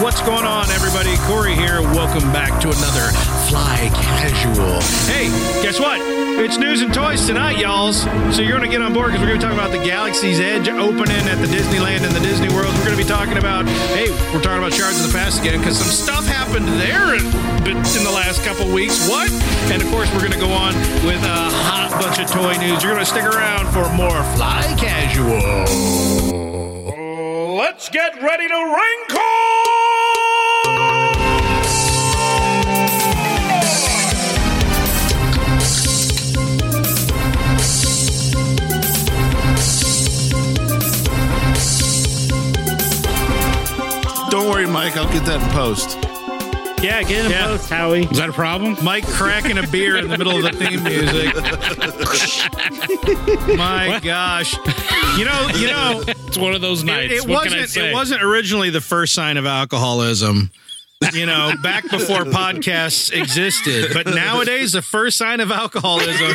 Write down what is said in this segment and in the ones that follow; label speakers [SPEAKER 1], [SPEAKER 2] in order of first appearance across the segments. [SPEAKER 1] What's going on, everybody? Corey here. Welcome back to another Fly Casual. Hey, guess what? It's news and toys tonight, y'alls. So you're going to get on board because we're going to be talking about the Galaxy's Edge opening at the Disneyland and the Disney World. We're going to be talking about, hey, we're talking about Shards of the Past again because some stuff happened there in, in the last couple weeks. What? And of course, we're going to go on with a hot bunch of toy news. You're going to stick around for more Fly Casual.
[SPEAKER 2] Let's get ready to wrinkle!
[SPEAKER 3] Don't worry, Mike. I'll get that in post.
[SPEAKER 4] Yeah, get in
[SPEAKER 1] Yeah.
[SPEAKER 4] post, Howie.
[SPEAKER 5] Is that a problem?
[SPEAKER 1] Mike cracking a beer in the middle of the theme music. My gosh. You know, you know,
[SPEAKER 5] It's one of those
[SPEAKER 1] it,
[SPEAKER 5] nights.
[SPEAKER 1] it
[SPEAKER 5] what can I
[SPEAKER 1] wasn't
[SPEAKER 5] say?
[SPEAKER 1] it wasn't originally the first sign of alcoholism. You know, back before podcasts existed. But nowadays the first sign of alcoholism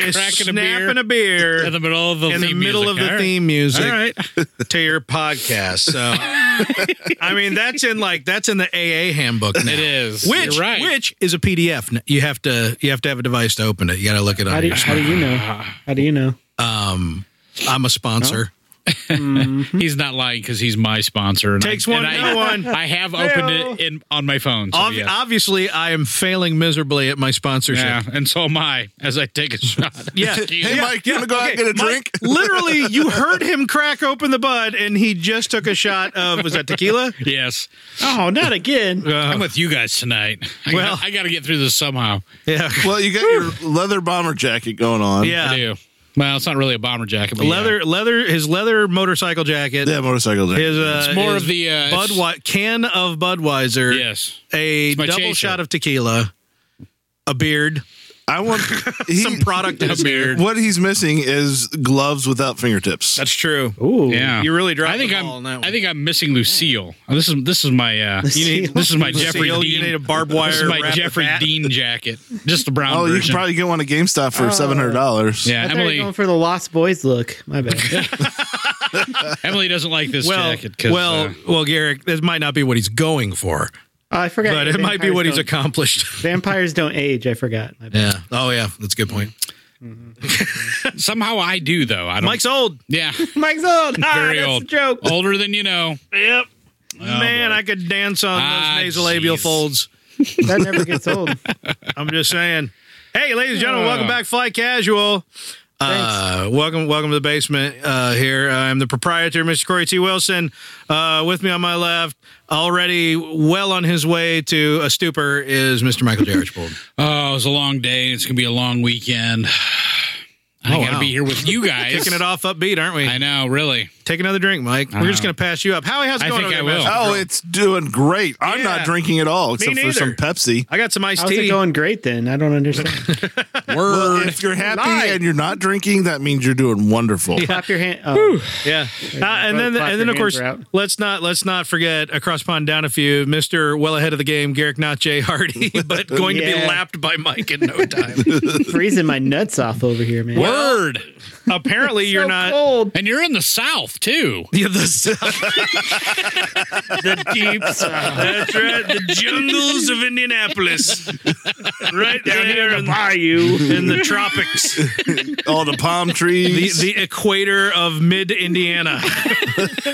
[SPEAKER 1] is
[SPEAKER 5] Cracking a
[SPEAKER 1] snapping a beer,
[SPEAKER 5] in the middle of the
[SPEAKER 1] in the
[SPEAKER 5] theme
[SPEAKER 1] middle
[SPEAKER 5] music.
[SPEAKER 1] of the
[SPEAKER 5] All right.
[SPEAKER 1] theme music
[SPEAKER 5] All right.
[SPEAKER 1] to your podcast. So I mean that's in like that's in the AA handbook now.
[SPEAKER 5] It is.
[SPEAKER 1] Which
[SPEAKER 5] You're right.
[SPEAKER 1] which is a PDF. You have to you have to have a device to open it. You got to look it
[SPEAKER 4] How
[SPEAKER 1] on.
[SPEAKER 4] do,
[SPEAKER 1] your
[SPEAKER 4] how do
[SPEAKER 1] smartphone.
[SPEAKER 4] you know? How do you know?
[SPEAKER 1] Um, I'm a sponsor.
[SPEAKER 5] he's not lying because he's my sponsor. And
[SPEAKER 1] Takes
[SPEAKER 5] I,
[SPEAKER 1] one,
[SPEAKER 5] and
[SPEAKER 1] no
[SPEAKER 5] I,
[SPEAKER 1] one.
[SPEAKER 5] I have opened
[SPEAKER 1] Heyo.
[SPEAKER 5] it in on my phone. So
[SPEAKER 1] Ob-
[SPEAKER 5] yes.
[SPEAKER 1] Obviously, I am failing miserably at my sponsorship.
[SPEAKER 5] yeah, and so am I as I take a shot.
[SPEAKER 1] Yeah.
[SPEAKER 5] Excuse
[SPEAKER 3] Hey,
[SPEAKER 5] me.
[SPEAKER 3] Mike, you want to go out and
[SPEAKER 1] Okay,
[SPEAKER 3] get a
[SPEAKER 1] Mike,
[SPEAKER 3] drink?
[SPEAKER 1] Literally, you heard him crack open the bud, and he just took a shot of was that tequila?
[SPEAKER 5] Yes,
[SPEAKER 4] Oh, not again.
[SPEAKER 5] I'm with you guys tonight. I
[SPEAKER 1] Uh, Well-
[SPEAKER 5] well, I got to get through this somehow.
[SPEAKER 1] Yeah,
[SPEAKER 3] Well, you got your leather bomber jacket going on.
[SPEAKER 5] I
[SPEAKER 1] yeah.
[SPEAKER 5] do. Well, it's not really a bomber jacket. But
[SPEAKER 1] Leather, leather. His leather motorcycle jacket.
[SPEAKER 3] Yeah, motorcycle jacket.
[SPEAKER 1] His uh,
[SPEAKER 5] yeah. It's more
[SPEAKER 1] his
[SPEAKER 5] of the uh, it's-
[SPEAKER 1] Budwe- can of Budweiser.
[SPEAKER 5] Yes,
[SPEAKER 1] A
[SPEAKER 5] my
[SPEAKER 1] double
[SPEAKER 5] chaser.
[SPEAKER 1] shot of tequila. A beard.
[SPEAKER 3] I want he,
[SPEAKER 1] Some product in
[SPEAKER 5] A
[SPEAKER 1] his beard.
[SPEAKER 5] beard.
[SPEAKER 3] What he's missing is gloves without fingertips.
[SPEAKER 1] That's true.
[SPEAKER 4] Ooh.
[SPEAKER 5] yeah.
[SPEAKER 1] You really dropped
[SPEAKER 5] I think
[SPEAKER 1] the ball on
[SPEAKER 5] I'm.
[SPEAKER 1] that one.
[SPEAKER 5] I think I'm missing Lucille. Oh, this is this is my. Uh, you need, this is my Jeffrey
[SPEAKER 1] Lucille,
[SPEAKER 5] Dean.
[SPEAKER 1] you need a barbed wire.
[SPEAKER 5] This is my
[SPEAKER 1] wrapped
[SPEAKER 5] Jeffrey
[SPEAKER 1] bat.
[SPEAKER 5] Dean jacket, just the brown
[SPEAKER 3] Oh, you
[SPEAKER 5] version.
[SPEAKER 3] can probably get one at GameStop
[SPEAKER 1] Oh.
[SPEAKER 3] for seven hundred dollars.
[SPEAKER 4] I
[SPEAKER 5] yeah,
[SPEAKER 4] thought you were
[SPEAKER 5] Emily.
[SPEAKER 4] going for the Lost Boys look. My bad. Oh,
[SPEAKER 5] Emily doesn't like this
[SPEAKER 1] Well,
[SPEAKER 5] jacket. 'cause,
[SPEAKER 1] well,
[SPEAKER 5] uh,
[SPEAKER 1] well, Garrick, this might not be what he's going for,
[SPEAKER 4] Oh, I forgot.
[SPEAKER 1] but it might be what he's
[SPEAKER 4] Vampires
[SPEAKER 1] accomplished.
[SPEAKER 4] don't- Vampires don't age. I forgot. My bad.
[SPEAKER 1] Yeah. Oh, yeah. That's a good point.
[SPEAKER 5] uh, somehow I do though. I don't.
[SPEAKER 1] Mike's old.
[SPEAKER 5] yeah,
[SPEAKER 4] Mike's old. Ah,
[SPEAKER 5] very
[SPEAKER 4] that's
[SPEAKER 5] old.
[SPEAKER 4] a joke.
[SPEAKER 5] Older than you know.
[SPEAKER 1] Yep. Man,
[SPEAKER 5] boy.
[SPEAKER 1] I could dance on
[SPEAKER 5] Ah,
[SPEAKER 1] those nasolabial
[SPEAKER 5] jeez.
[SPEAKER 1] folds.
[SPEAKER 4] That never gets old.
[SPEAKER 5] Uh,
[SPEAKER 4] Thanks.
[SPEAKER 1] I'm just saying. Hey, ladies and gentlemen,
[SPEAKER 5] Oh.
[SPEAKER 1] welcome back, Fly Casual. Uh, welcome, welcome to the basement. Uh, here I'm the proprietor, Mr. Corey T. Wilson. Uh, with me on my left, already well on his way to a stupor, is Mr. Michael Jarrichbold.
[SPEAKER 5] Oh, it was a long day. It's gonna be a long weekend. I
[SPEAKER 1] Oh,
[SPEAKER 5] gotta
[SPEAKER 1] wow.
[SPEAKER 5] be here with you guys.
[SPEAKER 1] Kicking it off upbeat, aren't we?
[SPEAKER 5] I know, really.
[SPEAKER 1] Take another drink, Mike. We're just
[SPEAKER 5] know.
[SPEAKER 1] gonna pass you up. Howie, how's it
[SPEAKER 5] I
[SPEAKER 1] going?
[SPEAKER 5] think
[SPEAKER 1] over
[SPEAKER 5] I
[SPEAKER 1] there,
[SPEAKER 5] will.
[SPEAKER 1] man?
[SPEAKER 3] Oh, it's doing great. I'm
[SPEAKER 1] Yeah.
[SPEAKER 3] not drinking at all except for
[SPEAKER 1] neither.
[SPEAKER 3] some Pepsi.
[SPEAKER 1] I got some iced
[SPEAKER 4] How's it
[SPEAKER 1] tea.
[SPEAKER 4] going great then? I don't understand.
[SPEAKER 3] Well,
[SPEAKER 5] Word.
[SPEAKER 3] if you're happy
[SPEAKER 1] Lie.
[SPEAKER 3] and you're not drinking, that means you're doing wonderful.
[SPEAKER 4] Clap your hand. Oh,
[SPEAKER 1] Yeah, uh, and then
[SPEAKER 4] Clap
[SPEAKER 1] and then
[SPEAKER 4] your
[SPEAKER 1] of course,
[SPEAKER 4] hands are out.
[SPEAKER 1] let's not let's not forget across pond down a few, Mister well ahead of the game, Garrick not Jay Hardy, but going to be
[SPEAKER 4] Yeah.
[SPEAKER 1] lapped by Mike in no time.
[SPEAKER 4] freezing my nuts off over here, man.
[SPEAKER 5] Word.
[SPEAKER 1] Apparently, you're
[SPEAKER 4] So
[SPEAKER 1] not.
[SPEAKER 4] cold.
[SPEAKER 5] And you're in the South too.
[SPEAKER 1] Yeah, the,
[SPEAKER 4] The deep.
[SPEAKER 1] that's right. The jungles of Indianapolis, right there in,
[SPEAKER 4] Bayou.
[SPEAKER 1] in the tropics,
[SPEAKER 3] All the palm
[SPEAKER 1] the,
[SPEAKER 3] trees.
[SPEAKER 1] the equator of mid Indiana,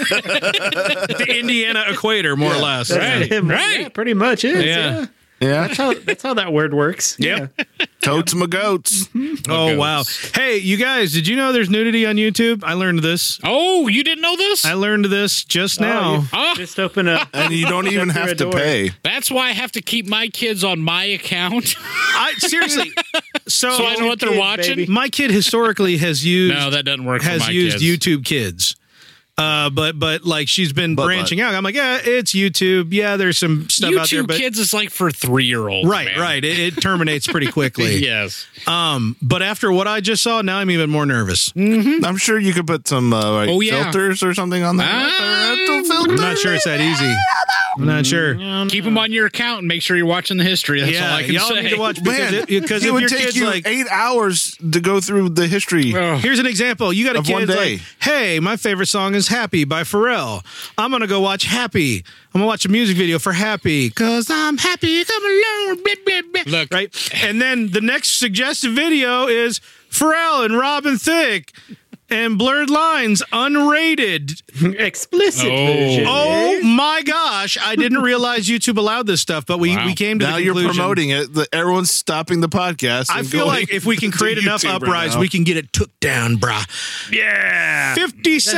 [SPEAKER 1] the Indiana equator, more or less.
[SPEAKER 4] That's him.
[SPEAKER 5] right.
[SPEAKER 4] Yeah, pretty much is.
[SPEAKER 1] Yeah.
[SPEAKER 4] Yeah.
[SPEAKER 3] yeah,
[SPEAKER 4] That's, how, that's how that word works.
[SPEAKER 1] Yep.
[SPEAKER 4] Yeah.
[SPEAKER 3] totes my goats.
[SPEAKER 1] Oh
[SPEAKER 5] goes.
[SPEAKER 1] wow! Hey, you guys, did you know there's nudity on YouTube? I learned this.
[SPEAKER 5] Oh, you didn't know this?
[SPEAKER 1] I learned this just
[SPEAKER 4] Oh,
[SPEAKER 1] now.
[SPEAKER 4] you
[SPEAKER 5] Oh,
[SPEAKER 4] Just open up.
[SPEAKER 3] And you don't even
[SPEAKER 4] through a
[SPEAKER 3] have to
[SPEAKER 4] door.
[SPEAKER 3] pay.
[SPEAKER 5] that's why I have to keep my kids on my account.
[SPEAKER 1] I seriously. So,
[SPEAKER 5] so I know what they're
[SPEAKER 4] Kid,
[SPEAKER 5] watching.
[SPEAKER 4] baby.
[SPEAKER 1] my kid historically has used
[SPEAKER 5] No, that doesn't work.
[SPEAKER 1] has
[SPEAKER 5] for my
[SPEAKER 1] used
[SPEAKER 5] kids.
[SPEAKER 1] YouTube Kids. Uh, but but like she's been
[SPEAKER 3] But, but.
[SPEAKER 1] branching out. I'm like, yeah, it's YouTube. Yeah, there's some stuff out there,
[SPEAKER 5] YouTube
[SPEAKER 1] but
[SPEAKER 5] kids is like for three year olds.
[SPEAKER 1] right, right, it, it terminates pretty quickly.
[SPEAKER 5] Yes.
[SPEAKER 1] Um, but after what I just saw, now I'm even more nervous. I'm
[SPEAKER 3] I'm sure you could put some uh, like
[SPEAKER 5] Oh, yeah.
[SPEAKER 3] filters or something on there.
[SPEAKER 5] Ah.
[SPEAKER 3] Parental filters.
[SPEAKER 1] not sure it's that easy. I'm not sure.
[SPEAKER 5] Keep them on your account and make sure you're watching the history. That's all I can
[SPEAKER 1] y'all
[SPEAKER 5] say.
[SPEAKER 1] need to watch because
[SPEAKER 3] Man,
[SPEAKER 1] it, because
[SPEAKER 3] it
[SPEAKER 1] if
[SPEAKER 3] would
[SPEAKER 1] your
[SPEAKER 3] take
[SPEAKER 1] kids
[SPEAKER 3] you
[SPEAKER 1] like
[SPEAKER 3] eight hours to go through the history.
[SPEAKER 5] Ugh.
[SPEAKER 1] Here's an example. You got a
[SPEAKER 3] Of one
[SPEAKER 1] kid
[SPEAKER 3] day.
[SPEAKER 1] like, hey, my favorite song is Happy by Pharrell. I'm going to go watch Happy. I'm going to watch a music video for Happy because I'm happy. Come along. Blah, blah, blah.
[SPEAKER 5] Look.
[SPEAKER 1] Right? And then the next suggested video is Pharrell and Robin Thicke and Blurred Lines unrated.
[SPEAKER 4] Explicit
[SPEAKER 5] Oh.
[SPEAKER 4] version.
[SPEAKER 1] Oh my gosh. I didn't realize YouTube allowed this stuff, but we,
[SPEAKER 5] Wow.
[SPEAKER 1] we came to
[SPEAKER 3] Now
[SPEAKER 1] the
[SPEAKER 3] you're
[SPEAKER 1] conclusion.
[SPEAKER 3] promoting it. The, everyone's stopping the podcast.
[SPEAKER 1] I
[SPEAKER 3] and
[SPEAKER 1] feel
[SPEAKER 3] going
[SPEAKER 1] like if we can
[SPEAKER 3] to
[SPEAKER 1] create enough
[SPEAKER 3] YouTube right
[SPEAKER 1] uprise,
[SPEAKER 3] now.
[SPEAKER 1] we can get it took down, brah. Yeah.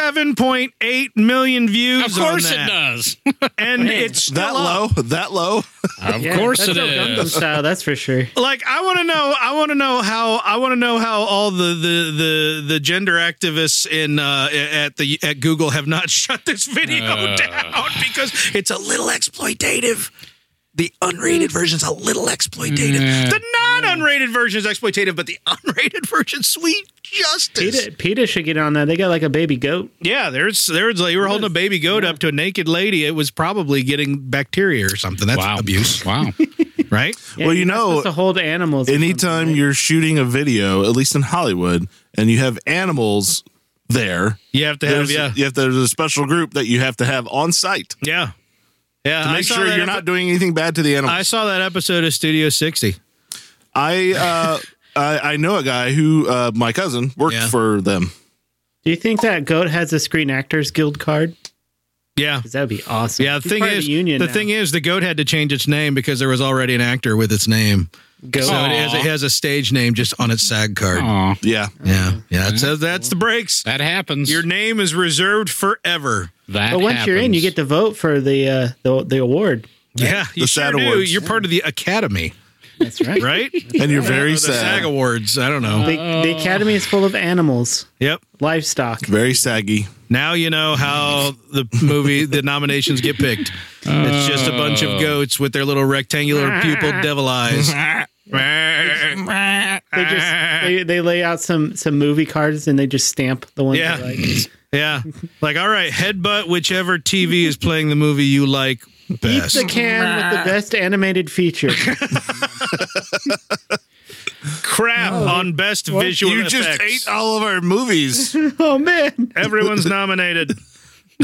[SPEAKER 1] 57.8 million views.
[SPEAKER 5] Of course
[SPEAKER 1] on
[SPEAKER 5] it
[SPEAKER 1] that.
[SPEAKER 5] does.
[SPEAKER 1] And it's still
[SPEAKER 3] that
[SPEAKER 1] up.
[SPEAKER 3] low, that low.
[SPEAKER 5] of
[SPEAKER 4] Yeah,
[SPEAKER 5] course
[SPEAKER 4] that's
[SPEAKER 5] it
[SPEAKER 4] no Gundam
[SPEAKER 5] is.
[SPEAKER 4] style, that's for sure.
[SPEAKER 1] Like I want to know, I want to know how, I want to know how all the the the, the gender activists in uh, at the at Google have not shut this video
[SPEAKER 5] Uh.
[SPEAKER 1] down because it's a little exploitative. The unrated version's a little exploitative.
[SPEAKER 5] Yeah.
[SPEAKER 1] The non-unrated version is exploitative, but the unrated version, sweet justice.
[SPEAKER 4] PETA, PETA should get on that. They got like a baby goat.
[SPEAKER 1] Yeah, there's there's like you were holding a baby goat up to a naked lady. It was probably getting bacteria or something. That's
[SPEAKER 5] Wow.
[SPEAKER 1] abuse,
[SPEAKER 5] Wow.
[SPEAKER 1] right?
[SPEAKER 4] Yeah,
[SPEAKER 3] Well, you
[SPEAKER 4] you're not
[SPEAKER 3] know,
[SPEAKER 4] supposed to hold animals. or
[SPEAKER 3] Anytime
[SPEAKER 4] something,
[SPEAKER 3] you're shooting a video, at least in Hollywood, and you have animals there,
[SPEAKER 1] You have to have
[SPEAKER 3] there's,
[SPEAKER 1] yeah,
[SPEAKER 3] you have there's a special group that you have to have on site
[SPEAKER 1] yeah, yeah.
[SPEAKER 3] to
[SPEAKER 1] I
[SPEAKER 3] make
[SPEAKER 1] saw
[SPEAKER 3] sure
[SPEAKER 1] that
[SPEAKER 3] you're
[SPEAKER 1] epi-
[SPEAKER 3] not doing anything bad to the animals.
[SPEAKER 1] I saw that episode of Studio 60.
[SPEAKER 3] I uh, I, I know a guy who uh, my cousin worked
[SPEAKER 1] Yeah.
[SPEAKER 3] for them.
[SPEAKER 4] Do you think that goat has a Screen Actors Guild card?
[SPEAKER 1] Yeah,
[SPEAKER 4] 'Cause that would be awesome.
[SPEAKER 1] yeah. The
[SPEAKER 4] He's
[SPEAKER 1] thing
[SPEAKER 4] part of
[SPEAKER 1] is,
[SPEAKER 4] the union.
[SPEAKER 1] the thing is, the goat had to change its name because there was already an actor with its name,
[SPEAKER 4] goat.
[SPEAKER 1] so it
[SPEAKER 5] Aw.
[SPEAKER 1] has, it has a stage name just on its SAG card.
[SPEAKER 5] Aw,
[SPEAKER 3] Yeah,
[SPEAKER 1] Yeah, yeah. So that's the breaks.
[SPEAKER 5] that happens.
[SPEAKER 1] Your name is reserved forever.
[SPEAKER 5] that
[SPEAKER 4] but once you're in, you get
[SPEAKER 5] happens.
[SPEAKER 4] to vote for the uh, the, the award.
[SPEAKER 1] Yeah, you
[SPEAKER 3] The
[SPEAKER 1] sure
[SPEAKER 3] SAG
[SPEAKER 1] do.
[SPEAKER 3] Awards.
[SPEAKER 1] You're part of the Academy,
[SPEAKER 4] That's right.
[SPEAKER 1] right?
[SPEAKER 3] and you're very
[SPEAKER 1] Or the SAG
[SPEAKER 3] sad,
[SPEAKER 1] Awards. I don't know.
[SPEAKER 4] The, the academy is full of animals,
[SPEAKER 1] Yep.
[SPEAKER 4] livestock.
[SPEAKER 3] very saggy.
[SPEAKER 1] Now you know how the movie, the nominations get picked. It's just a bunch of goats with their little rectangular pupil devil eyes.
[SPEAKER 4] They just they, they lay out some some movie cards and they just stamp the ones.
[SPEAKER 1] Yeah.
[SPEAKER 4] That like.
[SPEAKER 1] Yeah. Like, all right, headbutt whichever TV is playing the movie you like
[SPEAKER 4] Eat
[SPEAKER 1] best.
[SPEAKER 4] the can with the best animated feature.
[SPEAKER 1] Crap on best visual
[SPEAKER 3] You just
[SPEAKER 1] effects.
[SPEAKER 3] ate all of our movies.
[SPEAKER 4] oh man!
[SPEAKER 1] Everyone's nominated.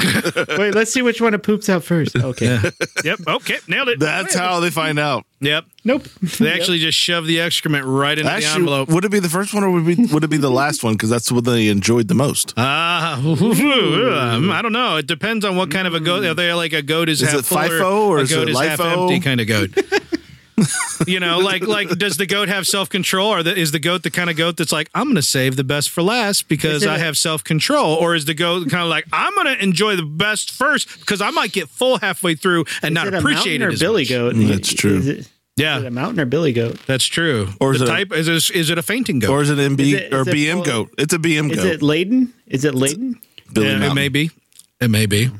[SPEAKER 4] Wait, let's see which one it poops out first. Okay.
[SPEAKER 1] Yep. Okay. Nailed it.
[SPEAKER 3] That's how they find out.
[SPEAKER 1] Yep.
[SPEAKER 4] Nope.
[SPEAKER 1] They actually just shove the excrement right into the
[SPEAKER 3] Actually,
[SPEAKER 1] envelope.
[SPEAKER 3] would it be the first one or would it be, would it be the last one? Because that's what they enjoyed the most.
[SPEAKER 1] Ah, um, I don't know. It depends on what kind of a goat. Are they like a goat is,
[SPEAKER 3] Is
[SPEAKER 1] half
[SPEAKER 3] it
[SPEAKER 1] full
[SPEAKER 3] FIFO or
[SPEAKER 1] a
[SPEAKER 3] is
[SPEAKER 1] goat
[SPEAKER 3] it
[SPEAKER 1] is half
[SPEAKER 3] LIFO?
[SPEAKER 1] empty kind of goat? you know, like like does the goat have self control, or the, is the goat the kind of goat that's like I'm going to save the best for last because
[SPEAKER 4] Is it
[SPEAKER 1] I
[SPEAKER 4] a-
[SPEAKER 1] have self control, or is the goat kind of like I'm going to enjoy the best first because I might get full halfway through and not
[SPEAKER 4] Is it a
[SPEAKER 1] appreciate
[SPEAKER 4] mountain or
[SPEAKER 1] it as
[SPEAKER 4] billy
[SPEAKER 1] much?
[SPEAKER 4] goat?
[SPEAKER 3] Mm, That's true.
[SPEAKER 4] Is it, is it a
[SPEAKER 1] Yeah,
[SPEAKER 4] mountain or billy goat?
[SPEAKER 1] that's true.
[SPEAKER 3] Or is
[SPEAKER 1] the
[SPEAKER 3] it a-
[SPEAKER 1] type is it, is it a fainting goat?
[SPEAKER 3] Or is it MB
[SPEAKER 4] Is it-
[SPEAKER 3] or
[SPEAKER 4] is it
[SPEAKER 3] BM
[SPEAKER 4] full-
[SPEAKER 3] goat? It's a BM
[SPEAKER 4] Is
[SPEAKER 3] goat.
[SPEAKER 4] it laden? Is it laden?
[SPEAKER 3] Billy
[SPEAKER 1] yeah, it
[SPEAKER 3] Mountain.
[SPEAKER 1] may be. It may be.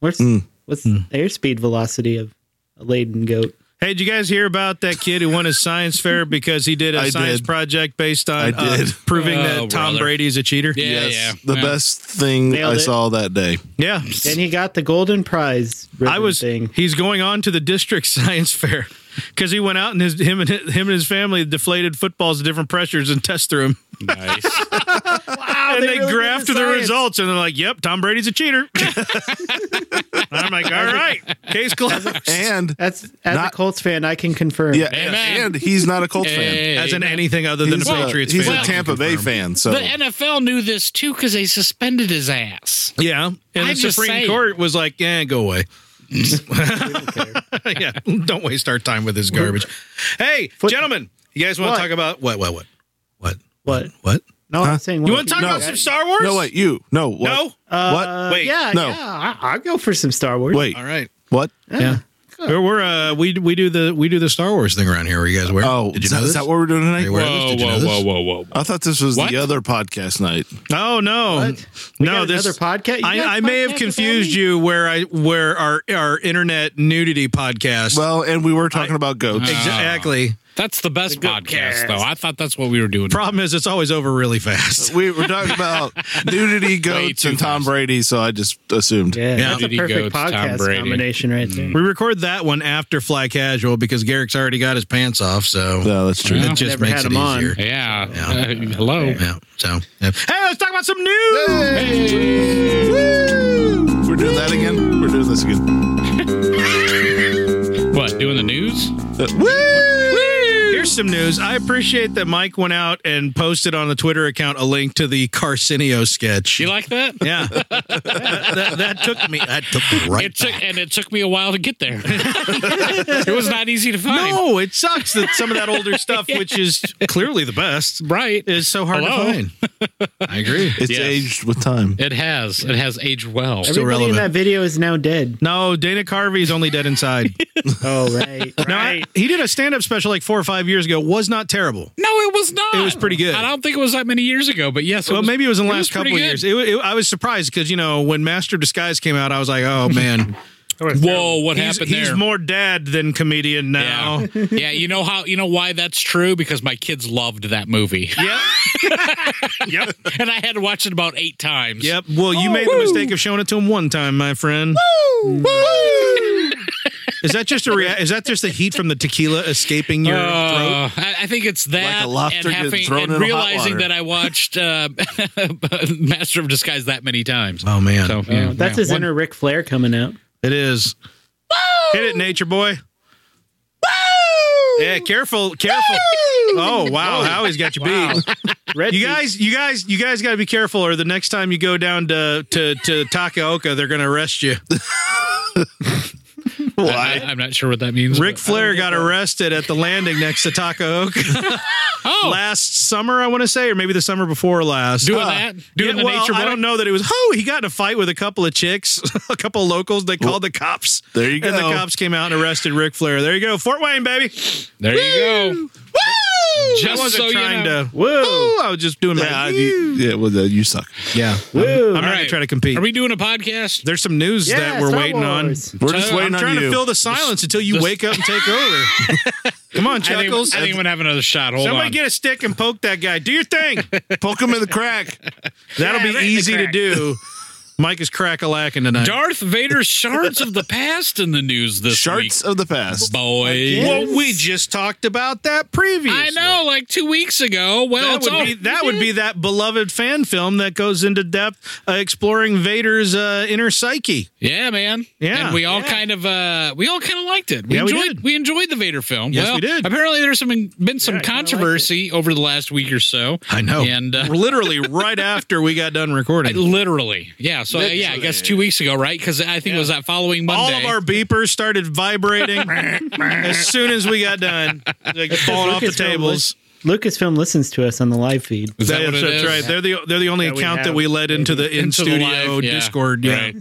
[SPEAKER 4] What's
[SPEAKER 3] Mm.
[SPEAKER 4] what's the airspeed velocity of a laden goat?
[SPEAKER 1] Hey, did you guys hear about that kid who won his science fair because he did a
[SPEAKER 3] I
[SPEAKER 1] science
[SPEAKER 3] did.
[SPEAKER 1] project based on
[SPEAKER 3] I
[SPEAKER 1] uh,
[SPEAKER 3] did.
[SPEAKER 1] proving
[SPEAKER 5] Oh,
[SPEAKER 1] that Tom
[SPEAKER 5] brother.
[SPEAKER 1] Brady's a cheater?
[SPEAKER 5] Yeah,
[SPEAKER 3] Yes,
[SPEAKER 5] yeah.
[SPEAKER 3] the
[SPEAKER 5] yeah.
[SPEAKER 3] best thing
[SPEAKER 4] Nailed
[SPEAKER 3] I
[SPEAKER 4] it.
[SPEAKER 3] saw that day.
[SPEAKER 1] Yeah.
[SPEAKER 4] And he got the golden prize.
[SPEAKER 1] I was
[SPEAKER 4] Thing.
[SPEAKER 1] he's going on to the district science fair cuz he went out and his him and him and his family deflated footballs at different pressures and test through him.
[SPEAKER 5] Nice.
[SPEAKER 1] and
[SPEAKER 4] they
[SPEAKER 1] they,
[SPEAKER 4] really did
[SPEAKER 1] graphed
[SPEAKER 4] the
[SPEAKER 1] the
[SPEAKER 4] science.
[SPEAKER 1] results and they're like, "Yep, Tom Brady's a cheater." I'm like, "All right. Case closed."
[SPEAKER 3] And
[SPEAKER 4] That's as
[SPEAKER 3] Not-
[SPEAKER 4] a Colts fan, I can confirm.
[SPEAKER 3] yeah,
[SPEAKER 5] Amen.
[SPEAKER 3] and he's not a Colts fan.
[SPEAKER 5] Hey.
[SPEAKER 1] As in anything other than
[SPEAKER 3] He's,
[SPEAKER 1] a
[SPEAKER 3] a,
[SPEAKER 1] Patriots
[SPEAKER 3] he's
[SPEAKER 1] fan.
[SPEAKER 3] a Tampa Bay fan. So
[SPEAKER 5] the NFL knew this too because they suspended his ass.
[SPEAKER 1] Yeah, and
[SPEAKER 5] I'm
[SPEAKER 1] the
[SPEAKER 5] just
[SPEAKER 1] Supreme
[SPEAKER 5] saying.
[SPEAKER 1] Court was like, "Yeah, go away." yeah, don't waste our time with this garbage. Hey, gentlemen, you guys want
[SPEAKER 4] What?
[SPEAKER 1] to talk about what? What? What? What?
[SPEAKER 4] What?
[SPEAKER 1] What?
[SPEAKER 4] No, I'm saying.
[SPEAKER 1] You
[SPEAKER 4] what-
[SPEAKER 1] want to talk
[SPEAKER 3] No.
[SPEAKER 1] about some Star Wars?
[SPEAKER 3] no, wait, you no what?
[SPEAKER 1] No.
[SPEAKER 3] what?
[SPEAKER 4] Uh,
[SPEAKER 1] Wait,
[SPEAKER 4] yeah,
[SPEAKER 3] no.
[SPEAKER 4] yeah. I, I'll go for some Star Wars.
[SPEAKER 3] wait,
[SPEAKER 1] All right.
[SPEAKER 3] what?
[SPEAKER 1] Yeah. We're, we're uh we we do the we do the Star Wars thing around here. Were you guys aware?
[SPEAKER 3] Oh,
[SPEAKER 1] did you
[SPEAKER 3] is
[SPEAKER 1] know
[SPEAKER 3] that, is
[SPEAKER 1] this?
[SPEAKER 3] that what we're doing tonight?
[SPEAKER 1] They were. Whoa,
[SPEAKER 5] Whoa,
[SPEAKER 1] Did you know
[SPEAKER 5] whoa,
[SPEAKER 1] this?
[SPEAKER 5] whoa, whoa, whoa,
[SPEAKER 3] I thought this was
[SPEAKER 5] What?
[SPEAKER 3] the other podcast night.
[SPEAKER 1] Oh no,
[SPEAKER 4] What? We
[SPEAKER 1] no!
[SPEAKER 4] got
[SPEAKER 1] This
[SPEAKER 4] another podcast? You guys
[SPEAKER 1] I, I may have
[SPEAKER 4] podcast
[SPEAKER 1] confused
[SPEAKER 4] about me?
[SPEAKER 1] you where I where our our internet nudity podcast.
[SPEAKER 3] Well, and we were talking about goats.
[SPEAKER 1] Exactly.
[SPEAKER 5] That's the best
[SPEAKER 4] good
[SPEAKER 5] podcast,
[SPEAKER 4] cast.
[SPEAKER 5] though. I thought that's what we were doing.
[SPEAKER 1] Problem is, it's always over really fast.
[SPEAKER 3] We were talking about nudity, goats,
[SPEAKER 5] too
[SPEAKER 3] and Tom
[SPEAKER 5] fast.
[SPEAKER 3] Brady, so I just assumed.
[SPEAKER 4] Yeah, that's a
[SPEAKER 5] Diddy
[SPEAKER 4] perfect
[SPEAKER 5] goats, Tom
[SPEAKER 4] podcast
[SPEAKER 5] Brady. Mm.
[SPEAKER 4] combination right there.
[SPEAKER 1] We record that one after Fly Casual because Garrick's already got his pants off, so
[SPEAKER 3] No, that's true.
[SPEAKER 1] it
[SPEAKER 5] Well,
[SPEAKER 1] just
[SPEAKER 4] never
[SPEAKER 1] makes it
[SPEAKER 4] had him on.
[SPEAKER 1] easier.
[SPEAKER 5] Yeah. Uh, hello.
[SPEAKER 1] Yeah. So, yeah. hey, let's talk about some news.
[SPEAKER 3] Woo! We're doing that again. We're doing this again.
[SPEAKER 5] What? Doing the news?
[SPEAKER 3] Uh, woo!
[SPEAKER 1] Here's some news. I appreciate that Mike went out and posted on the Twitter account a link to the Carcinio sketch.
[SPEAKER 5] You like that?
[SPEAKER 1] yeah, that, that- that took me. That took me right.
[SPEAKER 5] It took and it took me a while to get there. it was not easy to find.
[SPEAKER 1] No, it sucks that some of that older stuff, which is clearly the best,
[SPEAKER 5] Right.
[SPEAKER 1] is so hard
[SPEAKER 5] Hello?
[SPEAKER 1] to find. I agree.
[SPEAKER 3] It's
[SPEAKER 5] Yes.
[SPEAKER 3] aged with time.
[SPEAKER 5] It has. It has aged well.
[SPEAKER 4] Everybody
[SPEAKER 1] relevant.
[SPEAKER 4] in that video is now dead.
[SPEAKER 1] No, Dana Carvey is only dead inside.
[SPEAKER 4] Oh right,
[SPEAKER 1] No, I-
[SPEAKER 4] right.
[SPEAKER 1] he did a stand-up special like four or five years ago. Was not terrible.
[SPEAKER 5] No, it was not.
[SPEAKER 1] It was pretty good.
[SPEAKER 5] I don't think it was that many years ago, but yes.
[SPEAKER 1] well, maybe it was in the last couple
[SPEAKER 5] pretty
[SPEAKER 1] of years.
[SPEAKER 5] good.
[SPEAKER 1] It, wa- it- I was surprised because you know when Master of Disguise came out, I was like, oh man,
[SPEAKER 5] Whoa, what
[SPEAKER 1] he's,
[SPEAKER 5] happened
[SPEAKER 1] he's
[SPEAKER 5] there?
[SPEAKER 1] more dad than comedian now.
[SPEAKER 5] yeah. yeah, you know how you know why that's true because my kids loved that movie.
[SPEAKER 1] Yep. yep.
[SPEAKER 5] and I had to watch it about 8 times.
[SPEAKER 1] Yep. Well, you made the mistake of showing it to him one time, my friend. is that just a rea- is that just the heat from the tequila escaping your throat?
[SPEAKER 5] Uh, I, I think it's that
[SPEAKER 3] lobster
[SPEAKER 5] and,
[SPEAKER 3] getting
[SPEAKER 5] having,
[SPEAKER 3] thrown
[SPEAKER 5] and
[SPEAKER 3] in hot
[SPEAKER 5] realizing
[SPEAKER 3] water.
[SPEAKER 5] that I watched uh, Master of Disguise that many times.
[SPEAKER 1] Oh man,
[SPEAKER 5] So, yeah,
[SPEAKER 4] That's
[SPEAKER 5] yeah.
[SPEAKER 4] his inner Ric Flair coming out.
[SPEAKER 1] it is. Hit it, nature boy. Yeah, careful, careful. Oh wow, Howie's got you beat.
[SPEAKER 4] Red
[SPEAKER 1] You guys, you guys, you guys got to be careful, or the next time you go down to to to Takaoka, they're going to arrest you.
[SPEAKER 5] I, am not sure what that means.
[SPEAKER 1] Ric Flair got arrested at the landing next to Takaoka
[SPEAKER 5] Oh,
[SPEAKER 1] last summer, I want to say, or maybe the summer before last.
[SPEAKER 5] doing
[SPEAKER 1] Uh,
[SPEAKER 5] that? Doing
[SPEAKER 1] yeah,
[SPEAKER 5] the
[SPEAKER 1] well,
[SPEAKER 5] nature boy?
[SPEAKER 1] I don't know that it was. Oh, he got in a fight with a couple of chicks, a couple of locals. They called the cops.
[SPEAKER 3] there you
[SPEAKER 1] And the
[SPEAKER 3] go.
[SPEAKER 1] cops came out and arrested Ric Flair. There you go, Fort Wayne, baby.
[SPEAKER 5] There you go.
[SPEAKER 1] I
[SPEAKER 5] Just
[SPEAKER 1] wasn't
[SPEAKER 5] so you
[SPEAKER 1] trying
[SPEAKER 5] know.
[SPEAKER 1] to.
[SPEAKER 4] Woo!
[SPEAKER 1] Ooh, I was just doing
[SPEAKER 3] Yeah,
[SPEAKER 1] my.
[SPEAKER 3] I- you, yeah, well, uh, you suck.
[SPEAKER 1] yeah.
[SPEAKER 4] Woo!
[SPEAKER 1] I'm not
[SPEAKER 5] right.
[SPEAKER 1] gonna try to compete.
[SPEAKER 5] Are we doing a podcast?
[SPEAKER 1] There's some news
[SPEAKER 4] Yeah,
[SPEAKER 1] that we're
[SPEAKER 4] Star
[SPEAKER 1] waiting on.
[SPEAKER 4] Wars.
[SPEAKER 3] We're just
[SPEAKER 5] I'm
[SPEAKER 1] I'm
[SPEAKER 3] waiting on
[SPEAKER 1] trying
[SPEAKER 3] you.
[SPEAKER 1] to fill the silence until you
[SPEAKER 5] just-
[SPEAKER 1] wake up and take over. Come on,
[SPEAKER 5] I think, I
[SPEAKER 1] Chuckles.
[SPEAKER 5] think I'm gonna have another shot. Hold
[SPEAKER 1] Somebody
[SPEAKER 5] on.
[SPEAKER 1] get a stick and poke that guy. Do your thing.
[SPEAKER 3] Poke him in the crack.
[SPEAKER 1] That'll
[SPEAKER 4] Yeah,
[SPEAKER 1] be
[SPEAKER 4] right in the
[SPEAKER 1] easy to
[SPEAKER 4] crack.
[SPEAKER 1] do. Mike is crack a lacking tonight.
[SPEAKER 5] Darth Vader's shards of the past in the news this
[SPEAKER 3] Sharks of the past.
[SPEAKER 5] week, boys.
[SPEAKER 4] Again?
[SPEAKER 1] Well, we just talked about that previously.
[SPEAKER 5] I know, like two weeks ago. Well,
[SPEAKER 1] That
[SPEAKER 5] it's
[SPEAKER 1] would,
[SPEAKER 5] all-
[SPEAKER 1] be,
[SPEAKER 5] Mm-hmm.
[SPEAKER 1] that would be that beloved fan film that goes into depth uh, exploring Vader's uh, inner psyche.
[SPEAKER 5] yeah, man.
[SPEAKER 1] Yeah.
[SPEAKER 5] and we all
[SPEAKER 1] Yeah.
[SPEAKER 5] kind of uh, we all kind of liked it. We
[SPEAKER 1] Yeah, we
[SPEAKER 5] enjoyed
[SPEAKER 1] did.
[SPEAKER 5] enjoyed the Vader film.
[SPEAKER 1] Yes,
[SPEAKER 5] well,
[SPEAKER 1] we did.
[SPEAKER 5] Apparently, there's some been some
[SPEAKER 4] Yeah, I kinda liked
[SPEAKER 5] controversy over the last week or so.
[SPEAKER 1] I know.
[SPEAKER 5] and uh,
[SPEAKER 1] Literally right after we got done recording.
[SPEAKER 5] literally, yeah. So yeah, I guess two weeks ago, right? Because I think it was that following Monday.
[SPEAKER 1] all of our beepers started vibrating as soon as we got done, like falling off the
[SPEAKER 4] Lucasfilm
[SPEAKER 1] tables.
[SPEAKER 4] Lucasfilm listens to us on the live feed.
[SPEAKER 5] Is that what it
[SPEAKER 1] that's
[SPEAKER 5] is?
[SPEAKER 1] right. They're the they're the only
[SPEAKER 4] we
[SPEAKER 1] account that
[SPEAKER 4] have,
[SPEAKER 1] we let into the in
[SPEAKER 5] Into the
[SPEAKER 1] studio
[SPEAKER 5] live, yeah,
[SPEAKER 1] Discord. Yeah.
[SPEAKER 5] right.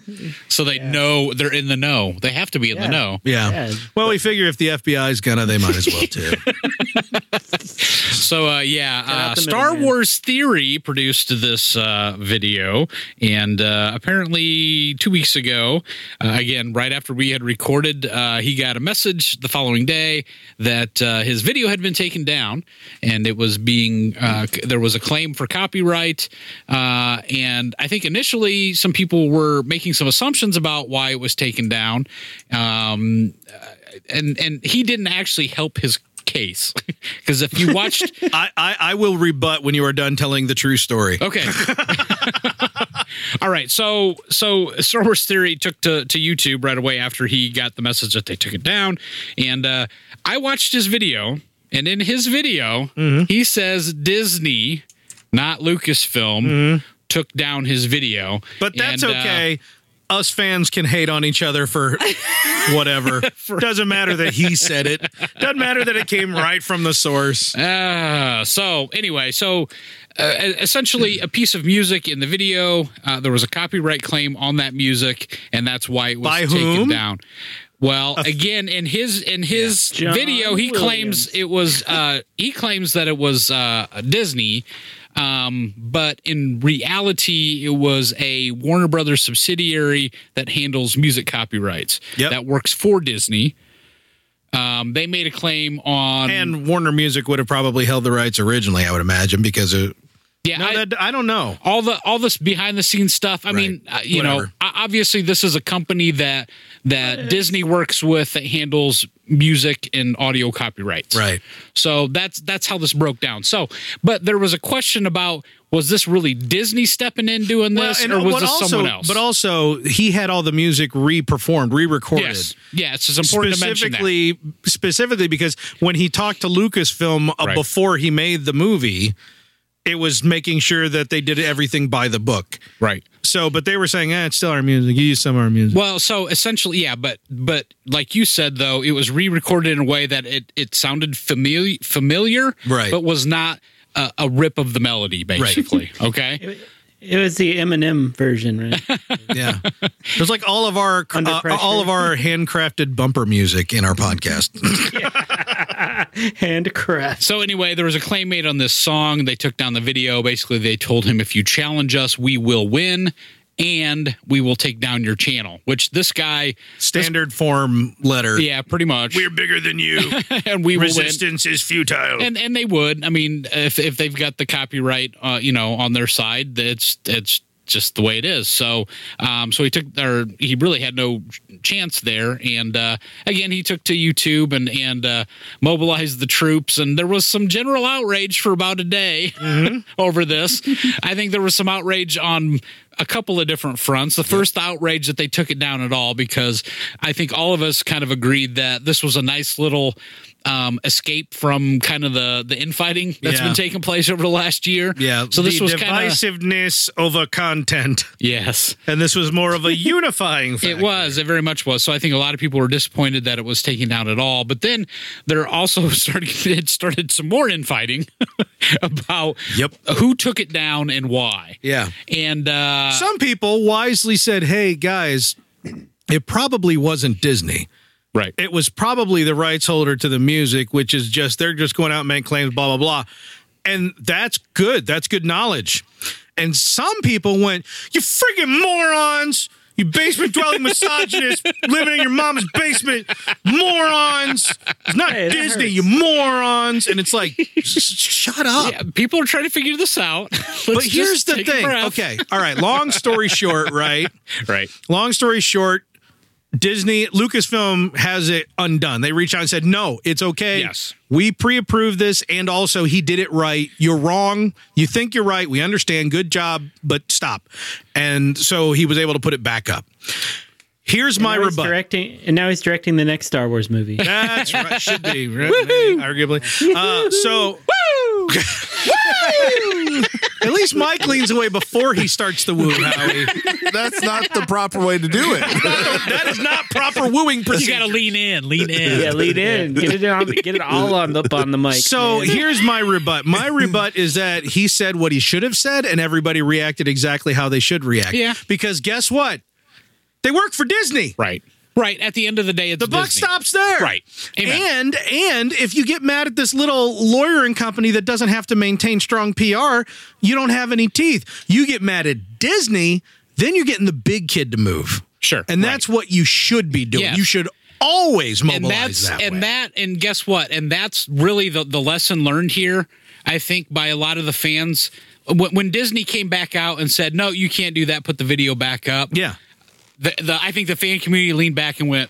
[SPEAKER 5] So they know they're in the know. They have to be in the
[SPEAKER 4] Yeah.
[SPEAKER 5] know.
[SPEAKER 1] yeah,
[SPEAKER 4] Yeah.
[SPEAKER 1] Well, we figure if the FBI's gonna, they might as well too.
[SPEAKER 5] So uh, yeah, uh,
[SPEAKER 4] out the
[SPEAKER 5] Star
[SPEAKER 4] middleman.
[SPEAKER 5] Wars Theory produced this uh, video, and uh, apparently two weeks ago, uh, again right after we had recorded, uh, he got a message the following day that uh, his video had been taken down, and it was being uh, c- there was a claim for copyright, uh, and I think initially some people were making some assumptions about why it was taken down. Um, and and he didn't actually help his case because if you watched
[SPEAKER 1] I, I I will rebut when you are done telling the true story.
[SPEAKER 5] okay all right so so star wars theory took to, to youtube right away after he got the message that they took it down and uh i watched his video and in his video
[SPEAKER 1] Mm-hmm.
[SPEAKER 5] he says disney not lucasfilm took down his video
[SPEAKER 1] Mm-hmm. But that's
[SPEAKER 5] And, uh,
[SPEAKER 1] okay. Us fans can hate on each other for whatever. Doesn't matter that he said it. Doesn't matter that it came right from the source.
[SPEAKER 5] Ah, so anyway, so uh, essentially, a piece of music in the video, uh, there was a copyright claim on that music, and that's why it was
[SPEAKER 1] By
[SPEAKER 5] taken
[SPEAKER 1] whom?
[SPEAKER 5] down. Well, again, in his in his
[SPEAKER 4] John
[SPEAKER 5] video, he
[SPEAKER 4] Williams.
[SPEAKER 5] claims it was uh, he claims that it was uh, Disney, um, but in reality, it was a Warner Brothers subsidiary that handles music copyrights
[SPEAKER 1] Yep.
[SPEAKER 5] that works for Disney. Um, they made a claim on
[SPEAKER 1] And Warner Music would have probably held the rights originally, I would imagine, because it,
[SPEAKER 5] yeah,
[SPEAKER 1] no,
[SPEAKER 5] I-
[SPEAKER 1] that, I don't know.
[SPEAKER 5] all the all this behind the scenes stuff. I mean, uh, you know,
[SPEAKER 1] Whatever.
[SPEAKER 5] o- obviously this is a company that that Disney works with that handles music and audio copyrights.
[SPEAKER 1] Right.
[SPEAKER 5] So that's that's how this broke down. So, but there was a question about was this really Disney stepping in doing this or was
[SPEAKER 1] what
[SPEAKER 5] this
[SPEAKER 1] also,
[SPEAKER 5] someone else?
[SPEAKER 1] But also, he had all the music re-performed, re-recorded.
[SPEAKER 5] yes, yeah, it's just important to mention that.
[SPEAKER 1] specifically, specifically because when he talked to Lucasfilm uh,
[SPEAKER 5] Right.
[SPEAKER 1] before he made the movie, it was making sure that they did everything by the book.
[SPEAKER 5] Right.
[SPEAKER 1] So, but they were saying, eh, it's still our music. You use some of our music.
[SPEAKER 5] Well, so essentially, yeah, but but like you said though, it was re-recorded in a way that it it sounded familiar, familiar,
[SPEAKER 1] Right.
[SPEAKER 5] but was not a, a rip of the melody, basically. Okay,
[SPEAKER 4] It was the Eminem version, right?
[SPEAKER 1] yeah, there's like all of our
[SPEAKER 4] Under
[SPEAKER 1] uh,
[SPEAKER 4] pressure.
[SPEAKER 1] all of our handcrafted bumper music in our podcast.
[SPEAKER 4] Handcraft.
[SPEAKER 5] so anyway, there was a claim made on this song. They took down the video. Basically, they told him, "If you challenge us, we will win." And we will take down your channel, which this guy,
[SPEAKER 1] Standard form letter.
[SPEAKER 5] yeah, pretty much. We're
[SPEAKER 3] bigger than you.
[SPEAKER 5] and we will win.
[SPEAKER 3] Resistance is futile.
[SPEAKER 5] and and they would. I mean, if if they've got the copyright, uh, you know, on their side, it's it's just the way it is. So, um, so he took or he really had no chance there. And uh, again, he took to YouTube and and uh, mobilized the troops, and there was some general outrage for about a day over this. I think there was some outrage on a couple of different fronts. The first outrage that they took it down at all because I think all of us kind of agreed that this was a nice little um, escape from kind of the the infighting that's
[SPEAKER 1] Yeah.
[SPEAKER 5] been taking place over the last year.
[SPEAKER 1] Yeah.
[SPEAKER 5] So this
[SPEAKER 1] the
[SPEAKER 5] was kind of
[SPEAKER 1] divisiveness over content,
[SPEAKER 5] yes.
[SPEAKER 1] and this was more of a unifying. Factor.
[SPEAKER 5] It was. It very much was. So I think a lot of people were disappointed that it was taken down at all. But then there also started it started some more infighting about
[SPEAKER 1] Yep.
[SPEAKER 5] who took it down and why.
[SPEAKER 1] Yeah.
[SPEAKER 5] And uh,
[SPEAKER 1] Some people wisely said, "Hey guys, it probably wasn't Disney.
[SPEAKER 5] right.
[SPEAKER 1] It was probably the rights holder to the music, which is just they're just going out and make claims, blah blah blah." And that's good. That's good knowledge. And some people went, "You freaking morons! You basement dwelling misogynists living in your mom's basement, morons! It's not
[SPEAKER 4] Hey, that
[SPEAKER 1] Disney,
[SPEAKER 4] hurts.
[SPEAKER 1] you morons!" And it's like, sh- sh- shut up.
[SPEAKER 5] Yeah, people are trying to figure this out.
[SPEAKER 1] But here's the thing. Okay. All right. Long story short, right?
[SPEAKER 5] Right.
[SPEAKER 1] Long story short, Disney, Lucasfilm has it undone. They reached out and said, no, it's okay.
[SPEAKER 5] Yes.
[SPEAKER 1] We pre approved this. And also, he did it right. You're wrong. You think you're right. We understand. Good job, but stop. And so he was able to put it back up. Here's my
[SPEAKER 4] Now he's
[SPEAKER 1] rebuttal.
[SPEAKER 4] directing, and now he's directing the next Star Wars movie.
[SPEAKER 1] That's right. Should be right? Maybe, arguably. Uh, so. At least Mike leans away before he starts the woo, Howie.
[SPEAKER 3] That's not the proper way to do it.
[SPEAKER 1] That is not proper wooing
[SPEAKER 5] You got
[SPEAKER 1] procedure.
[SPEAKER 5] to lean in, lean in.
[SPEAKER 4] yeah, lead in, get it on, get it all on up on the mic.
[SPEAKER 1] So
[SPEAKER 4] man.
[SPEAKER 1] here's my rebut. My rebut is that he said what he should have said, and everybody reacted exactly how they should react.
[SPEAKER 5] Yeah.
[SPEAKER 1] Because guess what? They work for Disney.
[SPEAKER 5] Right. Right. At the end of the day, it's
[SPEAKER 1] The buck
[SPEAKER 5] Disney.
[SPEAKER 1] stops there.
[SPEAKER 5] Right. Amen.
[SPEAKER 1] And and if you get mad at this little lawyering company that doesn't have to maintain strong PR, you don't have any teeth. You get mad at Disney, then you're getting the big kid to move.
[SPEAKER 5] Sure.
[SPEAKER 1] And that's what you should be doing.
[SPEAKER 5] Yeah.
[SPEAKER 1] You should always
[SPEAKER 5] and
[SPEAKER 1] mobilize
[SPEAKER 5] that's
[SPEAKER 1] that
[SPEAKER 5] and
[SPEAKER 1] way.
[SPEAKER 5] that and guess what and that's really the, the lesson learned here i think by a lot of the fans when, when disney came back out and said no you can't do that put the video back up
[SPEAKER 1] yeah.
[SPEAKER 5] the, the, i think the fan community leaned back and went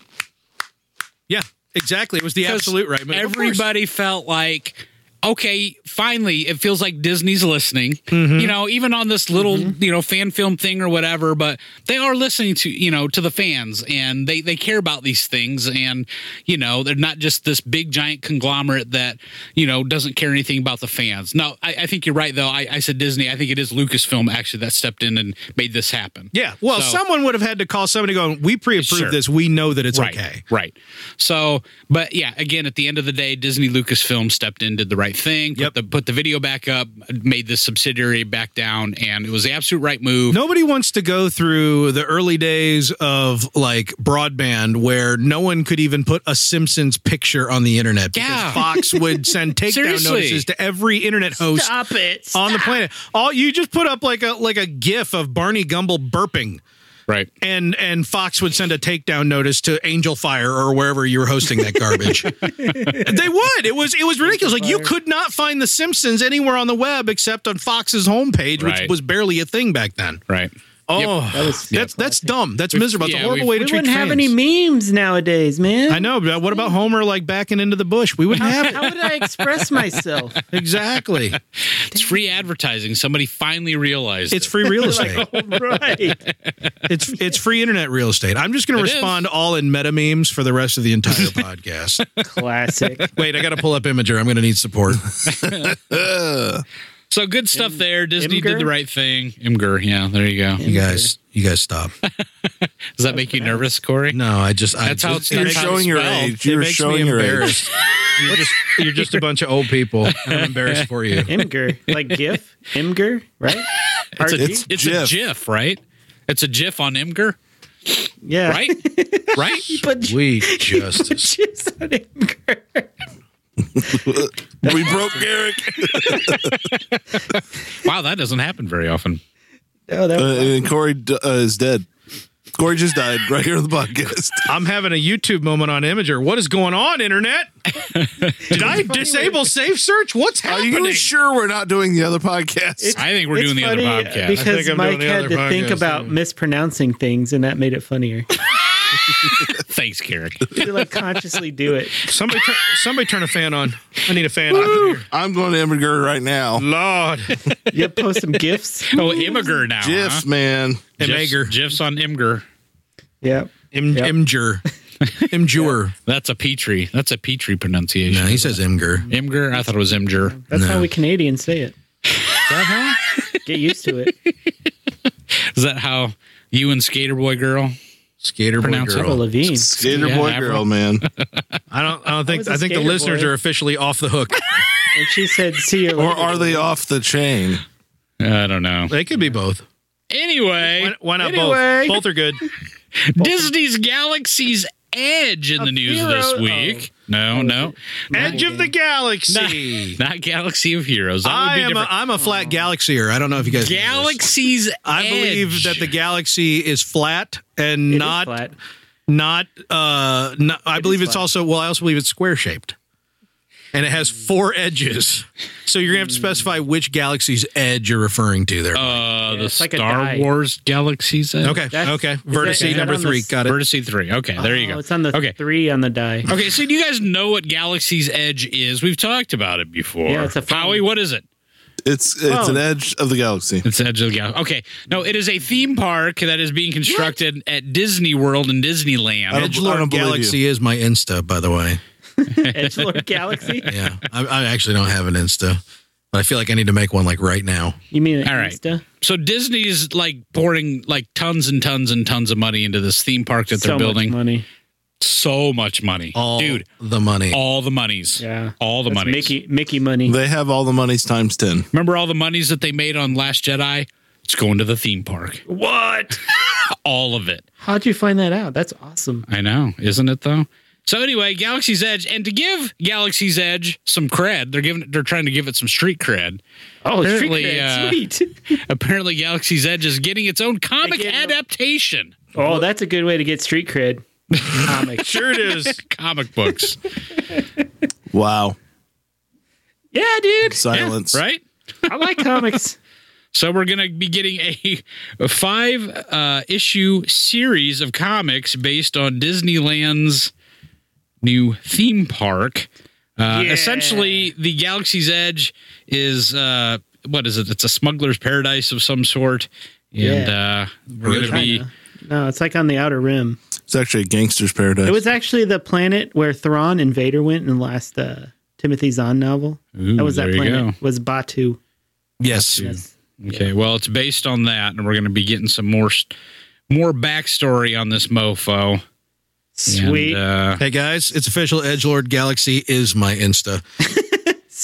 [SPEAKER 1] Yeah. Exactly. It was the
[SPEAKER 5] 'cause
[SPEAKER 1] absolute right move. Of course.
[SPEAKER 5] everybody felt like okay finally it feels like disney's listening
[SPEAKER 1] Mm-hmm.
[SPEAKER 5] you know even on this little you know fan film thing or whatever but they are listening to you know to the fans and they they care about these things and you know they're not just this big giant conglomerate that you know doesn't care anything about the fans no i, I think you're right though I, I said disney i think it is lucasfilm actually that stepped in and made this happen
[SPEAKER 1] Yeah. Well,
[SPEAKER 5] So-
[SPEAKER 1] someone would have had to call somebody going, We pre approved
[SPEAKER 5] Sure.
[SPEAKER 1] this. We know that it's
[SPEAKER 5] right,
[SPEAKER 1] okay.
[SPEAKER 5] Right. So, but yeah, again, at the end of the day, Disney Lucasfilm stepped in, did the right thing, put,
[SPEAKER 1] Yep.
[SPEAKER 5] the, put the video back up, made the subsidiary back down, and it was the absolute right move.
[SPEAKER 1] Nobody wants to go through the early days of like broadband where no one could even put a Simpsons picture on the internet because
[SPEAKER 5] Yeah.
[SPEAKER 1] Fox would send takedown
[SPEAKER 5] Seriously.
[SPEAKER 1] notices to every internet host
[SPEAKER 4] stop it.
[SPEAKER 1] on the planet. All you just put up like a like a gif of Barney Gumble burping.
[SPEAKER 5] Right.
[SPEAKER 1] and and Fox would send a takedown notice to Angel Fire or wherever you were hosting that garbage. they would. It was it was ridiculous. Like you could not find The Simpsons anywhere on the web except on Fox's homepage,
[SPEAKER 5] Right.
[SPEAKER 1] which was barely a thing back then.
[SPEAKER 5] Right.
[SPEAKER 1] Oh,
[SPEAKER 4] That was-
[SPEAKER 1] that's that's dumb. That's miserable. It's
[SPEAKER 5] yeah,
[SPEAKER 1] a horrible
[SPEAKER 5] we've-
[SPEAKER 1] way to
[SPEAKER 4] We
[SPEAKER 1] treat
[SPEAKER 4] wouldn't have
[SPEAKER 1] fans.
[SPEAKER 4] any memes nowadays, man.
[SPEAKER 1] I know. But what about Homer like backing into the bush? We wouldn't have it.
[SPEAKER 4] How would I express myself?
[SPEAKER 1] Exactly.
[SPEAKER 5] It's free advertising. Somebody finally realized
[SPEAKER 1] It's
[SPEAKER 5] it.
[SPEAKER 1] free real estate.
[SPEAKER 4] right.
[SPEAKER 1] It's it's free internet real estate. I'm just going to
[SPEAKER 5] oh. It is.
[SPEAKER 1] respond all in meta memes for the rest of the entire podcast.
[SPEAKER 4] Classic.
[SPEAKER 1] Wait, I got to pull up Imager. I'm going to need support.
[SPEAKER 5] So good stuff there. Disney did
[SPEAKER 4] Imgur?
[SPEAKER 5] the right thing. Imgur, yeah, there you go.
[SPEAKER 1] You guys, you guys stop.
[SPEAKER 5] Does that make you nervous, Corey?
[SPEAKER 1] No, I just I
[SPEAKER 5] That's how
[SPEAKER 1] just,
[SPEAKER 5] it's
[SPEAKER 3] You're
[SPEAKER 5] That's how it's
[SPEAKER 3] showing your
[SPEAKER 5] spelled.
[SPEAKER 3] age.
[SPEAKER 1] it
[SPEAKER 3] You're
[SPEAKER 1] makes me
[SPEAKER 3] showing your age.
[SPEAKER 1] embarrassed. you're just you're just a bunch of old people. and I'm embarrassed for you.
[SPEAKER 4] Imgur. Like GIF. Imgur, right? RG?
[SPEAKER 3] it's-
[SPEAKER 5] It's a
[SPEAKER 3] GIF.
[SPEAKER 5] GIF, right? It's a GIF on Imgur,
[SPEAKER 4] yeah.
[SPEAKER 5] right? right?
[SPEAKER 4] But
[SPEAKER 1] Weak justice.
[SPEAKER 4] just on Imgur.
[SPEAKER 3] we broke Garrick.
[SPEAKER 5] Wow, that doesn't happen very often.
[SPEAKER 4] No, that
[SPEAKER 3] Uh, and Corey d- uh, is dead. Corey just died right here on the podcast.
[SPEAKER 1] I'm having a YouTube moment on Imager. What is going on, internet? Did I disable safe search? What's
[SPEAKER 3] Are you
[SPEAKER 1] happening?
[SPEAKER 3] sure we're not doing the other podcast?
[SPEAKER 5] I think we're
[SPEAKER 4] It's
[SPEAKER 5] doing the other
[SPEAKER 4] funny
[SPEAKER 5] podcast.
[SPEAKER 1] think
[SPEAKER 4] Because
[SPEAKER 1] I'm doing
[SPEAKER 4] Mike
[SPEAKER 1] the
[SPEAKER 4] had
[SPEAKER 1] other
[SPEAKER 4] to think
[SPEAKER 1] podcast,
[SPEAKER 4] about
[SPEAKER 1] yeah.
[SPEAKER 4] mispronouncing things, and that made it funnier.
[SPEAKER 5] Thanks, Carrick.
[SPEAKER 4] to like consciously do it.
[SPEAKER 1] Somebody, turn, somebody turn a fan on. I need a fan. on here.
[SPEAKER 3] I'm going to Immigrant right now.
[SPEAKER 1] Mm-hmm. Lord,
[SPEAKER 4] You post some gifs.
[SPEAKER 5] Oh, Imgur now.
[SPEAKER 3] Gifs,
[SPEAKER 5] huh?
[SPEAKER 3] man.
[SPEAKER 5] GIFs,
[SPEAKER 1] Imgur.
[SPEAKER 5] GIFs on Imgur.
[SPEAKER 4] Yeah.
[SPEAKER 1] Im,
[SPEAKER 4] Yep.
[SPEAKER 1] Imger, Imgur.
[SPEAKER 5] That's a Petri. That's a Petri pronunciation.
[SPEAKER 1] No, he says Imger.
[SPEAKER 5] Imgur? I thought it was Imgur.
[SPEAKER 4] That's how we Canadians say it. Get used to it.
[SPEAKER 5] Is that how you and Skater Boy Girl?
[SPEAKER 1] Skater boy
[SPEAKER 5] Pronounce it.
[SPEAKER 1] girl.
[SPEAKER 4] Avril Lavigne.
[SPEAKER 3] Skater
[SPEAKER 5] Yeah,
[SPEAKER 3] boy
[SPEAKER 5] Avril.
[SPEAKER 3] girl, man.
[SPEAKER 1] I don't. I don't
[SPEAKER 4] was
[SPEAKER 1] think.
[SPEAKER 4] a
[SPEAKER 1] I think the
[SPEAKER 4] skater
[SPEAKER 1] listeners
[SPEAKER 4] boy.
[SPEAKER 1] are officially off the hook.
[SPEAKER 4] And she said, "See you."
[SPEAKER 3] Or
[SPEAKER 4] later."
[SPEAKER 3] are they off the chain?
[SPEAKER 5] I don't know.
[SPEAKER 1] They could be both.
[SPEAKER 5] Anyway,
[SPEAKER 1] Why, why not
[SPEAKER 4] Anyway.
[SPEAKER 1] both? Both are good.
[SPEAKER 5] Disney's Galaxy's Edge in the news
[SPEAKER 4] hero-
[SPEAKER 5] this
[SPEAKER 1] Oh,
[SPEAKER 5] week. No, no,
[SPEAKER 1] Edge of the Galaxy.
[SPEAKER 5] not Galaxy of Heroes. That
[SPEAKER 1] I
[SPEAKER 5] would
[SPEAKER 1] am.
[SPEAKER 5] be
[SPEAKER 1] A,
[SPEAKER 5] different.
[SPEAKER 1] I'm a flat galaxier. I don't know if you guys. know this.
[SPEAKER 5] Galaxy's
[SPEAKER 1] I
[SPEAKER 5] Edge.
[SPEAKER 1] believe that the galaxy is flat and
[SPEAKER 4] It is
[SPEAKER 1] not
[SPEAKER 4] flat.
[SPEAKER 1] not. Uh, not I believe it's
[SPEAKER 4] flat.
[SPEAKER 1] also. Well, I also believe it's square shaped, and it has four edges. So you're gonna have to specify which galaxy's edge you're referring to there.
[SPEAKER 5] uh, the
[SPEAKER 4] it's like a
[SPEAKER 5] Star
[SPEAKER 4] die.
[SPEAKER 5] Wars Galaxy's Edge.
[SPEAKER 1] okay.
[SPEAKER 4] that's-
[SPEAKER 1] Okay.
[SPEAKER 4] is that-
[SPEAKER 1] Vertice
[SPEAKER 4] is that
[SPEAKER 1] number
[SPEAKER 4] on the
[SPEAKER 1] three.
[SPEAKER 4] s-
[SPEAKER 1] Got it.
[SPEAKER 5] Vertice three. Okay, there you
[SPEAKER 4] Oh,
[SPEAKER 5] go.
[SPEAKER 4] it's on the
[SPEAKER 5] okay.
[SPEAKER 4] three on the die.
[SPEAKER 5] Okay, so do you guys know what Galaxy's Edge is? We've talked about it before.
[SPEAKER 4] Yeah, it's a phone.
[SPEAKER 5] Howie. What is it?
[SPEAKER 3] It's it's an edge of the galaxy.
[SPEAKER 5] It's Edge of the Galaxy. Okay, no, it is a theme park that is being constructed at Disney World and Disneyland.
[SPEAKER 3] I don't-
[SPEAKER 1] Edge Lord
[SPEAKER 3] believe you.
[SPEAKER 1] Galaxy is my Insta, by the way.
[SPEAKER 4] Edgelord Galaxy.
[SPEAKER 1] Yeah, I, I actually don't have an Insta, but I feel like I need to make one like right now.
[SPEAKER 4] You mean
[SPEAKER 5] All right.
[SPEAKER 4] Insta?
[SPEAKER 5] So Disney's like pouring like tons and tons and tons of money into this theme park that
[SPEAKER 4] So
[SPEAKER 5] they're
[SPEAKER 4] much
[SPEAKER 5] building.
[SPEAKER 4] money.
[SPEAKER 5] So much money,
[SPEAKER 1] All
[SPEAKER 5] dude.
[SPEAKER 1] the money.
[SPEAKER 5] All the monies.
[SPEAKER 4] Yeah.
[SPEAKER 5] All the
[SPEAKER 4] That's
[SPEAKER 5] monies.
[SPEAKER 4] Mickey Mickey money.
[SPEAKER 3] They have all the monies times ten.
[SPEAKER 5] Remember all the monies that they made on Last Jedi? It's going to the theme park.
[SPEAKER 4] what?
[SPEAKER 5] All of it.
[SPEAKER 4] How'd you find that out? That's awesome.
[SPEAKER 5] I know, isn't it though? So anyway, Galaxy's Edge, and to give Galaxy's Edge some cred, they're giving they're trying to give it some street cred.
[SPEAKER 4] Oh, street
[SPEAKER 5] Apparently,
[SPEAKER 4] cred,
[SPEAKER 5] uh,
[SPEAKER 4] sweet.
[SPEAKER 5] Apparently, Galaxy's Edge is getting its own comic
[SPEAKER 4] Again, no-
[SPEAKER 5] adaptation.
[SPEAKER 4] oh, that's a good way to get street cred. Comic.
[SPEAKER 1] Sure it is.
[SPEAKER 5] Comic books,
[SPEAKER 3] Wow.
[SPEAKER 4] yeah, dude.
[SPEAKER 3] Silence.
[SPEAKER 5] right?
[SPEAKER 4] I like comics.
[SPEAKER 5] So we're going to be getting a, a five uh, issue series of comics based on Disneyland's new theme park. Uh, Essentially, the Galaxy's Edge is uh, what is it? It's a smuggler's paradise of some sort, and uh, we're going to be
[SPEAKER 4] Kinda. No, it's like on the outer rim.
[SPEAKER 3] It's actually a gangster's paradise.
[SPEAKER 4] It was actually the planet where Thrawn and Vader went in the last uh, Timothy Zahn novel.
[SPEAKER 5] Ooh,
[SPEAKER 4] that was that
[SPEAKER 5] there you
[SPEAKER 4] planet.
[SPEAKER 5] go.
[SPEAKER 4] Was Batu.
[SPEAKER 1] Yes.
[SPEAKER 4] Yes.
[SPEAKER 5] okay. Well, it's based on that, and we're going to be getting some more s- more backstory on this mofo. And,
[SPEAKER 4] Sweet.
[SPEAKER 5] uh,
[SPEAKER 1] Hey guys, it's official. Edgelord Galaxy is my Insta.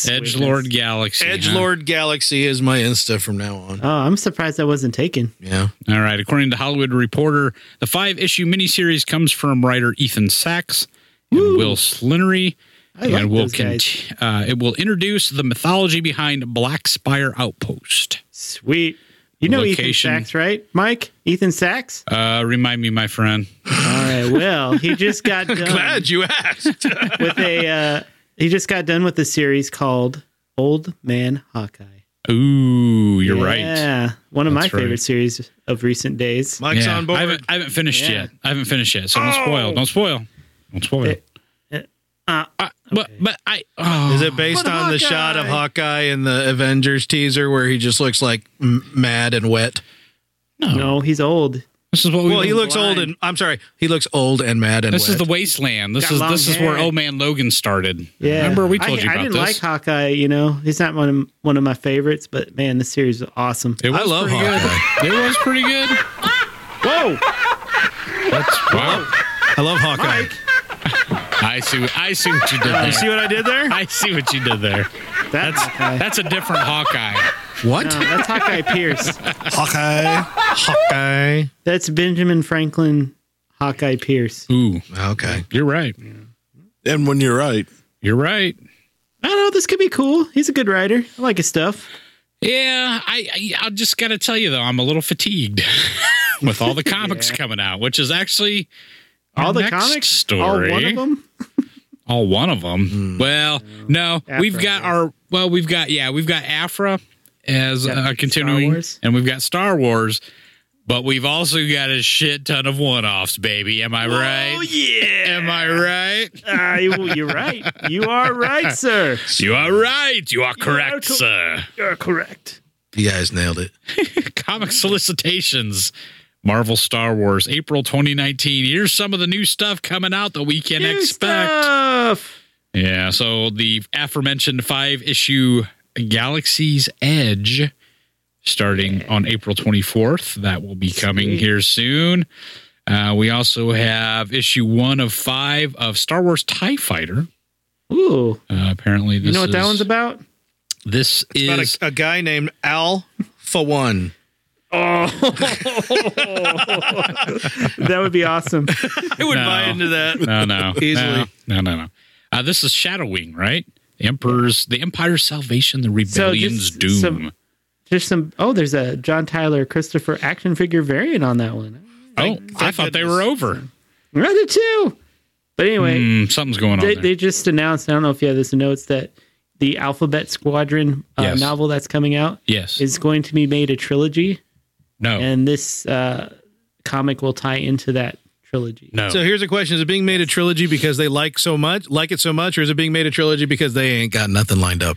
[SPEAKER 5] Edge Lord Galaxy. huh?
[SPEAKER 1] Edgelord Galaxy is my Insta from now on.
[SPEAKER 4] Oh, I'm surprised that wasn't taken.
[SPEAKER 1] Yeah.
[SPEAKER 5] All right. According to Hollywood Reporter, the five issue miniseries comes from writer Ethan Sachs and Will Slinery.
[SPEAKER 4] I like
[SPEAKER 5] and will
[SPEAKER 4] those guys.
[SPEAKER 5] conti- uh, it will introduce the mythology behind Black Spire Outpost.
[SPEAKER 4] Sweet. You know
[SPEAKER 5] Location.
[SPEAKER 4] Ethan Sachs, right, Mike? Ethan Sachs.
[SPEAKER 5] Uh, remind me, my friend.
[SPEAKER 4] All right. Well, he just got done
[SPEAKER 3] Glad you asked.
[SPEAKER 4] with a. Uh, he just got done with a series called Old Man Hawkeye.
[SPEAKER 5] Ooh, you're right.
[SPEAKER 4] Yeah, one of
[SPEAKER 5] That's
[SPEAKER 4] my
[SPEAKER 5] right.
[SPEAKER 4] favorite series of recent days.
[SPEAKER 6] Mike's
[SPEAKER 5] Yeah.
[SPEAKER 6] on board.
[SPEAKER 5] I haven't, I haven't finished
[SPEAKER 4] Yeah.
[SPEAKER 5] yet. I haven't finished yet.
[SPEAKER 4] Oh!
[SPEAKER 5] So don't spoil. Don't spoil. Don't spoil.
[SPEAKER 4] It- it- uh,
[SPEAKER 5] I- But but I oh,
[SPEAKER 6] Is it based
[SPEAKER 4] But
[SPEAKER 6] on the shot of Hawkeye in the Avengers teaser where he just looks like m- mad and wet?
[SPEAKER 4] No, he's old.
[SPEAKER 5] this is what we
[SPEAKER 6] Well, he looks
[SPEAKER 4] blind.
[SPEAKER 6] old and I'm sorry, he looks old and mad and
[SPEAKER 5] this
[SPEAKER 6] wet.
[SPEAKER 5] is the wasteland. This
[SPEAKER 4] Got
[SPEAKER 5] is
[SPEAKER 4] long
[SPEAKER 5] this is where
[SPEAKER 4] hair.
[SPEAKER 5] old man Logan started.
[SPEAKER 4] Yeah,
[SPEAKER 5] remember we told
[SPEAKER 4] I,
[SPEAKER 5] you about
[SPEAKER 4] I didn't
[SPEAKER 5] this.
[SPEAKER 4] like Hawkeye. You know, he's not one of one of my favorites, but man, this series is awesome.
[SPEAKER 5] It was
[SPEAKER 6] I love
[SPEAKER 5] pretty
[SPEAKER 6] Hawkeye.
[SPEAKER 5] good. It was pretty good.
[SPEAKER 4] Whoa!
[SPEAKER 5] That's wow.
[SPEAKER 6] I love Hawkeye.
[SPEAKER 5] I see. what- I see what you
[SPEAKER 4] Um,
[SPEAKER 5] did
[SPEAKER 1] You see
[SPEAKER 5] there.
[SPEAKER 1] what I did there?
[SPEAKER 5] I see what you did there.
[SPEAKER 4] That's Hawkeye.
[SPEAKER 5] That's a different Hawkeye.
[SPEAKER 6] What?
[SPEAKER 4] No, that's Hawkeye Pierce.
[SPEAKER 3] Hawkeye.
[SPEAKER 6] Hawkeye.
[SPEAKER 4] That's Benjamin Franklin Hawkeye Pierce.
[SPEAKER 5] Ooh,
[SPEAKER 6] Okay.
[SPEAKER 5] you're right.
[SPEAKER 3] And when you're right,
[SPEAKER 5] You're right.
[SPEAKER 4] I don't know. This could be cool. He's a good writer. I like his stuff.
[SPEAKER 5] Yeah, I, I I just got to tell you though, I'm a little fatigued with all the comics coming out, which is actually our
[SPEAKER 4] All the
[SPEAKER 5] next
[SPEAKER 4] comics,
[SPEAKER 5] story,
[SPEAKER 4] all one of them.
[SPEAKER 5] All one of them. Well, no,
[SPEAKER 4] Afra,
[SPEAKER 5] we've got
[SPEAKER 4] Hmm. yeah.
[SPEAKER 5] our well, we've got yeah, we've got Afra as
[SPEAKER 4] Got
[SPEAKER 5] uh,
[SPEAKER 4] Star
[SPEAKER 5] continuing,
[SPEAKER 4] Wars.
[SPEAKER 5] and we've got Star Wars. But we've also got a shit ton of one-offs, baby. Am I right?
[SPEAKER 4] Oh yeah,
[SPEAKER 5] Am I right?
[SPEAKER 4] Ah, you, you're right. You are right, sir.
[SPEAKER 5] You are right. You are correct,
[SPEAKER 4] co-
[SPEAKER 5] sir.
[SPEAKER 4] You're correct.
[SPEAKER 6] You guys nailed it.
[SPEAKER 5] Comic solicitations. Marvel Star Wars, April 2019. Here's some of the new stuff coming out that we can expect.
[SPEAKER 4] Stuff.
[SPEAKER 5] Yeah, so the aforementioned five issue Galaxy's Edge starting on April 24th. That will be coming here soon. Uh, we also have issue one of five of Star Wars TIE Fighter.
[SPEAKER 4] Ooh,
[SPEAKER 5] Uh, apparently, this
[SPEAKER 4] you know what that
[SPEAKER 5] is-
[SPEAKER 4] one's about?
[SPEAKER 5] This
[SPEAKER 6] About
[SPEAKER 5] is
[SPEAKER 6] a, a guy named Al for one.
[SPEAKER 4] That would be awesome.
[SPEAKER 6] I would
[SPEAKER 5] No.
[SPEAKER 6] buy into that.
[SPEAKER 5] no, no,
[SPEAKER 6] Easily.
[SPEAKER 5] no, no, no. no. Uh, this is Shadowwing, right? The Emperor's, the Empire's salvation, the rebellion's
[SPEAKER 4] just
[SPEAKER 5] doom.
[SPEAKER 4] some- There's some. Oh, there's a John Tyler Christopher action figure variant on that one.
[SPEAKER 5] oh, I thought they were over.
[SPEAKER 4] Rather too. But anyway,
[SPEAKER 5] Hmm, something's going on.
[SPEAKER 4] they,
[SPEAKER 5] there.
[SPEAKER 4] they just announced. I don't know if you have this in notes that the Alphabet Squadron uh,
[SPEAKER 5] Yes.
[SPEAKER 4] novel that's coming out
[SPEAKER 5] yes.
[SPEAKER 4] is going to be made a trilogy,
[SPEAKER 5] no.
[SPEAKER 4] and this uh, comic will tie into that trilogy.
[SPEAKER 5] no.
[SPEAKER 6] So here's a question: Is it being made a trilogy because they like so much, like it so much, or is it being made a trilogy because they ain't got nothing lined up?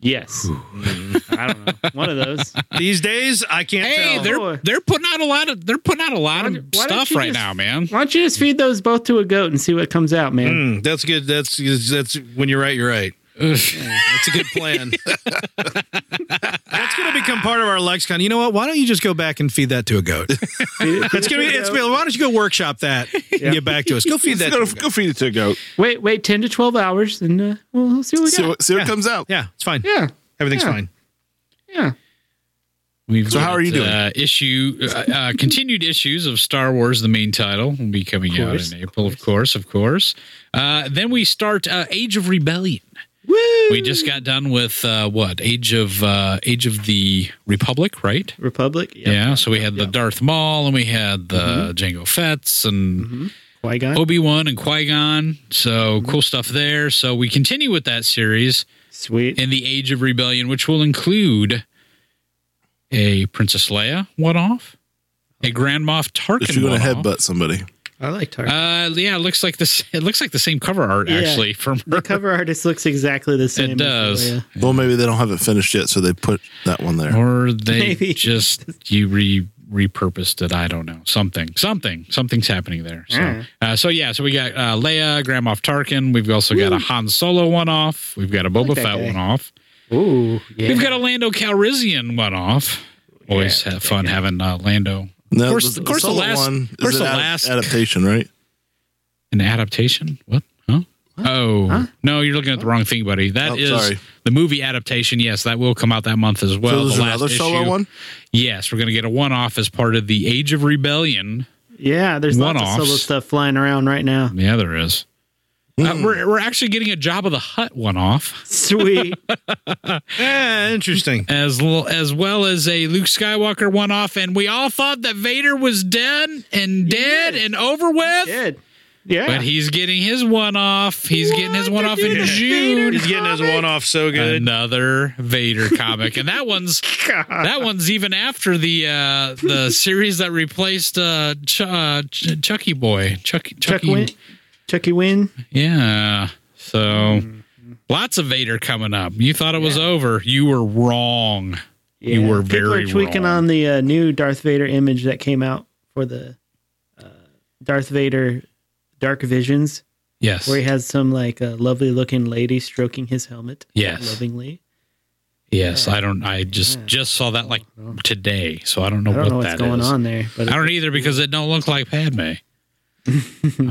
[SPEAKER 4] Yes, I don't know. One of those.
[SPEAKER 6] These days, I can't
[SPEAKER 5] Hey,
[SPEAKER 6] tell.
[SPEAKER 5] they're
[SPEAKER 4] Boy.
[SPEAKER 5] they're putting out a lot of they're putting out a lot of
[SPEAKER 4] Why don't
[SPEAKER 5] stuff
[SPEAKER 4] you
[SPEAKER 5] right
[SPEAKER 4] just-
[SPEAKER 5] now, man.
[SPEAKER 4] Why don't you just feed those both to a goat and see what comes out, man?
[SPEAKER 6] Mm, that's good. That's that's when you're right. You're right. That's a good plan. that's going to become part of our lexicon. You know what? Why don't you just go back and feed that to a goat? It's going to be. It's, why don't you go workshop that? And get back to us. Go feed that.
[SPEAKER 3] go,
[SPEAKER 6] to a goat.
[SPEAKER 3] go feed it to a goat.
[SPEAKER 4] wait, wait, ten to twelve hours, and uh, we'll see what we
[SPEAKER 3] See
[SPEAKER 4] got.
[SPEAKER 3] what, see what
[SPEAKER 6] Yeah.
[SPEAKER 3] comes out.
[SPEAKER 6] Yeah, it's fine.
[SPEAKER 4] yeah,
[SPEAKER 6] Everything's
[SPEAKER 4] Yeah.
[SPEAKER 6] fine.
[SPEAKER 4] yeah.
[SPEAKER 5] We've
[SPEAKER 3] So how are you doing?
[SPEAKER 5] Uh, issue uh, uh, continued issues of Star Wars, the main title, will be coming out
[SPEAKER 4] course,
[SPEAKER 5] in April, of course, of course. Uh, then we start uh, Age of Rebellion.
[SPEAKER 4] Woo!
[SPEAKER 5] We just got done with uh, what Age of uh, Age of the Republic, right?
[SPEAKER 4] Republic.
[SPEAKER 5] Yeah, so we had the Darth Maul and we had the
[SPEAKER 4] Mm-hmm.
[SPEAKER 5] Jango Fett's and
[SPEAKER 4] Qui Gon.
[SPEAKER 5] Obi Wan and Qui Gon. So
[SPEAKER 4] Mm-hmm.
[SPEAKER 5] cool stuff there. So we continue with that series
[SPEAKER 4] Sweet.
[SPEAKER 5] in the Age of Rebellion, which will include a Princess Leia one off, a Grand Moff
[SPEAKER 3] If
[SPEAKER 5] Tarkin
[SPEAKER 3] you're
[SPEAKER 5] one
[SPEAKER 3] gonna
[SPEAKER 5] off.
[SPEAKER 3] headbutt somebody,
[SPEAKER 4] I like Tarkin.
[SPEAKER 5] Uh, yeah, it looks like this. It looks like the same cover art
[SPEAKER 4] Yeah.
[SPEAKER 5] actually from her.
[SPEAKER 4] the cover artist looks exactly the same. as
[SPEAKER 5] does.
[SPEAKER 4] Leia.
[SPEAKER 3] well, maybe they don't have it finished yet, so they put that one there.
[SPEAKER 5] or they
[SPEAKER 4] Maybe.
[SPEAKER 5] just you re repurposed it. I don't know. Something, something, something's happening there. So,
[SPEAKER 4] Mm.
[SPEAKER 5] uh, so yeah. So we got uh, Leia, Grand Moff Tarkin. We've also got a Han Solo one off. We've got a Boba
[SPEAKER 4] like that
[SPEAKER 5] Fett
[SPEAKER 4] guy.
[SPEAKER 5] one off.
[SPEAKER 4] Ooh, yeah.
[SPEAKER 5] We've got a Lando Calrissian one off. Always have fun having uh, Lando.
[SPEAKER 3] No,
[SPEAKER 5] of course, of course, the
[SPEAKER 3] solo
[SPEAKER 5] last, of course,
[SPEAKER 3] is
[SPEAKER 5] the
[SPEAKER 3] an ad-
[SPEAKER 5] last
[SPEAKER 3] adaptation, right?
[SPEAKER 5] an adaptation. What? Huh? Oh no! You're looking at the wrong thing, buddy. That
[SPEAKER 3] Oh,
[SPEAKER 5] is
[SPEAKER 3] sorry.
[SPEAKER 5] the movie adaptation. Yes, that will come out that month as well.
[SPEAKER 3] so there's
[SPEAKER 5] the last
[SPEAKER 3] another solo
[SPEAKER 5] issue.
[SPEAKER 3] one.
[SPEAKER 5] Yes, we're going to get a one-off as part of the Age of Rebellion
[SPEAKER 4] yeah. There's lots of
[SPEAKER 5] one-offs.
[SPEAKER 4] solo stuff flying around right now.
[SPEAKER 5] Yeah, there is. Uh,
[SPEAKER 3] Hmm.
[SPEAKER 5] we're, we're actually getting a Job of the Hut one off,
[SPEAKER 4] Sweet.
[SPEAKER 1] Yeah, interesting.
[SPEAKER 5] as l- as well as a Luke Skywalker one off, and we all thought that Vader was dead and dead and over with.
[SPEAKER 4] Good. Yeah.
[SPEAKER 5] But he's getting his one off. He's getting his one off in June.
[SPEAKER 7] He's getting his one off so good.
[SPEAKER 5] Another Vader comic, and that one's that one's even after the uh the series that replaced uh, Ch- uh Ch- Chucky Boy, Chuck
[SPEAKER 4] Chuck
[SPEAKER 5] Chucky,
[SPEAKER 4] Win. Chucky Win.
[SPEAKER 5] yeah. So
[SPEAKER 4] Mm-hmm.
[SPEAKER 5] lots of Vader coming up. You thought it was over. You were wrong. You were
[SPEAKER 4] People
[SPEAKER 5] very
[SPEAKER 4] are tweaking
[SPEAKER 5] wrong.
[SPEAKER 4] on the uh, new Darth Vader image that came out for the uh, Darth Vader Dark Visions,
[SPEAKER 5] Yes.
[SPEAKER 4] where he has some like a lovely looking lady stroking his helmet.
[SPEAKER 5] Yes.
[SPEAKER 4] Lovingly.
[SPEAKER 5] Yes. I don't. I just just saw that like today. So I don't know
[SPEAKER 4] I don't
[SPEAKER 5] what
[SPEAKER 4] know what's
[SPEAKER 5] that
[SPEAKER 4] going
[SPEAKER 5] is.
[SPEAKER 4] on there, but
[SPEAKER 5] I don't either because it don't look like Padme. I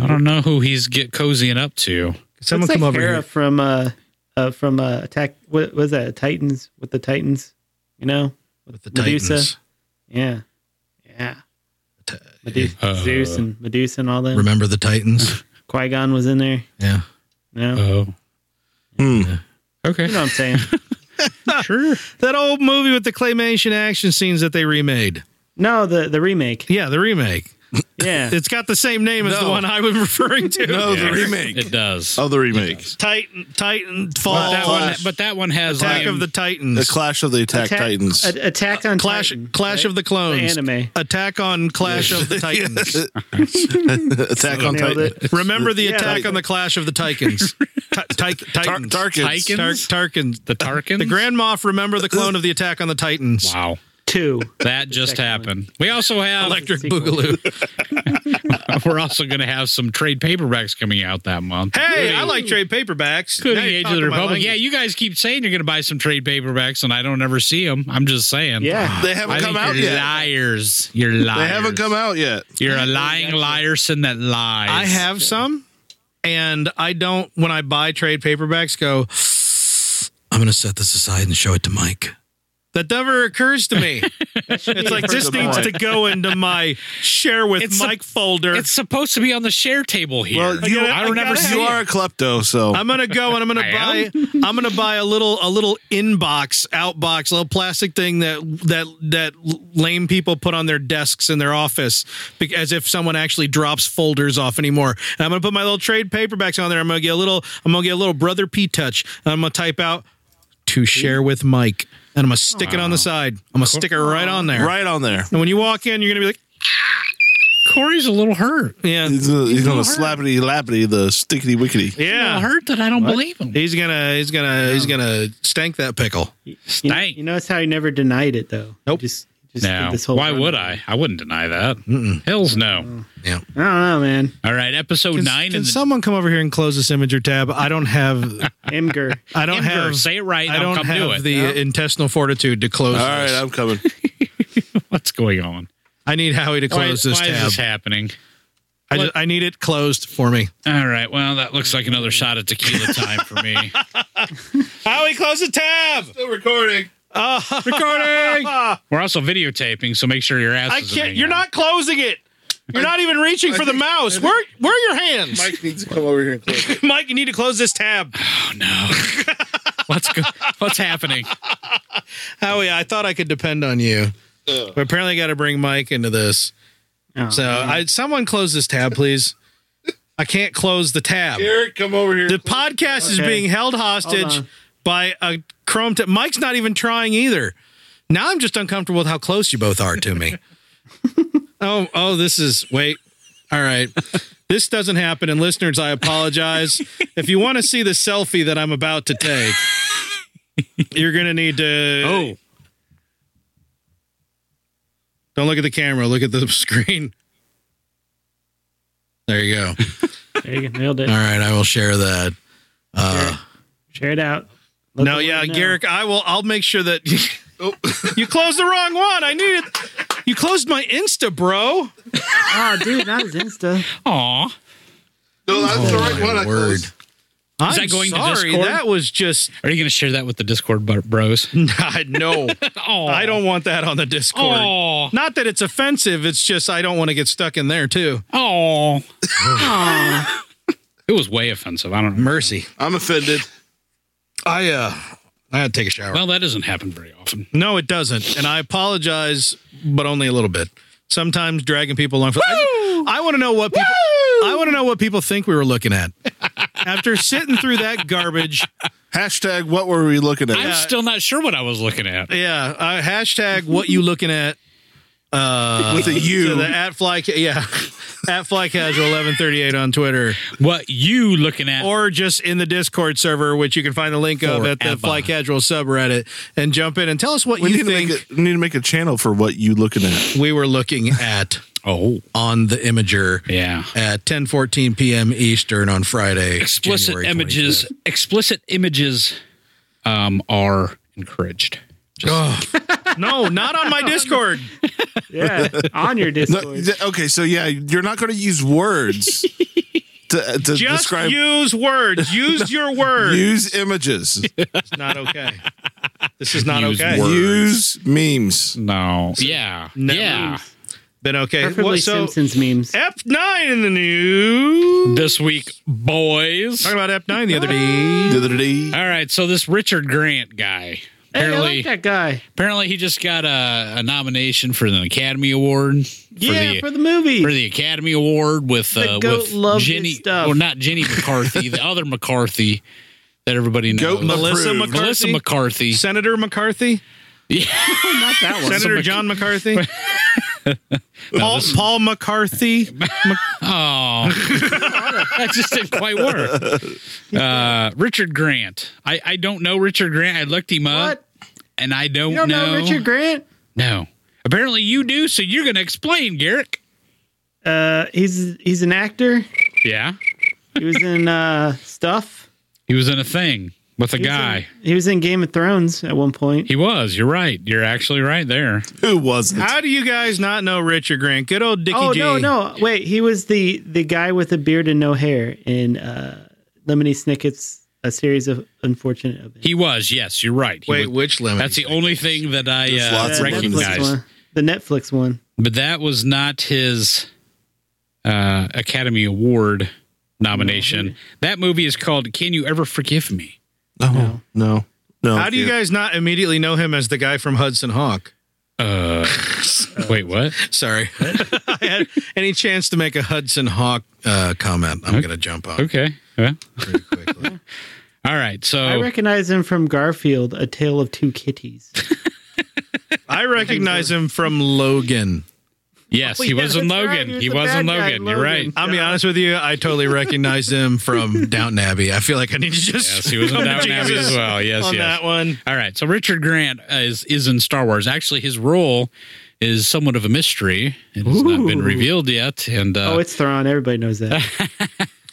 [SPEAKER 5] don't know who he's get cozying up to.
[SPEAKER 1] Someone
[SPEAKER 4] Looks
[SPEAKER 1] come
[SPEAKER 4] like
[SPEAKER 1] over
[SPEAKER 4] Hera
[SPEAKER 1] here.
[SPEAKER 4] from uh, uh from uh attack what was that titans with the titans you know
[SPEAKER 1] With the
[SPEAKER 4] Medusa.
[SPEAKER 1] Titans.
[SPEAKER 4] yeah yeah Medu-
[SPEAKER 5] Uh,
[SPEAKER 4] zeus and medusa and all that
[SPEAKER 1] Remember the Titans?
[SPEAKER 4] qui-gon was in there
[SPEAKER 1] Yeah.
[SPEAKER 4] no
[SPEAKER 5] Oh.
[SPEAKER 3] Hmm.
[SPEAKER 5] Okay.
[SPEAKER 4] you know what i'm saying
[SPEAKER 5] Sure.
[SPEAKER 1] That old movie with the claymation action scenes that they remade.
[SPEAKER 4] no the the remake
[SPEAKER 1] Yeah, the remake.
[SPEAKER 4] yeah
[SPEAKER 1] It's got the same name as the
[SPEAKER 3] No.
[SPEAKER 1] one I was referring to.
[SPEAKER 3] No, Oh, the
[SPEAKER 5] It
[SPEAKER 3] remake.
[SPEAKER 5] does.
[SPEAKER 3] Oh, the remake.
[SPEAKER 1] Titan Titan
[SPEAKER 5] But
[SPEAKER 1] Fall
[SPEAKER 5] that one, but that one has
[SPEAKER 1] Attack
[SPEAKER 5] like,
[SPEAKER 1] of the Titans.
[SPEAKER 3] The Clash of the Attack
[SPEAKER 4] Attack-
[SPEAKER 3] Titans.
[SPEAKER 4] a- attack on
[SPEAKER 1] Clash
[SPEAKER 4] Titan,
[SPEAKER 1] Clash
[SPEAKER 4] right?
[SPEAKER 1] of the Clones.
[SPEAKER 4] The anime.
[SPEAKER 1] Attack on Clash of the Titans.
[SPEAKER 3] Attack on
[SPEAKER 4] Nailed
[SPEAKER 3] Titan.
[SPEAKER 4] it.
[SPEAKER 1] Remember the
[SPEAKER 4] Yeah.
[SPEAKER 1] attack on the Clash of the Titans. Ti- ti- Titans.
[SPEAKER 3] Tarkins.
[SPEAKER 5] Tarkins?
[SPEAKER 1] Tar- Tarkins.
[SPEAKER 5] the Tarkin.
[SPEAKER 1] The Grand Moff, remember the clone of the Attack on the Titans.
[SPEAKER 5] Wow.
[SPEAKER 4] two
[SPEAKER 5] That just happened. We also have
[SPEAKER 1] Electric
[SPEAKER 4] Sequel.
[SPEAKER 1] Boogaloo.
[SPEAKER 5] we're also going to have some trade paperbacks coming out that month.
[SPEAKER 1] Hey, I like trade paperbacks.
[SPEAKER 5] Including
[SPEAKER 1] Now you're
[SPEAKER 5] Age of
[SPEAKER 1] talking
[SPEAKER 5] the
[SPEAKER 1] my
[SPEAKER 5] Republic.
[SPEAKER 1] language.
[SPEAKER 5] Yeah, you guys keep saying you're going to buy some trade paperbacks, and I don't ever see them. I'm just saying.
[SPEAKER 4] yeah
[SPEAKER 3] They haven't
[SPEAKER 5] I
[SPEAKER 3] come
[SPEAKER 5] think
[SPEAKER 3] out
[SPEAKER 5] you're
[SPEAKER 3] yet.
[SPEAKER 5] Liars. You're liars.
[SPEAKER 3] They haven't come out yet.
[SPEAKER 5] You're a lying liarson that lies.
[SPEAKER 1] I have some, and I don't, when I buy trade paperbacks, go, I'm going to set this aside and show it to Mike. That never occurs to me. it's like this
[SPEAKER 3] Good
[SPEAKER 1] needs
[SPEAKER 3] point.
[SPEAKER 1] to go into my share with
[SPEAKER 5] It's a-
[SPEAKER 1] Mike folder.
[SPEAKER 5] It's supposed to be on the share table here.
[SPEAKER 3] Well, you,
[SPEAKER 5] I don't ever see
[SPEAKER 3] you
[SPEAKER 5] it.
[SPEAKER 3] are a klepto, so
[SPEAKER 1] I'm gonna go and I'm gonna
[SPEAKER 5] I
[SPEAKER 1] buy. I'm gonna buy a little a little inbox outbox, a little plastic thing that that that lame people put on their desks in their office, be- as if someone actually drops folders off anymore. And I'm gonna put my little trade paperbacks on there. I'm gonna get a little. I'm gonna get a little brother P touch. And I'm gonna type out to share with Mike, and I'm gonna stick it on the side. I'm gonna stick it right on there.
[SPEAKER 3] right on there.
[SPEAKER 1] And when you walk in, you're gonna be like,
[SPEAKER 5] Corey's a little hurt.
[SPEAKER 1] yeah,
[SPEAKER 3] He's gonna, he's gonna slappity lappity the stickity wickety.
[SPEAKER 5] A little
[SPEAKER 1] yeah.
[SPEAKER 5] hurt that I don't believe him.
[SPEAKER 1] He's gonna he's gonna he's gonna stank that pickle.
[SPEAKER 4] you, know,
[SPEAKER 5] Stank.
[SPEAKER 4] you notice how he never denied it though
[SPEAKER 1] Nope.
[SPEAKER 4] He just, he just
[SPEAKER 5] No.
[SPEAKER 4] did this whole
[SPEAKER 5] Why
[SPEAKER 4] run.
[SPEAKER 5] would I? I wouldn't deny that. Hells no.
[SPEAKER 4] i don't know man
[SPEAKER 5] All right, episode
[SPEAKER 1] Can,
[SPEAKER 5] nine.
[SPEAKER 1] can
[SPEAKER 5] and
[SPEAKER 1] someone come over here and close this imager tab? I don't have.
[SPEAKER 4] emger
[SPEAKER 1] I don't have.
[SPEAKER 5] say it right.
[SPEAKER 1] I don't
[SPEAKER 5] come do
[SPEAKER 1] have
[SPEAKER 5] it.
[SPEAKER 1] the uh, intestinal fortitude to close.
[SPEAKER 3] All right,
[SPEAKER 1] this.
[SPEAKER 3] I'm coming.
[SPEAKER 5] What's going on?
[SPEAKER 1] I need Howie to close
[SPEAKER 5] why
[SPEAKER 1] this
[SPEAKER 5] why is
[SPEAKER 1] tab.
[SPEAKER 5] this happening?
[SPEAKER 1] I, just, I need it closed for me.
[SPEAKER 5] All right. Well, that looks like another shot at tequila time for me.
[SPEAKER 1] Howie, close the tab.
[SPEAKER 3] Still recording.
[SPEAKER 5] Recording. We're also videotaping, so make sure your ass.
[SPEAKER 1] I can't. You're not closing it. You're not even reaching for the mouse. Where Where are your hands, Mike?
[SPEAKER 3] Mike needs to come over here and close. it.
[SPEAKER 1] you need to close this tab.
[SPEAKER 5] Oh, No. What's go- What's happening?
[SPEAKER 1] Howie, I thought I could depend on you, but apparently, I got to bring Mike into this.
[SPEAKER 4] Oh,
[SPEAKER 1] So, I, someone close this tab, please. I can't close the tab.
[SPEAKER 3] Eric, come over here.
[SPEAKER 1] The podcast is
[SPEAKER 4] Okay.
[SPEAKER 1] being held hostage
[SPEAKER 4] Hold on.
[SPEAKER 1] by a chrome. T- Mike's not even trying either. Now I'm just uncomfortable with how close you both are to me. oh, oh, this is wait. All right. This doesn't happen. And listeners, I apologize. if you want to see the selfie that I'm about to take, you're going to need to.
[SPEAKER 5] Oh.
[SPEAKER 1] Don't look at the camera. Look at the screen. There you go.
[SPEAKER 4] there you go nailed it
[SPEAKER 1] All right. I will share that. Uh,
[SPEAKER 4] share it out Let
[SPEAKER 1] No,
[SPEAKER 4] the
[SPEAKER 1] yeah,
[SPEAKER 4] world know.
[SPEAKER 1] Garrick, I will. I'll make sure that you closed the wrong one. I knew it. You closed my Insta, bro.
[SPEAKER 4] oh dude not his insta
[SPEAKER 5] Aw.
[SPEAKER 3] no, that's the right one.
[SPEAKER 1] word.
[SPEAKER 3] I closed.
[SPEAKER 1] I'm
[SPEAKER 5] that going to
[SPEAKER 1] sorry.
[SPEAKER 5] Discord?
[SPEAKER 1] that was just
[SPEAKER 5] Are you going to share that with the Discord bro- bros?
[SPEAKER 1] I no.
[SPEAKER 5] Oh.
[SPEAKER 1] I don't want that on the Discord.
[SPEAKER 5] Oh.
[SPEAKER 1] Not that it's offensive. It's just I don't want to get stuck in there too.
[SPEAKER 5] Oh. It was was way offensive. I don't know.
[SPEAKER 1] Mercy.
[SPEAKER 3] I'm offended.
[SPEAKER 1] I uh I had to take a shower.
[SPEAKER 5] Well, that doesn't happen very often.
[SPEAKER 1] no, it doesn't. And I apologize, but only a little bit. Sometimes dragging people along for I, I want to know what people I want to know what people think we were looking at. After sitting through that garbage,
[SPEAKER 3] Hashtag what were we looking at?
[SPEAKER 5] I'm still not sure what I was looking at.
[SPEAKER 1] yeah. Uh, hashtag what you looking at?
[SPEAKER 3] With a
[SPEAKER 1] To
[SPEAKER 3] U.
[SPEAKER 1] the at fly, ca- yeah, at fly casual eleven thirty eight on Twitter,
[SPEAKER 5] What you looking at?
[SPEAKER 1] or just in the Discord server, which you can find the link of at the
[SPEAKER 5] Forever.
[SPEAKER 1] fly casual subreddit, and jump in and tell us what
[SPEAKER 3] we
[SPEAKER 1] you
[SPEAKER 3] need,
[SPEAKER 1] think
[SPEAKER 3] to make a, we need to make a channel for what you looking at.
[SPEAKER 1] we were looking at
[SPEAKER 5] oh,
[SPEAKER 1] on the imager
[SPEAKER 5] yeah.
[SPEAKER 1] at 10:14 p.m. Eastern on Friday.
[SPEAKER 5] Explicit
[SPEAKER 1] January
[SPEAKER 5] images. Explicit images um, are encouraged.
[SPEAKER 1] 25th. no, not on my Discord.
[SPEAKER 4] Yeah, on your
[SPEAKER 3] No,
[SPEAKER 4] Discord.
[SPEAKER 3] th- okay, so yeah, you're not going to use words to, to
[SPEAKER 1] Just
[SPEAKER 3] describe.
[SPEAKER 1] use words. Use your words.
[SPEAKER 3] Use images.
[SPEAKER 1] It's not okay. This is not
[SPEAKER 5] Use
[SPEAKER 1] okay.
[SPEAKER 5] words.
[SPEAKER 3] Use memes.
[SPEAKER 5] No. Yeah.
[SPEAKER 1] No.
[SPEAKER 5] Yeah.
[SPEAKER 1] Been okay.
[SPEAKER 4] Preferably
[SPEAKER 1] Well, so
[SPEAKER 4] Simpsons memes.
[SPEAKER 1] F9 in the news.
[SPEAKER 5] This week, boys.
[SPEAKER 1] Talking about F9 the other day.
[SPEAKER 3] Diddly-dee.
[SPEAKER 5] All right. So this Richard Grant guy.
[SPEAKER 4] Hey, I
[SPEAKER 5] Apparently,
[SPEAKER 4] like that guy.
[SPEAKER 5] apparently he just got a, a nomination for an Academy Award. For
[SPEAKER 4] yeah,
[SPEAKER 5] the,
[SPEAKER 4] for the movie.
[SPEAKER 5] for the Academy Award with
[SPEAKER 4] The
[SPEAKER 5] uh,
[SPEAKER 4] goat
[SPEAKER 5] with
[SPEAKER 4] loved his
[SPEAKER 5] Jenny,
[SPEAKER 4] stuff.
[SPEAKER 5] or not Jenny McCarthy, the other McCarthy that everybody knows,
[SPEAKER 3] Goat
[SPEAKER 1] Melissa
[SPEAKER 3] approved.
[SPEAKER 1] McCarthy.
[SPEAKER 5] Melissa McCarthy.
[SPEAKER 1] Senator McCarthy,
[SPEAKER 4] Not that one.
[SPEAKER 1] Senator John McCarthy, Paul, Paul McCarthy.
[SPEAKER 5] Oh, that just didn't quite work. Uh, Richard Grant. I, I don't know Richard Grant. I looked him up,
[SPEAKER 4] What?
[SPEAKER 5] and I don't,
[SPEAKER 4] You don't
[SPEAKER 5] know.
[SPEAKER 4] know Richard Grant?
[SPEAKER 5] No, apparently you do. So you're going to explain, Garrick.
[SPEAKER 4] Uh, he's he's an actor.
[SPEAKER 5] Yeah,
[SPEAKER 4] He was in uh, stuff.
[SPEAKER 5] he was in a thing with a
[SPEAKER 4] He was
[SPEAKER 5] guy.
[SPEAKER 4] in- he was in Game of Thrones at one point.
[SPEAKER 5] he was. You're right. You're actually right there.
[SPEAKER 3] Who wasn't?
[SPEAKER 1] How do you guys not know Richard Grant? Good old Dickie
[SPEAKER 4] Oh
[SPEAKER 1] G.
[SPEAKER 4] no, no, wait. He was the the guy with the beard and no hair in uh, Lemony Snicket's A Series of Unfortunate Events.
[SPEAKER 5] He was. Yes, you're right. He
[SPEAKER 1] Wait,
[SPEAKER 5] was-
[SPEAKER 1] which lemon?
[SPEAKER 5] That's the only thing that I
[SPEAKER 3] There's lots
[SPEAKER 5] uh,
[SPEAKER 3] of
[SPEAKER 4] Netflix
[SPEAKER 5] recognize.
[SPEAKER 4] one. The Netflix one.
[SPEAKER 5] But that was not his uh, Academy Award nomination. That movie is called "Can You Ever Forgive Me?"
[SPEAKER 3] No, no, no.
[SPEAKER 1] How do you guys not immediately know him as the guy from Hudson Hawk?
[SPEAKER 5] Uh, wait, what?
[SPEAKER 1] Sorry. I had any chance to make a Hudson Hawk uh, comment, I'm going to jump on
[SPEAKER 5] Okay. Yeah.
[SPEAKER 1] pretty quickly.
[SPEAKER 5] All right.
[SPEAKER 4] I
[SPEAKER 5] So
[SPEAKER 4] recognize him from Garfield, A Tale of Two Kitties.
[SPEAKER 1] I recognize him from Logan.
[SPEAKER 5] yes,
[SPEAKER 4] Oh,
[SPEAKER 5] he
[SPEAKER 4] yeah,
[SPEAKER 5] was in
[SPEAKER 4] that's right.
[SPEAKER 5] Logan.
[SPEAKER 4] He was
[SPEAKER 5] He
[SPEAKER 4] the
[SPEAKER 5] was in
[SPEAKER 4] bad guy
[SPEAKER 5] Logan.
[SPEAKER 4] in
[SPEAKER 5] You're right.
[SPEAKER 4] Logan.
[SPEAKER 1] I'll be honest with you, I totally recognized him from Downton Abbey. I feel like I need to just
[SPEAKER 5] Yes, he was in
[SPEAKER 4] Oh,
[SPEAKER 1] come to
[SPEAKER 5] Downton Abbey
[SPEAKER 1] Jesus
[SPEAKER 5] as well. Yes,
[SPEAKER 1] on
[SPEAKER 5] yes.
[SPEAKER 1] that one.
[SPEAKER 5] All right. So Richard Grant uh, is is in Star Wars. Actually, his role is somewhat of a mystery. It has not been
[SPEAKER 4] Ooh.
[SPEAKER 5] revealed yet. And uh,
[SPEAKER 4] oh, it's Thrawn. Everybody knows that.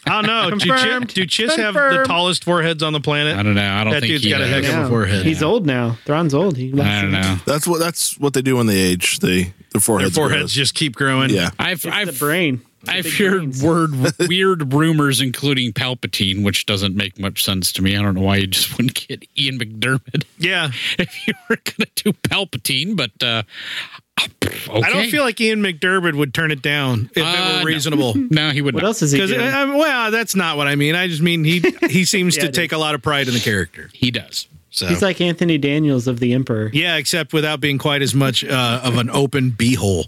[SPEAKER 1] I don't know. Do, chi-
[SPEAKER 4] Confirmed.
[SPEAKER 1] do Chis have the
[SPEAKER 4] Confirmed.
[SPEAKER 1] tallest forehead on the planet?
[SPEAKER 5] I don't know. I don't
[SPEAKER 1] That
[SPEAKER 5] think
[SPEAKER 1] dude's
[SPEAKER 5] he
[SPEAKER 1] got a heck
[SPEAKER 5] is.
[SPEAKER 1] of a
[SPEAKER 4] Now,
[SPEAKER 1] forehead.
[SPEAKER 4] He's old now. Thron's old. He
[SPEAKER 5] I don't know.
[SPEAKER 3] That's what that's what they do when they age. They their
[SPEAKER 1] Their
[SPEAKER 3] foreheads. grow.
[SPEAKER 1] foreheads just keep growing.
[SPEAKER 3] Yeah.
[SPEAKER 5] I've
[SPEAKER 4] The
[SPEAKER 5] I've
[SPEAKER 4] brain.
[SPEAKER 5] I've
[SPEAKER 4] Big
[SPEAKER 5] heard
[SPEAKER 4] brains.
[SPEAKER 5] word weird rumors, including Palpatine, which doesn't make much sense to me. I don't know why you just wouldn't get Ian McDermott
[SPEAKER 1] Yeah.
[SPEAKER 5] if you were going to do Palpatine, but uh, okay.
[SPEAKER 1] I don't feel like Ian McDermott would turn it down if
[SPEAKER 5] Uh,
[SPEAKER 1] it
[SPEAKER 5] no.
[SPEAKER 1] were reasonable.
[SPEAKER 5] no, he would
[SPEAKER 4] What
[SPEAKER 5] not.
[SPEAKER 4] else is he
[SPEAKER 1] Because
[SPEAKER 4] doing?
[SPEAKER 1] well, that's not what I mean. I just mean he he seems
[SPEAKER 4] Yeah,
[SPEAKER 1] to
[SPEAKER 4] dude.
[SPEAKER 1] take a lot of pride in the character.
[SPEAKER 5] He does.
[SPEAKER 1] So
[SPEAKER 4] He's like Anthony Daniels of The Emperor.
[SPEAKER 1] yeah, except without being quite as much uh, of an open beehole.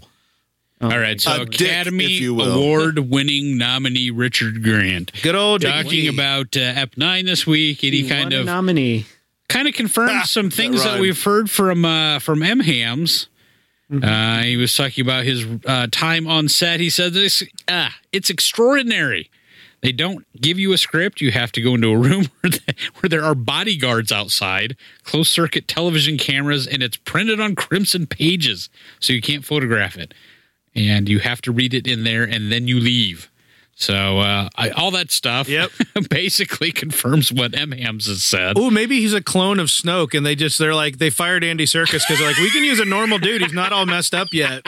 [SPEAKER 5] All right, so
[SPEAKER 3] A dick,
[SPEAKER 5] Academy
[SPEAKER 3] if you will.
[SPEAKER 5] Award-winning nominee Richard Grant
[SPEAKER 1] Good old
[SPEAKER 5] talking
[SPEAKER 1] Dickie.
[SPEAKER 5] about uh, Ep Nine this week, and
[SPEAKER 4] He
[SPEAKER 5] he kind
[SPEAKER 4] won a
[SPEAKER 5] of
[SPEAKER 4] nominee.
[SPEAKER 5] kind of confirms some things that,
[SPEAKER 3] rhymed.
[SPEAKER 5] we've heard from uh, from M Hams. Uh, he was talking about his uh, time on set. He said this: ah, it's extraordinary. They don't give you a script. You have to go into a room where, the, where there are bodyguards outside, closed circuit television cameras, and it's printed on crimson pages, so you can't photograph it. And you have to read it in there, and then you leave. So uh, I, all that stuff
[SPEAKER 1] Yep.
[SPEAKER 5] basically confirms what M Hams has said.
[SPEAKER 1] Oh, maybe he's a clone of Snoke, and they just they're like they fired Andy Circus because they're like we can use a normal dude. He's not all messed up yet.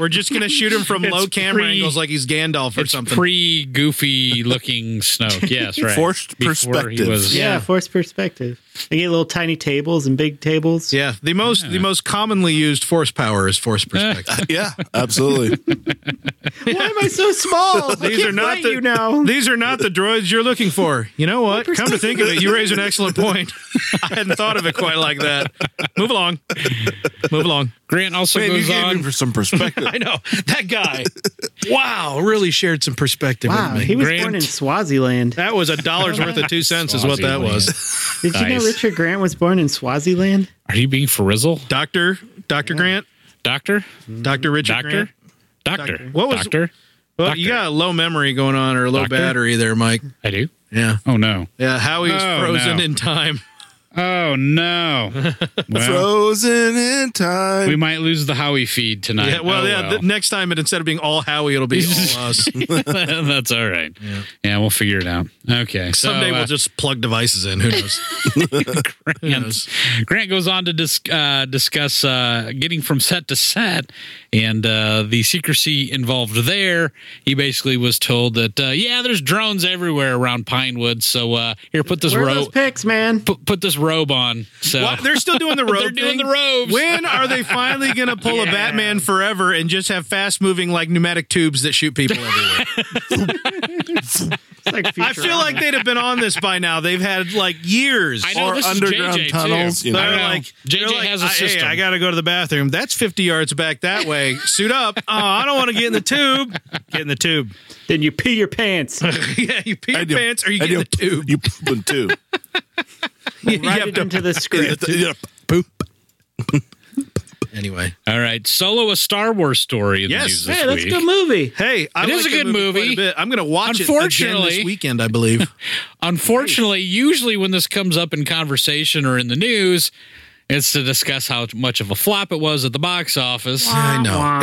[SPEAKER 8] We're just gonna shoot him from low camera
[SPEAKER 5] pre-
[SPEAKER 8] angles like he's Gandalf or
[SPEAKER 5] It's
[SPEAKER 8] something.
[SPEAKER 5] pre goofy looking Snoke. Yes, right.
[SPEAKER 3] Forced
[SPEAKER 5] Before he
[SPEAKER 3] perspective.
[SPEAKER 5] was-
[SPEAKER 4] Yeah,
[SPEAKER 8] Yeah.
[SPEAKER 4] forced perspective. They get little tiny tables and big tables.
[SPEAKER 1] Yeah, the most the most commonly used force power is force perspective.
[SPEAKER 3] yeah, absolutely.
[SPEAKER 4] Why am I so small?
[SPEAKER 8] These are not the
[SPEAKER 4] you now.
[SPEAKER 8] these are not the droids you're looking for. You know what? Come to think of it, you raise an excellent point. I hadn't thought of it quite like that. Move along. Move along.
[SPEAKER 5] Grant also
[SPEAKER 3] Man, you
[SPEAKER 5] goes
[SPEAKER 3] gave
[SPEAKER 5] on.
[SPEAKER 3] me for some perspective.
[SPEAKER 1] I know that guy. Wow, really shared some perspective
[SPEAKER 4] Wow,
[SPEAKER 1] with me.
[SPEAKER 4] he was
[SPEAKER 5] Grant.
[SPEAKER 4] born in Swaziland.
[SPEAKER 1] that was a dollar's worth of two cents, is what that was.
[SPEAKER 4] Did you
[SPEAKER 5] Nice.
[SPEAKER 4] know Richard Grant was born in Swaziland?
[SPEAKER 5] Are you being for Rizzle?
[SPEAKER 1] Doctor, Doctor Grant,
[SPEAKER 5] Doctor?
[SPEAKER 1] Doctor Richard Grant.
[SPEAKER 5] Doctor? Doctor.
[SPEAKER 1] What was-
[SPEAKER 5] Doctor?
[SPEAKER 1] Well, you got a low memory going on or a low
[SPEAKER 5] Doctor?
[SPEAKER 1] battery there, Mike.
[SPEAKER 5] I do?
[SPEAKER 1] Yeah,
[SPEAKER 5] Oh, no.
[SPEAKER 1] yeah. Howie was
[SPEAKER 5] Oh,
[SPEAKER 1] frozen
[SPEAKER 5] no.
[SPEAKER 1] in time.
[SPEAKER 5] Oh, no. Well,
[SPEAKER 3] Frozen in time.
[SPEAKER 5] we might lose the Howie feed tonight.
[SPEAKER 1] Yeah, well,
[SPEAKER 5] Oh,
[SPEAKER 1] yeah. th- next time, it, instead of being all Howie, it'll be all us.
[SPEAKER 5] That's all right. Yeah. we'll figure it out. Okay.
[SPEAKER 1] Someday
[SPEAKER 5] so, uh,
[SPEAKER 1] we'll just plug devices in. Who knows? Who knows?
[SPEAKER 5] Grant goes on to dis- uh, discuss uh, getting from set to set and uh, the secrecy involved there. He basically was told that, uh, yeah, there's drones everywhere around Pinewood. So uh, here, put this
[SPEAKER 4] Where are those
[SPEAKER 5] robe.
[SPEAKER 4] pics, man?
[SPEAKER 5] Put, put this robe on. So
[SPEAKER 1] What? They're still doing the robe.
[SPEAKER 5] They're doing
[SPEAKER 1] thing?
[SPEAKER 5] the robes.
[SPEAKER 1] When are they finally going to pull a Batman Forever and just have fast moving like pneumatic tubes that shoot people everywhere?
[SPEAKER 4] It's like
[SPEAKER 1] I feel like they'd have been on this by now. They've had like years.
[SPEAKER 5] I know
[SPEAKER 3] Or
[SPEAKER 5] this is
[SPEAKER 3] underground
[SPEAKER 5] JJ, too.
[SPEAKER 3] tunnels, you know.
[SPEAKER 5] I
[SPEAKER 1] They're
[SPEAKER 5] know.
[SPEAKER 1] like,
[SPEAKER 5] JJ
[SPEAKER 1] they're like,
[SPEAKER 5] has a
[SPEAKER 1] I-
[SPEAKER 5] system.
[SPEAKER 1] Hey, I got to go to the bathroom. That's 50 yards back that way. Suit up. Oh, I don't want to get in the tube. Get in the tube.
[SPEAKER 4] Then you pee your pants.
[SPEAKER 1] yeah, you pee
[SPEAKER 3] I
[SPEAKER 1] your
[SPEAKER 3] do.
[SPEAKER 1] pants or you
[SPEAKER 3] I
[SPEAKER 1] get in the
[SPEAKER 3] do.
[SPEAKER 1] tube.
[SPEAKER 3] You poop in two.
[SPEAKER 1] You
[SPEAKER 4] Write
[SPEAKER 1] have
[SPEAKER 4] it
[SPEAKER 1] to-
[SPEAKER 4] into the script.
[SPEAKER 3] Yeah, poop.
[SPEAKER 1] Anyway.
[SPEAKER 5] All right. Solo a Star Wars story. In
[SPEAKER 1] Yes.
[SPEAKER 5] The news this
[SPEAKER 4] Hey, that's a
[SPEAKER 5] week.
[SPEAKER 4] good movie.
[SPEAKER 1] Hey, I
[SPEAKER 5] It
[SPEAKER 1] like
[SPEAKER 5] is a
[SPEAKER 1] the
[SPEAKER 5] good
[SPEAKER 1] quite
[SPEAKER 5] movie.
[SPEAKER 1] a bit. I'm going to watch it again
[SPEAKER 5] Unfortunately-
[SPEAKER 1] this weekend, I believe.
[SPEAKER 5] Unfortunately, usually when this comes up in conversation or in the news, it's to discuss how much of a flop it was at the box office.
[SPEAKER 1] I know.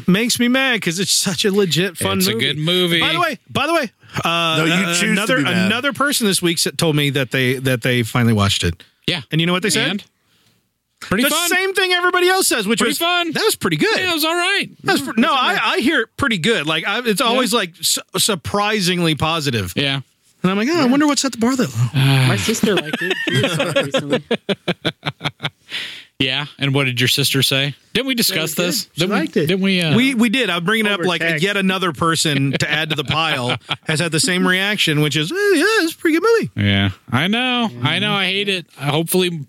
[SPEAKER 1] It makes me mad because it's such a legit fun
[SPEAKER 5] It's a
[SPEAKER 1] movie.
[SPEAKER 5] good movie.
[SPEAKER 1] By the way, by the way, uh,
[SPEAKER 3] No, you
[SPEAKER 1] uh,
[SPEAKER 3] choose to
[SPEAKER 1] another
[SPEAKER 3] be mad.
[SPEAKER 1] another person this week said- told me that they that they finally watched it.
[SPEAKER 5] Yeah.
[SPEAKER 1] And you know what they said?
[SPEAKER 5] And pretty
[SPEAKER 1] the
[SPEAKER 5] fun.
[SPEAKER 1] same thing everybody else says, which
[SPEAKER 5] Pretty
[SPEAKER 1] was
[SPEAKER 5] fun.
[SPEAKER 1] That was pretty good.
[SPEAKER 5] Yeah, it was all right.
[SPEAKER 1] That was pr- no, I, I hear it pretty good. Like I, it's always like su- surprisingly positive,
[SPEAKER 5] Yeah.
[SPEAKER 1] and I'm like, oh, I wonder what's at the bar that low.
[SPEAKER 4] My sister liked it. She saw it recently.
[SPEAKER 5] Yeah. And what did your sister say? Didn't we discuss
[SPEAKER 4] good.
[SPEAKER 5] this?
[SPEAKER 4] She
[SPEAKER 5] Didn't
[SPEAKER 4] liked
[SPEAKER 5] we,
[SPEAKER 4] it.
[SPEAKER 5] Didn't we? Uh,
[SPEAKER 1] we we did. I'm bringing it up
[SPEAKER 4] Over
[SPEAKER 1] like
[SPEAKER 4] text.
[SPEAKER 1] yet another person to add to the pile has had the same reaction, which is eh, yeah, it's a pretty good movie.
[SPEAKER 5] Yeah. I know. I know. I hate it. I hopefully,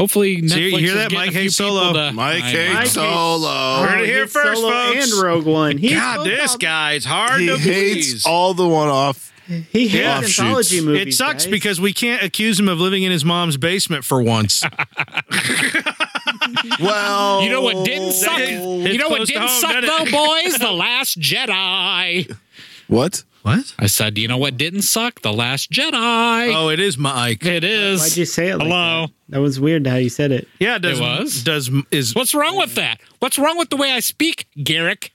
[SPEAKER 5] hopefully, Netflix
[SPEAKER 1] So Mm-hmm. you hear
[SPEAKER 5] is
[SPEAKER 1] that,
[SPEAKER 5] getting
[SPEAKER 1] Mike
[SPEAKER 5] a few
[SPEAKER 1] hates Solo.
[SPEAKER 5] people to-
[SPEAKER 3] Mike
[SPEAKER 5] I
[SPEAKER 3] hates
[SPEAKER 4] know.
[SPEAKER 3] Solo.
[SPEAKER 1] Heard it
[SPEAKER 4] Oh,
[SPEAKER 1] here
[SPEAKER 4] he's
[SPEAKER 1] first,
[SPEAKER 4] Solo
[SPEAKER 1] folks.
[SPEAKER 4] And Rogue One. He
[SPEAKER 1] God, this guy's hard
[SPEAKER 3] He
[SPEAKER 1] to
[SPEAKER 3] hates
[SPEAKER 1] please.
[SPEAKER 3] all the one-off.
[SPEAKER 4] He hates
[SPEAKER 3] Offshoots.
[SPEAKER 4] anthology movies.
[SPEAKER 1] It sucks
[SPEAKER 4] guys.
[SPEAKER 1] because we can't accuse him of living in his mom's basement for once.
[SPEAKER 3] Well,
[SPEAKER 5] You know what didn't suck? you know what
[SPEAKER 1] close to
[SPEAKER 5] didn't
[SPEAKER 1] home,
[SPEAKER 5] suck
[SPEAKER 1] doesn't
[SPEAKER 5] though,
[SPEAKER 1] it?
[SPEAKER 5] boys? The Last Jedi.
[SPEAKER 3] What?
[SPEAKER 1] What?
[SPEAKER 5] I said, you know what didn't suck? The Last Jedi.
[SPEAKER 1] Oh, it is Mike.
[SPEAKER 5] It is.
[SPEAKER 4] Why'd you say it? Like
[SPEAKER 5] Hello.
[SPEAKER 4] That? that was weird how you said it.
[SPEAKER 1] Yeah, does
[SPEAKER 5] It was?
[SPEAKER 1] does is
[SPEAKER 5] What's wrong with that? What's wrong with the way I speak, Garrick?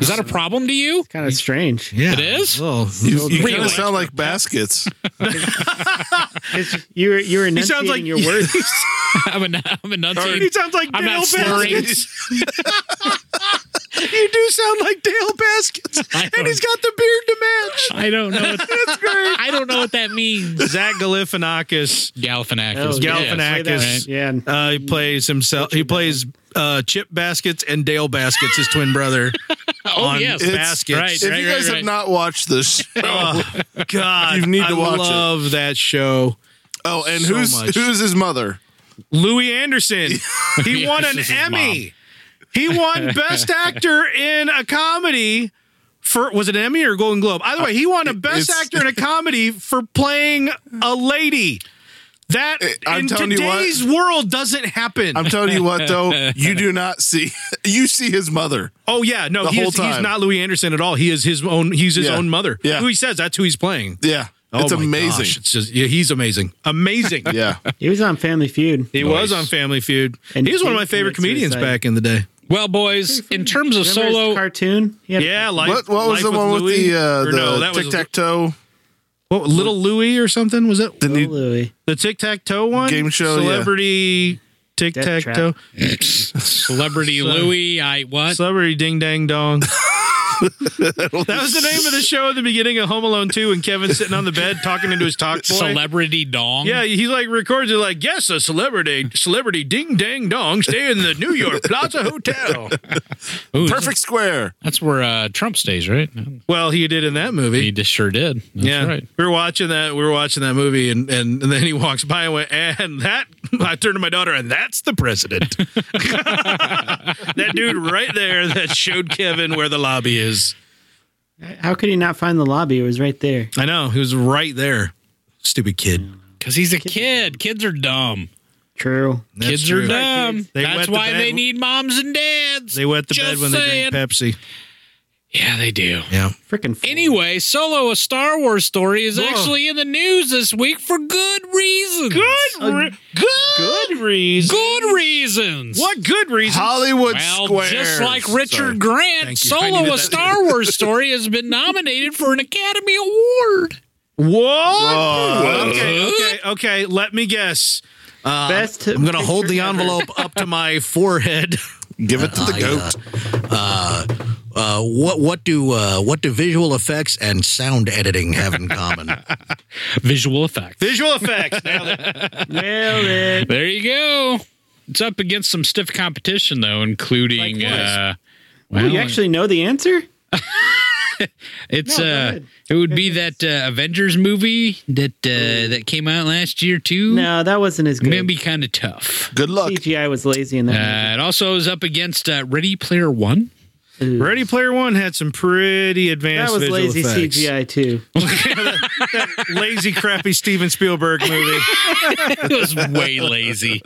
[SPEAKER 5] Is that a problem to you?
[SPEAKER 4] Kind of strange.
[SPEAKER 1] yeah,
[SPEAKER 5] It is?
[SPEAKER 1] Well,
[SPEAKER 3] You, you kind
[SPEAKER 5] Really?
[SPEAKER 3] of sound like baskets.
[SPEAKER 4] It's- You were you were
[SPEAKER 1] he sounds
[SPEAKER 4] enunciating
[SPEAKER 1] like
[SPEAKER 4] your words.
[SPEAKER 5] I'm, en- I'm
[SPEAKER 1] He
[SPEAKER 5] enunciating.
[SPEAKER 1] sounds like
[SPEAKER 5] I'm
[SPEAKER 1] Dale
[SPEAKER 5] not slurring.
[SPEAKER 1] Baskets. You do sound like Dale Baskets, and he's got the beard to match.
[SPEAKER 5] I don't know. What, I don't know what that means.
[SPEAKER 1] Zach Galifianakis, Oh,
[SPEAKER 5] Galifianakis.
[SPEAKER 1] Galifianakis.
[SPEAKER 5] Yes.
[SPEAKER 4] Yeah. and-
[SPEAKER 1] uh, he plays himself. He plays uh, Chip Baskets and Dale Baskets, his twin brother.
[SPEAKER 5] Oh
[SPEAKER 1] on
[SPEAKER 5] yes.
[SPEAKER 3] It's-
[SPEAKER 1] Baskets.
[SPEAKER 5] right,
[SPEAKER 3] if you guys
[SPEAKER 5] right, right.
[SPEAKER 3] have not watched this,
[SPEAKER 1] Oh, God,
[SPEAKER 3] You need to
[SPEAKER 1] I
[SPEAKER 3] watch it.
[SPEAKER 1] love that show.
[SPEAKER 3] oh, and
[SPEAKER 1] So
[SPEAKER 3] who's
[SPEAKER 1] much.
[SPEAKER 3] who's his mother?
[SPEAKER 1] Louis Anderson. He won an
[SPEAKER 5] This is his
[SPEAKER 1] Emmy. He won Best Actor in a Comedy for was it an Emmy or Golden Globe? Either way, he won a Best
[SPEAKER 3] It's-
[SPEAKER 1] Actor in a Comedy for playing a lady. That
[SPEAKER 3] I'm
[SPEAKER 1] in
[SPEAKER 3] telling you what-
[SPEAKER 1] today's world doesn't happen.
[SPEAKER 3] I'm telling you what, though, you do not see. You see his mother.
[SPEAKER 1] oh yeah, no,
[SPEAKER 3] The
[SPEAKER 1] he
[SPEAKER 3] whole
[SPEAKER 1] is, he's
[SPEAKER 3] time.
[SPEAKER 1] not Louis Anderson at all. He is his own. He's his
[SPEAKER 3] Yeah.
[SPEAKER 1] own mother.
[SPEAKER 3] Yeah.
[SPEAKER 1] who he says that's who he's playing.
[SPEAKER 3] Yeah,
[SPEAKER 1] Oh,
[SPEAKER 3] it's
[SPEAKER 1] my
[SPEAKER 3] amazing.
[SPEAKER 1] gosh, It's just yeah, he's amazing, amazing.
[SPEAKER 3] Yeah,
[SPEAKER 4] He was on Family Feud.
[SPEAKER 1] He was on Family Feud.
[SPEAKER 4] And
[SPEAKER 1] he was one of
[SPEAKER 4] he
[SPEAKER 1] my favorite
[SPEAKER 4] committed
[SPEAKER 1] comedians
[SPEAKER 4] suicide.
[SPEAKER 1] back in the day.
[SPEAKER 5] Well, boys, in terms of
[SPEAKER 4] Remember his
[SPEAKER 5] solo,
[SPEAKER 4] cartoon. He had-
[SPEAKER 1] Yeah, like
[SPEAKER 3] what what was the one with the uh, the tic tac toe
[SPEAKER 1] what, Little Louie or something? Was it
[SPEAKER 3] the
[SPEAKER 4] Oh,
[SPEAKER 3] new
[SPEAKER 4] Louis.
[SPEAKER 1] the tic tac toe one
[SPEAKER 3] Game show, yeah.
[SPEAKER 1] celebrity
[SPEAKER 6] tic
[SPEAKER 4] Death
[SPEAKER 6] tac toe,
[SPEAKER 5] Celebrity Louie, I what?
[SPEAKER 6] celebrity ding dang dong. that was the name of the show at the beginning of Home Alone 2 and Kevin sitting on the bed talking into his talk boy.
[SPEAKER 5] Celebrity Dong.
[SPEAKER 6] yeah, he like records it like, yes, a celebrity, celebrity ding dang dong, stay in the New York Plaza Hotel.
[SPEAKER 5] Ooh,
[SPEAKER 3] Perfect square.
[SPEAKER 5] That's where uh, Trump stays, right?
[SPEAKER 6] Well, he did in that movie.
[SPEAKER 5] He just sure did. That's
[SPEAKER 6] yeah,
[SPEAKER 5] right.
[SPEAKER 6] we were watching that. We were watching that movie, and, and, and then he walks by and went, and that. I turned to my daughter, and that's the president. that dude right there that showed Kevin where the lobby is.
[SPEAKER 4] How could he not find the lobby? It was right there.
[SPEAKER 6] I know he was right there. Stupid kid.
[SPEAKER 5] Because he's a kid. Kids are dumb.
[SPEAKER 4] True.
[SPEAKER 6] That's
[SPEAKER 5] kids
[SPEAKER 6] true.
[SPEAKER 5] are dumb.
[SPEAKER 6] They wet
[SPEAKER 5] That's
[SPEAKER 6] the
[SPEAKER 5] why
[SPEAKER 6] bed-
[SPEAKER 5] they need moms and dads.
[SPEAKER 6] They wet the
[SPEAKER 5] Just
[SPEAKER 6] bed when
[SPEAKER 5] saying.
[SPEAKER 6] they drink Pepsi.
[SPEAKER 5] Yeah, they do.
[SPEAKER 6] Yeah.
[SPEAKER 4] Freaking. fool.
[SPEAKER 5] Anyway, Solo, a Star Wars story, is
[SPEAKER 6] Whoa.
[SPEAKER 5] actually in the news this week for good reasons. Good,
[SPEAKER 6] good, good reason.
[SPEAKER 5] good reasons.
[SPEAKER 6] What good reason?
[SPEAKER 3] Hollywood
[SPEAKER 5] Well,
[SPEAKER 3] square.
[SPEAKER 5] just like Richard Grant,
[SPEAKER 6] Thank you. I
[SPEAKER 5] Solo,
[SPEAKER 6] knew
[SPEAKER 5] a
[SPEAKER 6] that.
[SPEAKER 5] Star Wars story, has been nominated for an Academy Award.
[SPEAKER 3] Uh,
[SPEAKER 6] What? Okay, okay, okay. Let me guess.
[SPEAKER 4] best.
[SPEAKER 6] I'm gonna hold the
[SPEAKER 4] picture ever.
[SPEAKER 6] envelope up to my forehead.
[SPEAKER 3] Give it to the goat.
[SPEAKER 9] Uh, what what do uh, what do visual effects and sound editing have in common?
[SPEAKER 5] Visual effect.
[SPEAKER 6] Visual effects. Now that-
[SPEAKER 4] Nailed it.
[SPEAKER 5] There you go. It's up against some stiff competition, though, including.
[SPEAKER 4] Like what?
[SPEAKER 5] uh,
[SPEAKER 4] Oh, you actually know the answer?
[SPEAKER 5] It's
[SPEAKER 4] No, go
[SPEAKER 5] uh,
[SPEAKER 4] ahead.
[SPEAKER 5] it would be that uh, Avengers movie that uh, that came out last year too.
[SPEAKER 4] No, that wasn't as good.
[SPEAKER 5] maybe kind of tough.
[SPEAKER 3] Good luck.
[SPEAKER 4] CGI was lazy in
[SPEAKER 5] Uh,
[SPEAKER 4] that.
[SPEAKER 5] it also is up against uh, Ready Player One.
[SPEAKER 4] movie. Ooh.
[SPEAKER 6] Ready Player One had some pretty
[SPEAKER 4] That
[SPEAKER 6] advanced.
[SPEAKER 4] was
[SPEAKER 6] visual
[SPEAKER 4] lazy
[SPEAKER 6] effects.
[SPEAKER 4] CGI too.
[SPEAKER 6] Lazy, crappy Steven Spielberg movie.
[SPEAKER 5] It was way lazy,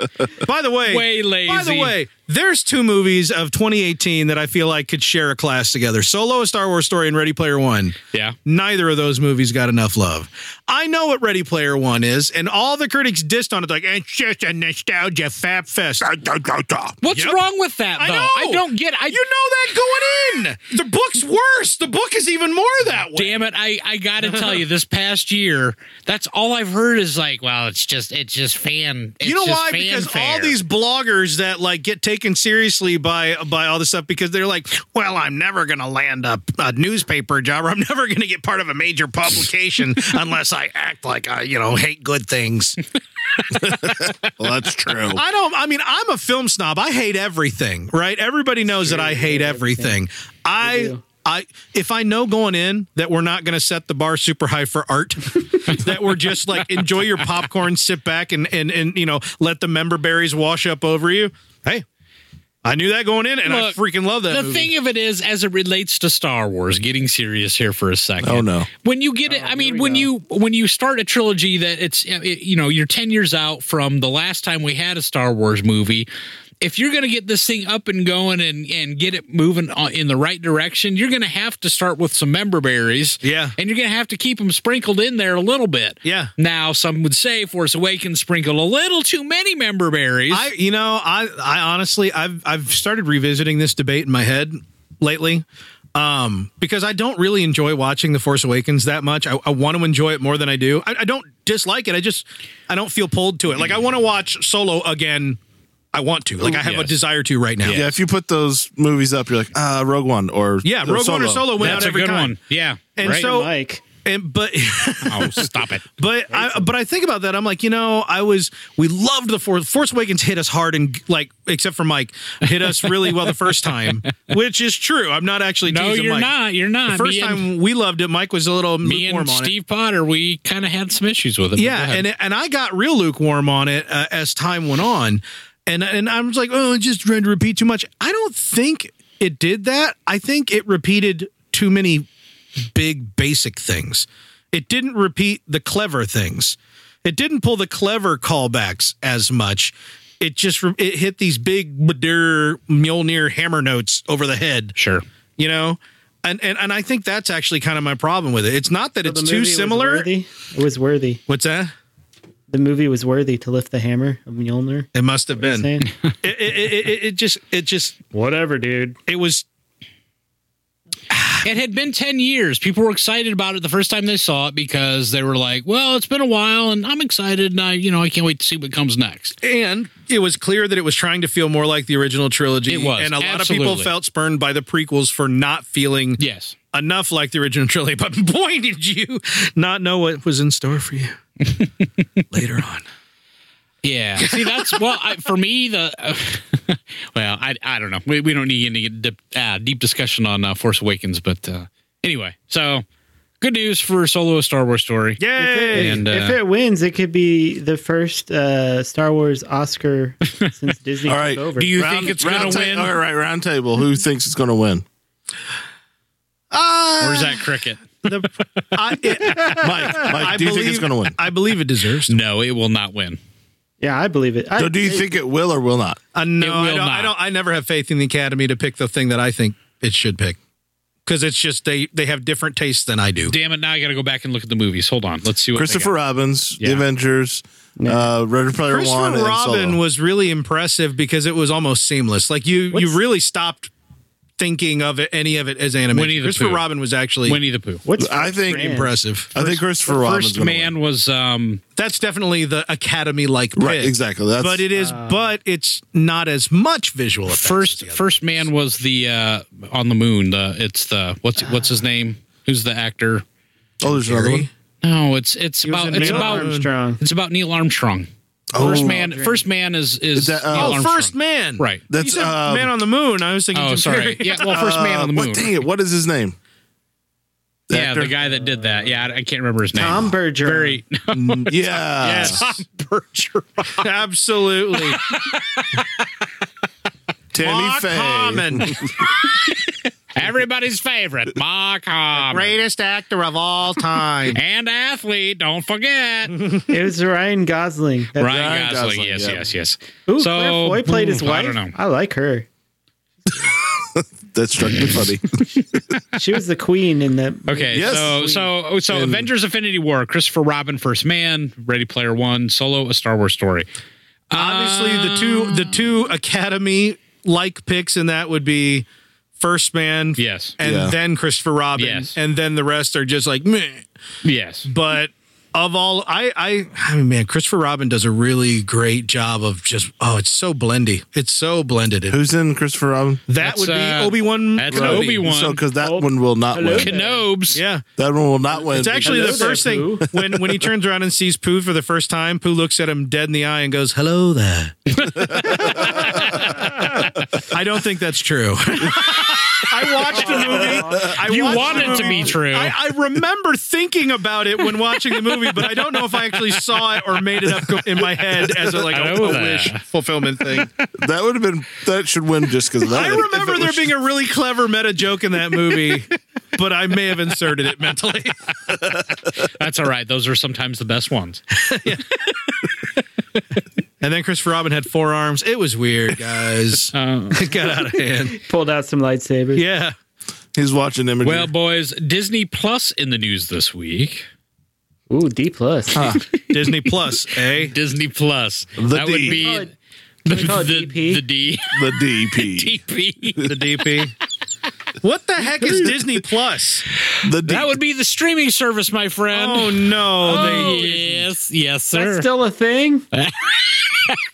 [SPEAKER 6] By the way,
[SPEAKER 5] way lazy.
[SPEAKER 6] by the way, there's two movies of 2018 that I feel like could share a class together: Solo, A Star Wars Story, and Ready Player One.
[SPEAKER 5] yeah,
[SPEAKER 6] Neither of those movies got enough love. I know what Ready Player One is, and all the critics dissed on it like it's just a nostalgia fab fest.
[SPEAKER 5] what's
[SPEAKER 6] Yep.
[SPEAKER 5] wrong with that?
[SPEAKER 6] I
[SPEAKER 5] Though
[SPEAKER 6] know.
[SPEAKER 5] I don't get. it. I
[SPEAKER 6] You know that going in. The book's worse. The book is even more that way.
[SPEAKER 5] damn it. I I gotta tell you, this past year, that's all I've heard is like, well, it's just it's just fan. It's
[SPEAKER 6] you know
[SPEAKER 5] just
[SPEAKER 6] why? Because all
[SPEAKER 5] fanfare.
[SPEAKER 6] these bloggers that like get taken seriously by by all this stuff because they're like, well, I'm never going to land a, a newspaper job, or I'm never going to get part of a major publication unless I act like I, you know, hate good things.
[SPEAKER 3] Well, that's true.
[SPEAKER 6] I don't. I mean, I'm a film snob. I hate everything. Right? Everybody knows that I hate everything. I.
[SPEAKER 4] do.
[SPEAKER 6] I if I know going in that we're not going to set the bar super high for art, that we're just like enjoy your popcorn, sit back and and and you know let the member berries wash up over you. Hey, I knew that going in, and
[SPEAKER 5] Look,
[SPEAKER 6] I freaking love that.
[SPEAKER 5] the
[SPEAKER 6] movie.
[SPEAKER 5] thing of it is, as it relates to Star Wars, getting serious here for a second.
[SPEAKER 3] Oh, no.
[SPEAKER 5] When you get it, I mean, when you when you start a trilogy that it's uh, it- you know you're ten years out from the last time we had a Star Wars movie. If you're going to get this thing up and going and and get it moving on- in the right direction, you're going to have to start with some member berries.
[SPEAKER 6] Yeah.
[SPEAKER 5] and you're going to have to keep them sprinkled in there a little bit.
[SPEAKER 6] Yeah.
[SPEAKER 5] Now, some would say Force Awakens sprinkled a little too many member berries.
[SPEAKER 6] I you know I I honestly I've I've started revisiting this debate in my head lately. Um, because I don't really enjoy watching The Force Awakens that much. I, I want to enjoy it more than I do. I, I don't dislike it. I just I don't feel pulled to it. Like I want to watch Solo again. I want to. Like I have a
[SPEAKER 5] Yes.
[SPEAKER 6] desire to right now.
[SPEAKER 3] Yeah, if you put those movies up, you're like, ah, Rogue One or
[SPEAKER 6] Yeah, Rogue One or Solo went
[SPEAKER 5] that's
[SPEAKER 6] out
[SPEAKER 5] a
[SPEAKER 6] every
[SPEAKER 5] good
[SPEAKER 6] time.
[SPEAKER 5] one. Yeah,
[SPEAKER 6] And
[SPEAKER 5] right?
[SPEAKER 6] so-
[SPEAKER 4] Mike,
[SPEAKER 6] And but
[SPEAKER 5] oh, stop it.
[SPEAKER 6] But I, but I think about that. I'm like, you know, I was we loved the Force. Force Awakens hit us hard and like, except for Mike, hit us really well the first time, which is true. I'm not actually.
[SPEAKER 5] No,
[SPEAKER 6] teasing
[SPEAKER 5] you're
[SPEAKER 6] Mike.
[SPEAKER 5] not. You're not.
[SPEAKER 6] The
[SPEAKER 5] Me
[SPEAKER 6] first
[SPEAKER 5] and-
[SPEAKER 6] time we loved it, Mike was a little
[SPEAKER 5] me
[SPEAKER 6] lukewarm
[SPEAKER 5] and
[SPEAKER 6] on
[SPEAKER 5] Steve Potter, we kind of had some issues with it.
[SPEAKER 6] it.
[SPEAKER 5] but
[SPEAKER 6] Yeah,
[SPEAKER 5] go ahead.
[SPEAKER 6] and and I got real lukewarm on it uh, as time went on, and and I was like, oh, it's just trying to repeat too much. I don't think it did that. I think it repeated too many big basic things. It didn't repeat the clever things. It didn't pull the clever callbacks as much. It just re- it hit these big Badur Mjolnir hammer notes over the head
[SPEAKER 5] sure.
[SPEAKER 6] you know and and, and i think that's actually kind of my problem with it it's not that
[SPEAKER 4] the
[SPEAKER 6] it's
[SPEAKER 4] movie
[SPEAKER 6] too
[SPEAKER 4] was
[SPEAKER 6] similar
[SPEAKER 4] worthy. It was worthy.
[SPEAKER 6] what's that
[SPEAKER 4] The movie was worthy to lift the hammer of Mjolnir.
[SPEAKER 6] it must have been it,
[SPEAKER 4] Saying
[SPEAKER 6] it, it, it- it just it just
[SPEAKER 4] whatever, dude.
[SPEAKER 6] it was
[SPEAKER 5] It had been 10 years. People were excited about it the first time they saw it because they were like, well, it's been a while and I'm excited and I, you know, I can't wait to see what comes next.
[SPEAKER 6] And it was clear that it was trying to feel more like the original trilogy.
[SPEAKER 5] It was,
[SPEAKER 6] And a lot of
[SPEAKER 5] absolutely.
[SPEAKER 6] people felt spurned by the prequels for not feeling
[SPEAKER 5] Yes.
[SPEAKER 6] enough like the original trilogy. But boy, did you not know what was in store for you later on.
[SPEAKER 5] Yeah. See, that's well I, for me. The well, I I don't know. We, we don't need any deep, uh, deep discussion on uh, Force Awakens, but uh, anyway, so good news for Solo: A Star Wars Story.
[SPEAKER 6] Yay!
[SPEAKER 5] And uh,
[SPEAKER 4] if it wins, it could be the first uh, Star Wars Oscar since Disney
[SPEAKER 3] All right.
[SPEAKER 4] took over.
[SPEAKER 5] do you think it's gonna
[SPEAKER 3] round ta-
[SPEAKER 5] win,
[SPEAKER 3] All
[SPEAKER 5] or
[SPEAKER 3] right, round table. Who thinks it's going to win?
[SPEAKER 5] is that cricket?
[SPEAKER 6] I,
[SPEAKER 3] Mike, Mike, do you think it's going to win?
[SPEAKER 6] I believe it deserves. To.
[SPEAKER 5] No, it will not win.
[SPEAKER 4] yeah, I believe it. I,
[SPEAKER 3] So do you think it will or will not?
[SPEAKER 6] Uh, no,
[SPEAKER 5] will
[SPEAKER 6] I don't,
[SPEAKER 5] not.
[SPEAKER 6] I don't. I never have faith in the Academy to pick the thing that I think it should pick because it's just they they have different tastes than I do.
[SPEAKER 5] Damn it! Now I got to go back and look at the movies. Hold on. Let's see what they
[SPEAKER 3] Christopher
[SPEAKER 5] got.
[SPEAKER 3] Robbins,
[SPEAKER 5] Yeah.
[SPEAKER 3] The Avengers, uh, Ready Player One,
[SPEAKER 6] Christopher
[SPEAKER 3] and
[SPEAKER 6] Robin
[SPEAKER 3] Solo.
[SPEAKER 6] was really impressive because it was almost seamless. Like you,
[SPEAKER 4] What's-
[SPEAKER 6] you really stopped thinking of it, any of it as animation.
[SPEAKER 5] Winnie the
[SPEAKER 6] Christopher
[SPEAKER 5] Pooh.
[SPEAKER 6] Robin was actually
[SPEAKER 5] Winnie the Pooh.
[SPEAKER 4] What's
[SPEAKER 3] I
[SPEAKER 4] first
[SPEAKER 3] think
[SPEAKER 4] brand?
[SPEAKER 6] impressive.
[SPEAKER 3] I think Christopher Robin's
[SPEAKER 5] First
[SPEAKER 3] gonna
[SPEAKER 5] man
[SPEAKER 3] win.
[SPEAKER 5] was um
[SPEAKER 6] That's definitely the Academy like pick.
[SPEAKER 3] Right, exactly. That's
[SPEAKER 6] but it is, but it's not as much visual. effects as
[SPEAKER 5] Uh, first.
[SPEAKER 6] the other.
[SPEAKER 5] First man was the uh on the moon. The it's the what's what's his name? Who's the actor?
[SPEAKER 3] oh, there's another one.
[SPEAKER 5] No, it's it's about
[SPEAKER 6] in
[SPEAKER 5] it's
[SPEAKER 6] Neil
[SPEAKER 5] about
[SPEAKER 4] Armstrong.
[SPEAKER 5] It's about Neil Armstrong. first man. First man is is,
[SPEAKER 3] that, uh,
[SPEAKER 5] Neil
[SPEAKER 6] Oh,
[SPEAKER 5] Armstrong.
[SPEAKER 6] first man.
[SPEAKER 5] Right.
[SPEAKER 6] You
[SPEAKER 3] That's
[SPEAKER 6] said
[SPEAKER 3] um,
[SPEAKER 6] man on the moon. I was thinking.
[SPEAKER 5] Oh,
[SPEAKER 6] Jim
[SPEAKER 5] sorry.
[SPEAKER 6] Carrey.
[SPEAKER 5] Yeah. Well, first man on
[SPEAKER 3] uh,
[SPEAKER 5] the moon.
[SPEAKER 3] What, dang it! What is his name? The
[SPEAKER 5] yeah, the
[SPEAKER 3] actor?
[SPEAKER 5] guy that did that. Yeah, I, I can't remember his name.
[SPEAKER 4] Tom Bergeron.
[SPEAKER 5] Very.
[SPEAKER 3] Yeah.
[SPEAKER 9] Uh,
[SPEAKER 6] Absolutely.
[SPEAKER 3] Tammy
[SPEAKER 6] Mark
[SPEAKER 3] Faye.
[SPEAKER 6] Harmon,
[SPEAKER 5] Everybody's favorite, Mark Hamill.
[SPEAKER 6] greatest actor of all time.
[SPEAKER 5] And athlete, don't forget. Ryan,
[SPEAKER 4] It was Ryan Gosling. That's
[SPEAKER 5] Gosling.
[SPEAKER 3] Gosling,
[SPEAKER 5] Yes,
[SPEAKER 3] yeah.
[SPEAKER 5] yes, yes.
[SPEAKER 4] Ooh,
[SPEAKER 5] So-
[SPEAKER 4] Claire Foy played his
[SPEAKER 5] Ooh,
[SPEAKER 4] wife.
[SPEAKER 5] I don't know.
[SPEAKER 4] like her.
[SPEAKER 3] That struck me funny.
[SPEAKER 4] She was the queen in that.
[SPEAKER 5] Okay,
[SPEAKER 3] Yes.
[SPEAKER 5] so so so
[SPEAKER 3] And-
[SPEAKER 5] Avengers: Infinity War, Christopher Robin, First Man, Ready Player One, Solo, A Star Wars Story.
[SPEAKER 6] Obviously, the two
[SPEAKER 5] Ah.
[SPEAKER 6] the two Academy like picks in that would be First Man,
[SPEAKER 5] Yes.
[SPEAKER 6] and
[SPEAKER 3] Yeah.
[SPEAKER 6] then Christopher Robin,
[SPEAKER 5] Yes.
[SPEAKER 6] and then the rest are just like meh.
[SPEAKER 5] Yes,
[SPEAKER 6] But of all, I I I mean, man, Christopher Robin does a really great job of just oh, it's so blendy, it's so blended. It-
[SPEAKER 3] Who's in Christopher Robin?
[SPEAKER 6] that
[SPEAKER 5] That's,
[SPEAKER 6] would be
[SPEAKER 5] uh,
[SPEAKER 6] Obi Wan.
[SPEAKER 5] that's Obi Wan.
[SPEAKER 3] So, because that
[SPEAKER 4] Oh,
[SPEAKER 3] one will not
[SPEAKER 4] hello.
[SPEAKER 3] win.
[SPEAKER 5] Kenobes.
[SPEAKER 6] Yeah,
[SPEAKER 3] That one will not win.
[SPEAKER 6] it's actually the
[SPEAKER 4] Hello there,
[SPEAKER 6] first thing
[SPEAKER 4] Pooh.
[SPEAKER 6] when when he turns around and sees Pooh for the first time. Pooh looks at him dead in the eye and goes, "Hello there." I don't think that's true. I watched the movie. I
[SPEAKER 5] You
[SPEAKER 6] watched
[SPEAKER 5] want
[SPEAKER 6] the
[SPEAKER 5] it to
[SPEAKER 6] movie.
[SPEAKER 5] be true.
[SPEAKER 6] I, I remember thinking about it when watching the movie, but I don't know if I actually saw it or made it up in my head as a, like a,
[SPEAKER 5] Hello
[SPEAKER 6] a
[SPEAKER 5] there.
[SPEAKER 6] wish fulfillment thing.
[SPEAKER 3] that would have been that should win just because that.
[SPEAKER 6] I
[SPEAKER 3] if- if
[SPEAKER 6] remember
[SPEAKER 3] it
[SPEAKER 6] there
[SPEAKER 3] was-
[SPEAKER 6] being a really clever meta joke in that movie, but I may have inserted it mentally.
[SPEAKER 5] That's all right. Those are sometimes the best ones.
[SPEAKER 6] And then Christopher Robin had four arms. It was weird, guys.
[SPEAKER 5] Uh,
[SPEAKER 6] it got out of hand.
[SPEAKER 4] Pulled out some lightsabers.
[SPEAKER 6] Yeah.
[SPEAKER 3] he's watching imagery.
[SPEAKER 5] well, boys, Disney Plus in the news this week.
[SPEAKER 4] Ooh, D plus.
[SPEAKER 6] Disney Plus, eh?
[SPEAKER 5] Disney Plus. that would
[SPEAKER 3] D.
[SPEAKER 5] be
[SPEAKER 4] Call it-
[SPEAKER 5] the,
[SPEAKER 4] we call it
[SPEAKER 5] the,
[SPEAKER 4] DP?
[SPEAKER 5] the D.
[SPEAKER 3] the E DP,
[SPEAKER 5] DP.
[SPEAKER 6] The DP. What the heck is Disney Plus?
[SPEAKER 3] the D, E
[SPEAKER 5] That would be the streaming service, my friend.
[SPEAKER 6] Oh no,
[SPEAKER 5] Oh,
[SPEAKER 6] they
[SPEAKER 5] yes, yes,
[SPEAKER 4] That's
[SPEAKER 5] sir.
[SPEAKER 4] still a thing.
[SPEAKER 5] Uh,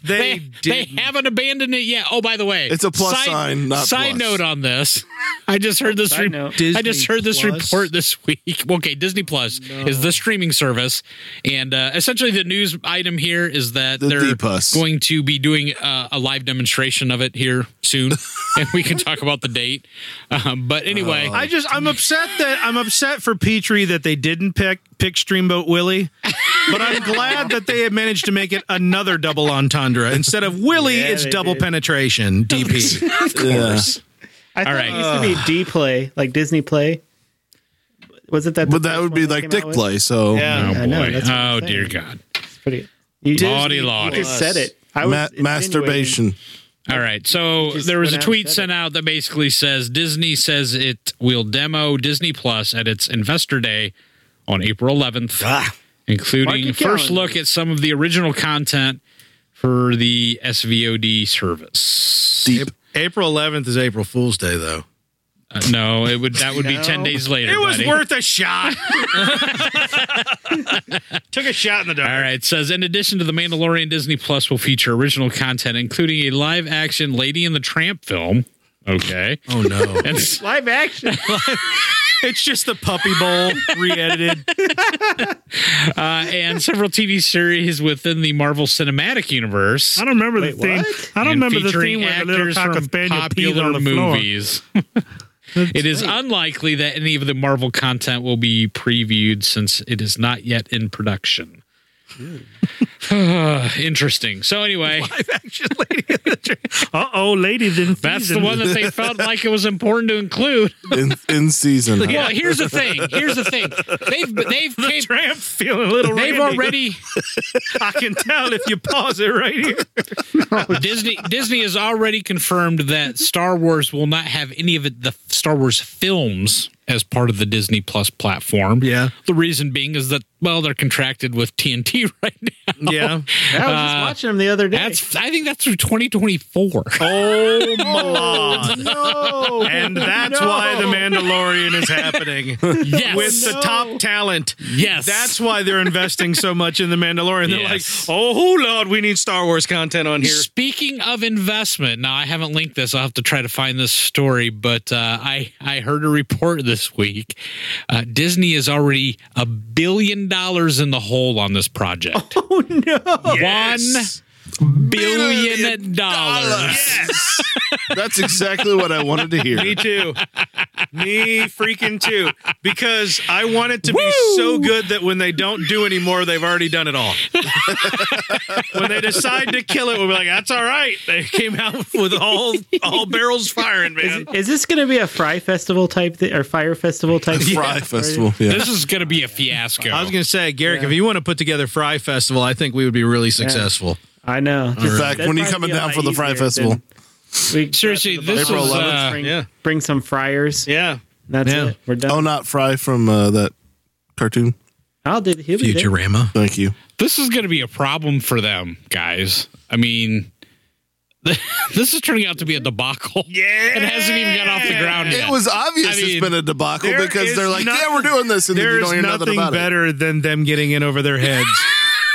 [SPEAKER 6] they,
[SPEAKER 5] they, they
[SPEAKER 6] did.
[SPEAKER 5] haven't abandoned it yet. Oh, by the way,
[SPEAKER 3] It's a plus
[SPEAKER 5] side,
[SPEAKER 3] sign, not
[SPEAKER 5] side
[SPEAKER 3] plus.
[SPEAKER 5] note on this. I just heard this.
[SPEAKER 4] Side
[SPEAKER 5] Re-
[SPEAKER 4] note.
[SPEAKER 5] I just
[SPEAKER 6] Disney
[SPEAKER 5] heard this
[SPEAKER 6] Plus?
[SPEAKER 5] report this week. Okay, Disney Plus is the streaming service, and uh, essentially the news item here is that
[SPEAKER 3] The
[SPEAKER 5] they're
[SPEAKER 3] D-Plus.
[SPEAKER 5] going to be doing uh, a live demonstration of it here soon, and we can talk about the date. Um, but anyway,
[SPEAKER 3] Oh.
[SPEAKER 6] I just I'm upset that I'm upset for Petrie that they didn't pick pick Streamboat Willie. But I'm glad that they had managed to make it another double entendre. Instead of Willie,
[SPEAKER 4] Yeah,
[SPEAKER 6] it's
[SPEAKER 4] they
[SPEAKER 6] double
[SPEAKER 4] did.
[SPEAKER 6] penetration. DP.
[SPEAKER 3] yeah.
[SPEAKER 4] I thought
[SPEAKER 5] right.
[SPEAKER 4] it used to be D play, like Disney play. Was it that? the
[SPEAKER 3] but that
[SPEAKER 4] first
[SPEAKER 3] would
[SPEAKER 4] one
[SPEAKER 3] be
[SPEAKER 4] they
[SPEAKER 3] like
[SPEAKER 4] came
[SPEAKER 3] dick
[SPEAKER 4] out with?
[SPEAKER 3] play. So
[SPEAKER 5] oh
[SPEAKER 6] Yeah.
[SPEAKER 5] boy,
[SPEAKER 4] I know, that's what
[SPEAKER 5] oh
[SPEAKER 4] I'm
[SPEAKER 5] dear
[SPEAKER 4] saying.
[SPEAKER 5] God!
[SPEAKER 4] It's pretty. You
[SPEAKER 5] Lordy, lordy.
[SPEAKER 4] You said it. I
[SPEAKER 3] ma-
[SPEAKER 4] was insinuating.
[SPEAKER 3] masturbation.
[SPEAKER 5] All right. So
[SPEAKER 4] just
[SPEAKER 5] there was a
[SPEAKER 4] went out
[SPEAKER 5] tweet
[SPEAKER 4] and said
[SPEAKER 5] sent out that basically says Disney says it will demo Disney Plus at its investor day on April 11th,
[SPEAKER 4] Mark
[SPEAKER 5] including
[SPEAKER 4] your
[SPEAKER 5] first
[SPEAKER 4] calendar.
[SPEAKER 5] look at some of the original content for the SVOD service.
[SPEAKER 3] Deep.
[SPEAKER 6] April 11th is April Fool's Day, though.
[SPEAKER 5] Uh, no, it would that would be ten days later.
[SPEAKER 6] It was
[SPEAKER 5] buddy.
[SPEAKER 6] worth a shot.
[SPEAKER 1] Took a shot in the dark.
[SPEAKER 5] All right. it Says in addition to the Mandalorian, Disney Plus will feature original content, including a live-action Lady and the Tramp film. Okay.
[SPEAKER 9] Oh no.
[SPEAKER 5] And
[SPEAKER 4] Live action.
[SPEAKER 6] It's just the puppy bowl re-edited.
[SPEAKER 5] uh, and several TV series within the Marvel Cinematic Universe.
[SPEAKER 10] I don't remember the theme. I don't
[SPEAKER 5] and
[SPEAKER 10] remember the
[SPEAKER 5] featuring
[SPEAKER 10] theme where the little
[SPEAKER 5] actors from
[SPEAKER 10] cockapaniel peed
[SPEAKER 5] popular
[SPEAKER 10] on the
[SPEAKER 5] movies. it is unlikely that any of the Marvel content will be previewed since it is not yet in production.
[SPEAKER 10] Hmm.
[SPEAKER 5] Interesting. So anyway,
[SPEAKER 10] floor. Uh oh, lady didn't.
[SPEAKER 5] that's the one that they felt like it was important to include.
[SPEAKER 3] in, in season.
[SPEAKER 5] Well, here's the thing. Here's the thing. They've they've they've,
[SPEAKER 10] Tramp feeling a little.
[SPEAKER 5] they've
[SPEAKER 10] randy.
[SPEAKER 5] already
[SPEAKER 10] I can tell if you pause it right here.
[SPEAKER 5] Disney Disney has already confirmed that Star Wars will not have any of the Star Wars films as part of the Disney Plus platform.
[SPEAKER 6] Yeah.
[SPEAKER 5] The reason being is that well, they're contracted with TNT right now.
[SPEAKER 6] Yeah.
[SPEAKER 4] I was
[SPEAKER 6] Uh,
[SPEAKER 4] just watching them the other day.
[SPEAKER 5] That's I think that's through 2024.
[SPEAKER 6] Oh my god.
[SPEAKER 4] no.
[SPEAKER 6] And that's
[SPEAKER 4] No.
[SPEAKER 6] why the Mandalorian is happening
[SPEAKER 5] yes.
[SPEAKER 6] with the top talent.
[SPEAKER 5] yes.
[SPEAKER 6] That's why they're investing so much in the Mandalorian. They're
[SPEAKER 5] Yes.
[SPEAKER 6] like, oh lord, we need Star Wars content on here.
[SPEAKER 5] Speaking of investment, now I haven't linked this. I'll have to try to find this story, but uh, I I heard a report this week. Uh, Disney is already a billion dollars in the hole on this project. Oh no! One billion dollars.
[SPEAKER 3] That's exactly what I wanted to
[SPEAKER 6] Me
[SPEAKER 3] hear.
[SPEAKER 6] too. Me freaking too. Because I want it to be so good that when they don't do anymore, they've already done it all. when they decide to kill it, we'll be like, that's all right. They came out with all all barrels firing, man.
[SPEAKER 4] Is this going to be a fry festival type thi- or fire festival type? thing?
[SPEAKER 3] Fry Festival. Yeah.
[SPEAKER 5] This is going to be a fiasco.
[SPEAKER 6] I was going to say, Garrick, if you want to put together Fry Festival, I think we would be really successful.
[SPEAKER 4] I know.
[SPEAKER 3] In fact, when you coming down for the fry festival?
[SPEAKER 4] We
[SPEAKER 5] Seriously, this
[SPEAKER 3] April
[SPEAKER 5] was,
[SPEAKER 3] 11th.
[SPEAKER 5] uh,
[SPEAKER 4] bring,
[SPEAKER 6] yeah.
[SPEAKER 4] bring some fryers.
[SPEAKER 6] Yeah.
[SPEAKER 4] That's
[SPEAKER 6] Yeah.
[SPEAKER 4] it. We're done. Oh,
[SPEAKER 3] Oh, not Fry from uh, that cartoon. Oh,
[SPEAKER 4] I'll do the Future.
[SPEAKER 9] Futurama.
[SPEAKER 3] Thank you.
[SPEAKER 5] this is going to be a problem for them, guys. I mean, this is turning out to be a debacle. Yeah, it hasn't even got off the ground yet.
[SPEAKER 3] It was obvious
[SPEAKER 5] I mean,
[SPEAKER 3] it's been a debacle
[SPEAKER 6] there
[SPEAKER 3] because they're
[SPEAKER 6] is
[SPEAKER 3] like,
[SPEAKER 6] nothing-
[SPEAKER 3] yeah, we're doing this, and then you
[SPEAKER 6] There's
[SPEAKER 3] don't hear nothing
[SPEAKER 6] nothing
[SPEAKER 3] about it.
[SPEAKER 6] better than them getting in over their heads.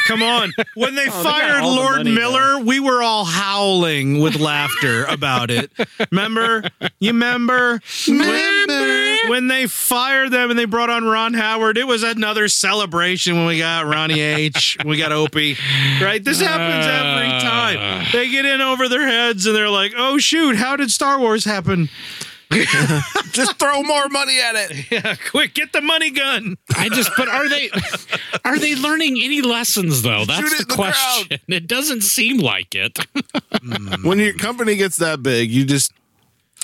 [SPEAKER 6] Come on. When Oh, they fired
[SPEAKER 4] all the
[SPEAKER 6] Lord
[SPEAKER 4] money,
[SPEAKER 6] Miller, we were all howling with laughter about it. Remember? You remember? When, when they fired them and they brought on Ron Howard, it was another celebration when we got Ronnie H, we got Opie, right? This happens every time. They get in over their heads and they're like, oh, shoot, how did Star Wars happen?
[SPEAKER 3] Just throw more money at it.
[SPEAKER 6] Quick, get the money gun.
[SPEAKER 5] I just, but are they are they learning any lessons though? That's
[SPEAKER 3] Shoot it
[SPEAKER 5] the,
[SPEAKER 3] in the
[SPEAKER 5] question. It doesn't seem like it.
[SPEAKER 3] When your company gets that big, you just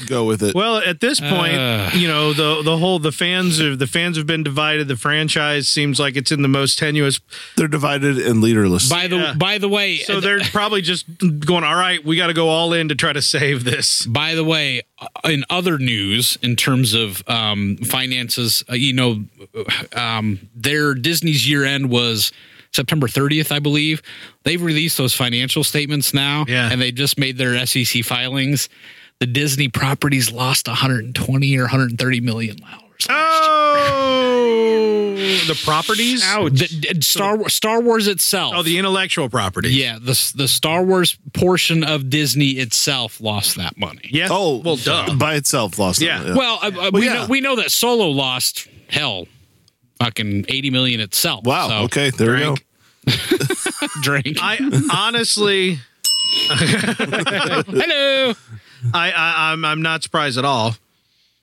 [SPEAKER 3] go with it.
[SPEAKER 6] Well, at this point,
[SPEAKER 5] Uh.
[SPEAKER 6] you know the the whole the fans of the fans have been divided. The franchise seems like it's in the most tenuous.
[SPEAKER 3] they're divided and leaderless.
[SPEAKER 5] By the by the way, uh,
[SPEAKER 6] So they're probably just going. All right, we got to go all in to try to save this.
[SPEAKER 5] by the way, uh, in other news, in terms of um, finances, uh, you know, um, their Disney's year end was September 30th, I believe. They've released those financial statements now,
[SPEAKER 6] Yeah.
[SPEAKER 5] and they just made their SEC filings. The Disney properties lost 120 or 130 million dollars.
[SPEAKER 6] Oh, the properties.
[SPEAKER 5] The- the Star Wa- Star Wars itself.
[SPEAKER 6] Oh, the intellectual property.
[SPEAKER 5] yeah, the the Star Wars portion of Disney itself lost that money.
[SPEAKER 6] Yeah.
[SPEAKER 3] oh,
[SPEAKER 6] well, duh.
[SPEAKER 3] By itself, lost.
[SPEAKER 6] Yeah.
[SPEAKER 3] it,
[SPEAKER 5] Well, uh, uh, we
[SPEAKER 3] yeah.
[SPEAKER 5] know we know that Solo lost hell, fucking eighty million itself.
[SPEAKER 3] Wow.
[SPEAKER 5] So,
[SPEAKER 3] okay. There we
[SPEAKER 6] Drink.
[SPEAKER 3] go.
[SPEAKER 5] Drink.
[SPEAKER 6] I honestly,
[SPEAKER 5] Hello.
[SPEAKER 6] I, I I'm I'm not surprised at all.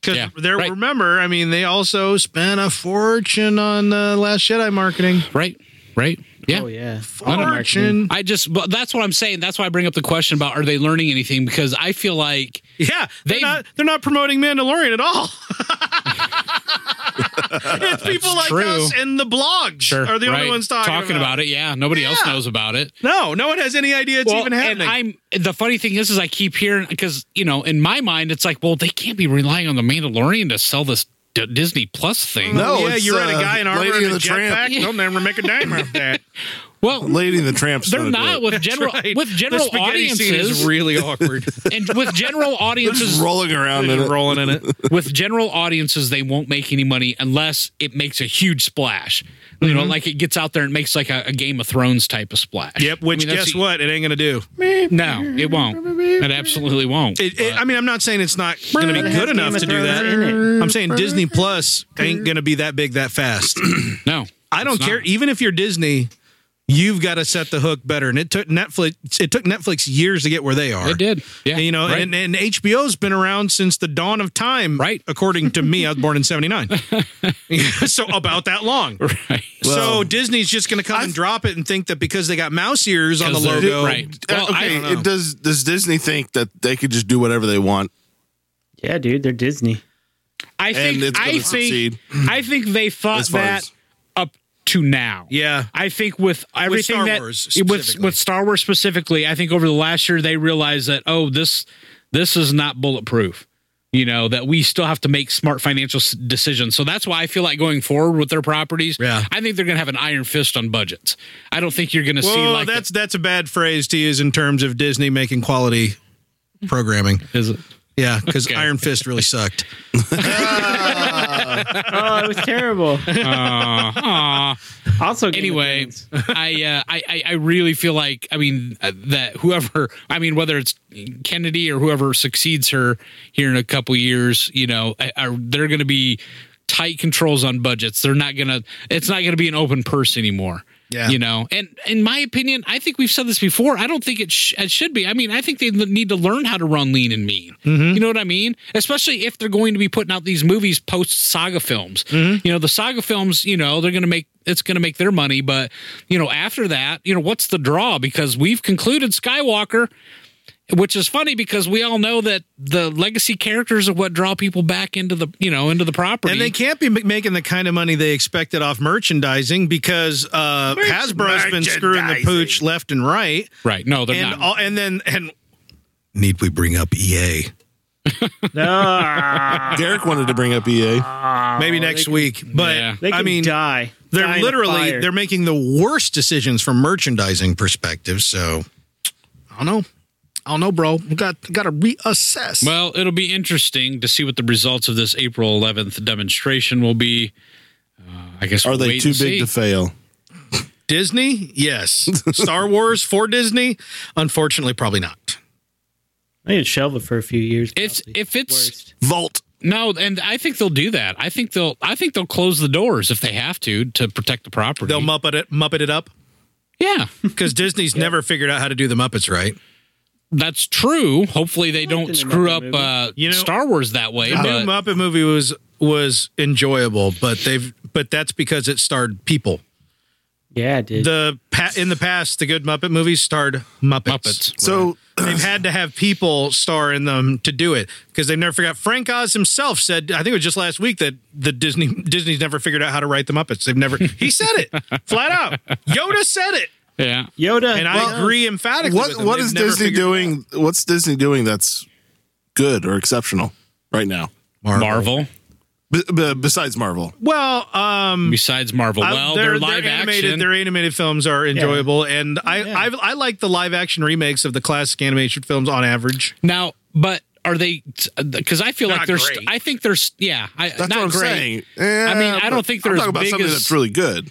[SPEAKER 6] Because
[SPEAKER 5] Yeah,
[SPEAKER 6] there,
[SPEAKER 5] right.
[SPEAKER 6] remember, I mean, they also spent a fortune on the Last Jedi marketing.
[SPEAKER 5] Right. Right. Yeah.
[SPEAKER 4] Oh yeah.
[SPEAKER 6] Fortune.
[SPEAKER 5] I just. But that's what I'm saying. That's why I bring up the question about are they learning anything? Because I feel like
[SPEAKER 6] Yeah, they're
[SPEAKER 5] They-
[SPEAKER 6] not they're not promoting Mandalorian at all. it's people like
[SPEAKER 5] true.
[SPEAKER 6] us and the blogs are the
[SPEAKER 5] right,
[SPEAKER 6] only ones talking,
[SPEAKER 5] about, it. Yeah. Nobody else
[SPEAKER 6] Yeah.
[SPEAKER 5] knows about it.
[SPEAKER 6] No, no one has any idea it's even
[SPEAKER 5] and
[SPEAKER 6] happening.
[SPEAKER 5] I'm the funny thing is, is I keep hearing because you know in my mind it's like, well, they can't be relying on the Mandalorian to sell this D- Disney Plus thing.
[SPEAKER 3] No,
[SPEAKER 6] Oh, yeah,
[SPEAKER 3] it's,
[SPEAKER 6] you read a
[SPEAKER 3] uh,
[SPEAKER 6] guy in armor
[SPEAKER 3] Lady
[SPEAKER 6] and a
[SPEAKER 3] and the Tramp.
[SPEAKER 6] jetpack. They'll never make a dime off that.
[SPEAKER 5] Well,
[SPEAKER 3] Lady and uh, the Tramp's
[SPEAKER 5] they're
[SPEAKER 3] gonna do
[SPEAKER 5] not
[SPEAKER 3] it.
[SPEAKER 5] with general
[SPEAKER 10] right.
[SPEAKER 5] with general
[SPEAKER 10] spaghetti scene
[SPEAKER 5] audiences
[SPEAKER 10] is really awkward.
[SPEAKER 5] and with general audiences
[SPEAKER 3] Just rolling around in it.
[SPEAKER 10] rolling in it.
[SPEAKER 5] with general audiences, they won't make any money unless it makes a huge splash. You
[SPEAKER 6] Mm-hmm.
[SPEAKER 5] know, like it gets out there and makes like a, a Game of Thrones type of splash.
[SPEAKER 6] Yep.
[SPEAKER 5] I
[SPEAKER 6] Which
[SPEAKER 5] mean, that's
[SPEAKER 6] guess
[SPEAKER 5] the-
[SPEAKER 6] what? It ain't gonna do.
[SPEAKER 5] No, it won't. It absolutely won't.
[SPEAKER 6] It, it, I mean, I'm not saying it's not gonna be
[SPEAKER 4] It has
[SPEAKER 6] good enough
[SPEAKER 4] Game of
[SPEAKER 6] to do
[SPEAKER 4] Thrones
[SPEAKER 6] that.
[SPEAKER 4] in it.
[SPEAKER 6] I'm saying Disney Plus ain't gonna be that big that fast.
[SPEAKER 5] no,
[SPEAKER 6] I don't
[SPEAKER 5] It's not.
[SPEAKER 6] care. Even if you're Disney, you've got to set the hook better. And it took Netflix. It took Netflix years to get where they are.
[SPEAKER 5] It did. Yeah,
[SPEAKER 6] And, you know,
[SPEAKER 5] right.
[SPEAKER 6] and, and HBO's been around since the dawn of time.
[SPEAKER 5] Right.
[SPEAKER 6] According to me, I was born in '79, so about that long.
[SPEAKER 5] Right.
[SPEAKER 6] so Disney's just going to come and drop it and think that because they got mouse ears on the
[SPEAKER 5] 'Cause they're-
[SPEAKER 6] logo,
[SPEAKER 5] right.
[SPEAKER 3] Uh,
[SPEAKER 5] Well, I
[SPEAKER 3] okay,
[SPEAKER 5] don't know.
[SPEAKER 3] it does does Disney think that they could just do whatever they want?
[SPEAKER 4] Yeah, dude, they're Disney.
[SPEAKER 5] I think.
[SPEAKER 3] it's gonna
[SPEAKER 5] I think.
[SPEAKER 3] succeed.
[SPEAKER 5] I think they thought
[SPEAKER 3] As far
[SPEAKER 5] that
[SPEAKER 3] as-
[SPEAKER 5] up to now.
[SPEAKER 6] Yeah.
[SPEAKER 5] I think with everything
[SPEAKER 6] Star
[SPEAKER 5] that
[SPEAKER 6] Wars
[SPEAKER 5] with
[SPEAKER 6] specifically.
[SPEAKER 5] with Star Wars specifically, I think over the last year they realized that oh this this is not bulletproof. You know that we still have to make smart financial s- decisions. So that's why I feel like going forward with their properties.
[SPEAKER 6] Yeah.
[SPEAKER 5] I think they're going to have an iron fist on budgets. I don't think you're going to see
[SPEAKER 6] Well,
[SPEAKER 5] like
[SPEAKER 6] oh, that's that's a bad phrase to use in terms of Disney making quality programming.
[SPEAKER 5] a- is it-
[SPEAKER 6] Yeah, because
[SPEAKER 5] Okay.
[SPEAKER 6] Iron Fist really sucked.
[SPEAKER 4] Oh, it was terrible.
[SPEAKER 5] Aw.
[SPEAKER 4] Also, Game of
[SPEAKER 5] anyway,
[SPEAKER 4] Thrones.
[SPEAKER 5] I, uh, I I I really feel like I mean uh, that whoever I mean whether it's Kennedy or whoever succeeds her here in a couple years, you know, I- are they're going to be tight controls on budgets. They're not going to. It's not going to be an open purse anymore.
[SPEAKER 6] Yeah.
[SPEAKER 5] You know, and in my opinion, I think we've said this before. I don't think it, sh- it should be. I mean, I think they l- need to learn how to run lean and mean.
[SPEAKER 6] Mm-hmm.
[SPEAKER 5] You know what I mean? Especially if they're going to be putting out these movies post saga films.
[SPEAKER 6] Mm-hmm.
[SPEAKER 5] You know, the saga films, you know, they're going to make it's going to make their money, but you know, after that, you know, what's the draw? Because we've concluded Skywalker, which is funny because we all know that the legacy characters are what draw people back into the you know into the property.
[SPEAKER 6] And they can't be m- making the kind of money they expected off merchandising because uh, Hasbro's been screwing the pooch left and right,
[SPEAKER 5] right? No, they're
[SPEAKER 6] and
[SPEAKER 5] not.
[SPEAKER 6] all, and then and need we bring up E EA?
[SPEAKER 4] Ah,
[SPEAKER 3] Derek wanted to bring up E EA.
[SPEAKER 4] Oh,
[SPEAKER 6] Maybe next week, but
[SPEAKER 5] Yeah.
[SPEAKER 4] they
[SPEAKER 6] I
[SPEAKER 4] can
[SPEAKER 6] mean,
[SPEAKER 4] die.
[SPEAKER 6] they're
[SPEAKER 4] Die in a
[SPEAKER 6] literally
[SPEAKER 4] fire.
[SPEAKER 6] they're making the worst decisions from merchandising perspective. So I don't know, I don't know, bro. We got got to reassess.
[SPEAKER 5] Well, it'll be interesting to see what the results of this April 11th demonstration will be. Uh, I guess
[SPEAKER 3] Are
[SPEAKER 5] we'll
[SPEAKER 3] they
[SPEAKER 5] wait
[SPEAKER 3] too
[SPEAKER 5] and see.
[SPEAKER 3] big to fail?
[SPEAKER 6] Disney, yes. Star Wars for Disney, unfortunately, probably not.
[SPEAKER 4] I need to shelve it for a few years.
[SPEAKER 5] It's
[SPEAKER 4] probably.
[SPEAKER 5] if it's
[SPEAKER 4] Worst.
[SPEAKER 3] Vault.
[SPEAKER 5] no, and I think they'll do that. I think they'll I think they'll close the doors if they have to to protect the property.
[SPEAKER 6] They'll muppet it, muppet it up.
[SPEAKER 5] yeah,
[SPEAKER 6] because Disney's never figured out how to do the Muppets right.
[SPEAKER 5] that's true. Hopefully they don't
[SPEAKER 4] an
[SPEAKER 5] screw
[SPEAKER 4] Muppet
[SPEAKER 5] up
[SPEAKER 4] movie.
[SPEAKER 5] uh,
[SPEAKER 6] You know-
[SPEAKER 5] Star Wars that way.
[SPEAKER 6] The new
[SPEAKER 3] Uh,
[SPEAKER 5] But
[SPEAKER 6] Muppet movie was was enjoyable, but they've but that's because it starred people.
[SPEAKER 4] Yeah, dude.
[SPEAKER 6] The pa- in the past, the good Muppet movies starred Muppets.
[SPEAKER 5] Muppets.
[SPEAKER 3] So
[SPEAKER 6] They've had to have people star in them to do it because they've never figured out. Frank Oz himself said, I think it was just last week that the Disney Disney's never figured out how to write the Muppets. They've never. He said it flat out. Yoda said it,
[SPEAKER 5] yeah,
[SPEAKER 4] Yoda.
[SPEAKER 6] and I agree emphatically.
[SPEAKER 3] what
[SPEAKER 6] with him.
[SPEAKER 3] what
[SPEAKER 6] They've
[SPEAKER 3] is
[SPEAKER 6] never
[SPEAKER 3] Disney
[SPEAKER 6] figured-
[SPEAKER 3] doing? What's Disney doing that's good or exceptional right now?
[SPEAKER 5] Marvel.
[SPEAKER 3] B- b- besides Marvel,
[SPEAKER 6] Well, um,
[SPEAKER 5] Besides Marvel,
[SPEAKER 6] I-
[SPEAKER 5] well, they're, live
[SPEAKER 6] animated,
[SPEAKER 5] action.
[SPEAKER 6] Their animated films are enjoyable, and I i I like the live action remakes of the classic animation films on average.
[SPEAKER 5] now, but are they? Because I feel like
[SPEAKER 6] Not
[SPEAKER 5] there's.
[SPEAKER 6] great.
[SPEAKER 5] I think there's. Yeah, I,
[SPEAKER 3] that's
[SPEAKER 5] not
[SPEAKER 3] what I'm
[SPEAKER 5] great.
[SPEAKER 3] saying.
[SPEAKER 5] I mean,
[SPEAKER 3] Eh,
[SPEAKER 5] I
[SPEAKER 3] but
[SPEAKER 5] don't think
[SPEAKER 3] I'm
[SPEAKER 5] they're as
[SPEAKER 3] talking about
[SPEAKER 5] big
[SPEAKER 3] something
[SPEAKER 5] as-
[SPEAKER 3] that's really good.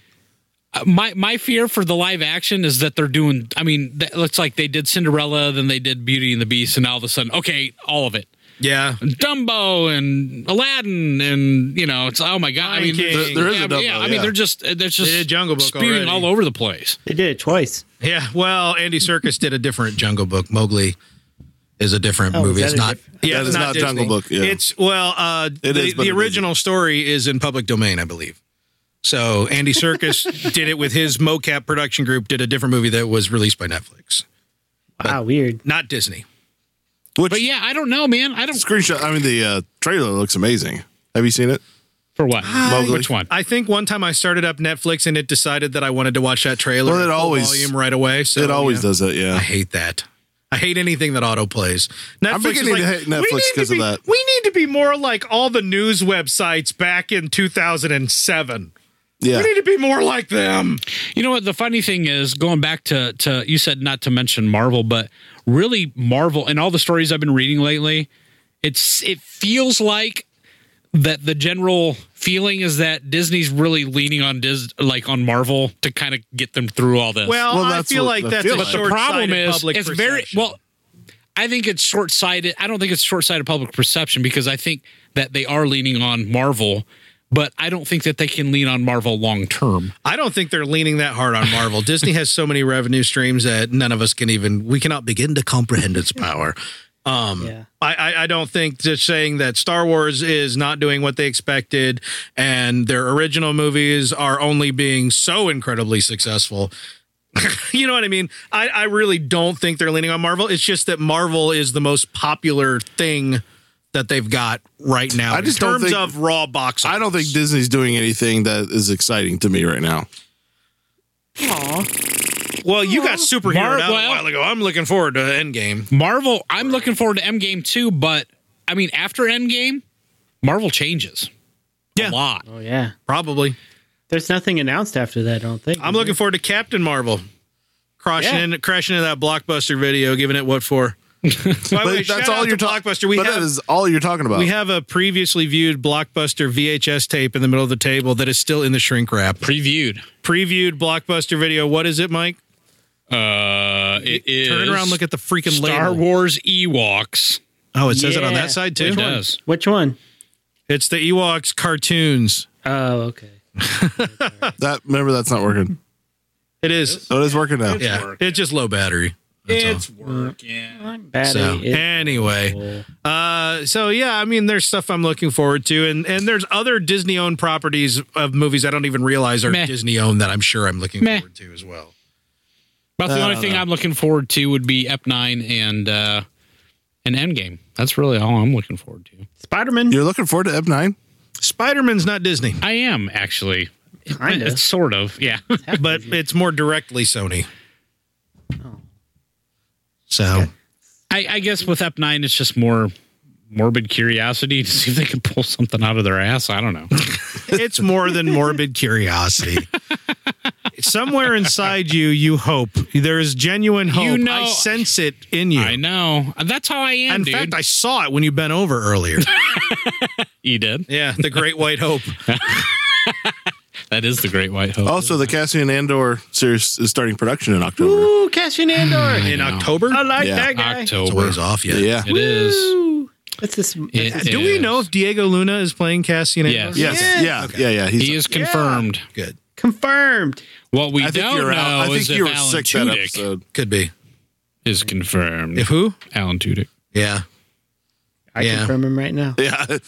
[SPEAKER 5] my my fear for the live action is that they're doing. I mean, that looks like they did Cinderella, then they did Beauty and the Beast, and all of a sudden, okay, all of it,
[SPEAKER 6] Yeah,
[SPEAKER 5] Dumbo and Aladdin, and you know, it's oh my god. I
[SPEAKER 6] Lion
[SPEAKER 5] mean,
[SPEAKER 6] King. There-
[SPEAKER 3] there is
[SPEAKER 5] yeah,
[SPEAKER 3] a
[SPEAKER 5] but
[SPEAKER 3] Dumbo,
[SPEAKER 5] yeah, I
[SPEAKER 3] yeah.
[SPEAKER 5] mean, they're just they're just
[SPEAKER 6] did Jungle Book
[SPEAKER 5] spewing
[SPEAKER 6] already.
[SPEAKER 5] all over the place.
[SPEAKER 4] they did it twice.
[SPEAKER 6] yeah. Well, Andy Circus did a different Jungle Book. Mowgli is a different
[SPEAKER 4] Oh, is
[SPEAKER 6] movie.
[SPEAKER 4] that
[SPEAKER 6] It's
[SPEAKER 4] a
[SPEAKER 6] not.
[SPEAKER 4] diff-
[SPEAKER 6] Yeah,
[SPEAKER 3] That
[SPEAKER 6] it's
[SPEAKER 3] is not Jungle
[SPEAKER 6] Disney.
[SPEAKER 3] Book, yeah.
[SPEAKER 6] It's well, uh,
[SPEAKER 3] It
[SPEAKER 6] the,
[SPEAKER 3] is, but
[SPEAKER 6] the
[SPEAKER 3] it
[SPEAKER 6] original story is in public domain, I believe. So Andy Circus did it with his mocap production group. Did a different movie that was released by Netflix,
[SPEAKER 4] Wow, weird.
[SPEAKER 6] not Disney.
[SPEAKER 3] Which
[SPEAKER 5] But yeah, I don't know, man. I don't
[SPEAKER 3] screenshot? I mean, the uh, trailer looks amazing. Have you seen it?
[SPEAKER 5] for what
[SPEAKER 3] Mowgli.
[SPEAKER 5] which one.
[SPEAKER 6] I think one time I started up Netflix and it decided that I wanted to watch that trailer.
[SPEAKER 3] Well, it
[SPEAKER 6] at full
[SPEAKER 3] always-
[SPEAKER 6] volume right away. So
[SPEAKER 3] it always
[SPEAKER 6] Oh, yeah.
[SPEAKER 3] does that. Yeah.
[SPEAKER 6] I hate that. I hate anything that auto plays. Netflix is
[SPEAKER 3] beginning to
[SPEAKER 6] like,
[SPEAKER 3] hate
[SPEAKER 6] "We
[SPEAKER 3] Netflix
[SPEAKER 6] need to
[SPEAKER 3] 'cause of
[SPEAKER 6] be-
[SPEAKER 3] that."
[SPEAKER 6] We need to be more like all the news websites back in 2007.
[SPEAKER 3] Yeah.
[SPEAKER 6] We need to be more like them.
[SPEAKER 5] You know what? The funny thing is, going back to to you said not to mention Marvel, but really Marvel and all the stories I've been reading lately, it's it feels like that the general feeling is that Disney's really leaning on Dis like on Marvel to kind of get them through all this.
[SPEAKER 6] Well,
[SPEAKER 3] Well,
[SPEAKER 6] I
[SPEAKER 3] that's
[SPEAKER 6] feel
[SPEAKER 3] what
[SPEAKER 6] like
[SPEAKER 3] the
[SPEAKER 6] that's
[SPEAKER 3] feel-
[SPEAKER 6] a
[SPEAKER 3] But the
[SPEAKER 6] short
[SPEAKER 5] problem is
[SPEAKER 6] public
[SPEAKER 5] it's
[SPEAKER 6] perception.
[SPEAKER 5] very well i think it's short-sighted i don't think it's short-sighted public perception because i think that they are leaning on marvel but i don't think that they can lean on marvel long term
[SPEAKER 6] I don't think they're leaning that hard on Marvel. Disney has so many revenue streams that none of us can even we cannot begin to comprehend its power. Um,
[SPEAKER 4] Yeah.
[SPEAKER 6] I, I, I don't think just saying that Star Wars is not doing what they expected and their original movies are only being so incredibly successful. you know what I mean? I, I really don't think they're leaning on Marvel. It's just that Marvel is the most popular thing that they've got right now
[SPEAKER 3] I just
[SPEAKER 6] in
[SPEAKER 3] don't
[SPEAKER 6] terms
[SPEAKER 3] think-
[SPEAKER 6] of raw box
[SPEAKER 3] I don't think Disney's doing anything that is exciting to me right now.
[SPEAKER 6] Well, you got superhero
[SPEAKER 5] Mar-
[SPEAKER 6] out
[SPEAKER 5] well-
[SPEAKER 6] a while ago. I'm looking forward to Endgame.
[SPEAKER 5] marvel i'm looking forward to endgame too but i mean after endgame marvel changes
[SPEAKER 6] Yeah.
[SPEAKER 5] a lot
[SPEAKER 4] Oh yeah.
[SPEAKER 6] Probably.
[SPEAKER 4] There's nothing announced after that. I don't think.
[SPEAKER 6] I'm looking forward to Captain Marvel. Crashing
[SPEAKER 4] Yeah.
[SPEAKER 6] in, crashing into that blockbuster video, giving it what for? By the way,
[SPEAKER 3] But
[SPEAKER 6] shout
[SPEAKER 3] that's
[SPEAKER 6] out
[SPEAKER 3] all
[SPEAKER 6] to
[SPEAKER 3] you're talking.
[SPEAKER 6] blockbuster. We
[SPEAKER 3] but
[SPEAKER 6] have
[SPEAKER 3] that is uh, all you're talking about.
[SPEAKER 6] we have a previously viewed blockbuster VHS tape in the middle of the table that is still in the shrink wrap.
[SPEAKER 5] previewed
[SPEAKER 6] Previewed blockbuster video. What is it, Mike?
[SPEAKER 5] uh it is
[SPEAKER 6] Turn around, look at the freaking
[SPEAKER 5] star
[SPEAKER 6] label.
[SPEAKER 5] wars ewoks
[SPEAKER 6] Oh, it says it on
[SPEAKER 4] Yeah.
[SPEAKER 6] that side too.
[SPEAKER 5] it does
[SPEAKER 4] Which one?
[SPEAKER 6] It's the Ewoks cartoons.
[SPEAKER 4] Oh, okay.
[SPEAKER 3] that. Remember, that's not working.
[SPEAKER 6] It is.
[SPEAKER 3] Oh, it's working now.
[SPEAKER 6] yeah, it's just low battery. That's all.
[SPEAKER 4] Battery.
[SPEAKER 6] So
[SPEAKER 4] is-
[SPEAKER 6] anyway, uh, so yeah, I mean, there's stuff I'm looking forward to, and and there's other Disney owned properties of movies I don't even realize are
[SPEAKER 5] Meh.
[SPEAKER 6] Disney owned that I'm sure I'm looking
[SPEAKER 5] Meh.
[SPEAKER 6] forward to as well.
[SPEAKER 5] About the only
[SPEAKER 9] Uh,
[SPEAKER 5] thing I'm looking forward to would be Ep Nine and uh, an Endgame. That's really all I'm looking forward to.
[SPEAKER 4] Spider-Man.
[SPEAKER 3] You're looking forward to Ep Nine.
[SPEAKER 6] Spider Man's not Disney,
[SPEAKER 5] I am actually,
[SPEAKER 4] Kind
[SPEAKER 5] it's
[SPEAKER 4] of.
[SPEAKER 5] sort of, yeah.
[SPEAKER 6] but it's more directly Sony.
[SPEAKER 5] Oh.
[SPEAKER 6] So
[SPEAKER 5] I, I guess with Ep Nine, it's just more morbid curiosity to see if they can pull something out of their ass. I don't know.
[SPEAKER 6] it's more than morbid curiosity. Somewhere inside you, you hope there is genuine hope. I
[SPEAKER 5] know-
[SPEAKER 6] sense it in you.
[SPEAKER 5] I know. That's how I am,
[SPEAKER 6] in
[SPEAKER 5] dude.
[SPEAKER 6] fact, I saw it when you bent over earlier.
[SPEAKER 5] you did.
[SPEAKER 6] yeah, the Great White Hope.
[SPEAKER 5] That is the Great White
[SPEAKER 6] Oh.
[SPEAKER 5] Hope.
[SPEAKER 3] Also, the Cassian Andor series is starting production in October.
[SPEAKER 4] Ooh, Cassian Andor.
[SPEAKER 6] in October.
[SPEAKER 4] I like
[SPEAKER 3] Yeah.
[SPEAKER 4] that guy.
[SPEAKER 9] It's a
[SPEAKER 5] October.
[SPEAKER 9] ways off yet.
[SPEAKER 3] Yeah.
[SPEAKER 5] It is.
[SPEAKER 4] Ooh. That's just.
[SPEAKER 5] It
[SPEAKER 4] that's-
[SPEAKER 6] Do we
[SPEAKER 5] is.
[SPEAKER 6] know if Diego Luna is playing Cassian? Andor?
[SPEAKER 5] Yes.
[SPEAKER 3] Yes.
[SPEAKER 4] Yes.
[SPEAKER 3] Yeah. Yeah. Yeah. He's,
[SPEAKER 5] He is confirmed.
[SPEAKER 6] Good.
[SPEAKER 4] confirmed.
[SPEAKER 5] What we
[SPEAKER 3] I think
[SPEAKER 5] don't
[SPEAKER 3] you're
[SPEAKER 5] know
[SPEAKER 3] out. I
[SPEAKER 5] is
[SPEAKER 3] think
[SPEAKER 5] if
[SPEAKER 3] you were
[SPEAKER 5] Alan
[SPEAKER 3] sick that
[SPEAKER 5] Tudyk
[SPEAKER 3] episode.
[SPEAKER 9] Could be.
[SPEAKER 5] is confirmed.
[SPEAKER 6] If who?
[SPEAKER 5] Alan Tudyk.
[SPEAKER 9] Yeah.
[SPEAKER 4] I
[SPEAKER 9] Yeah.
[SPEAKER 4] confirm him right now.
[SPEAKER 3] Yeah.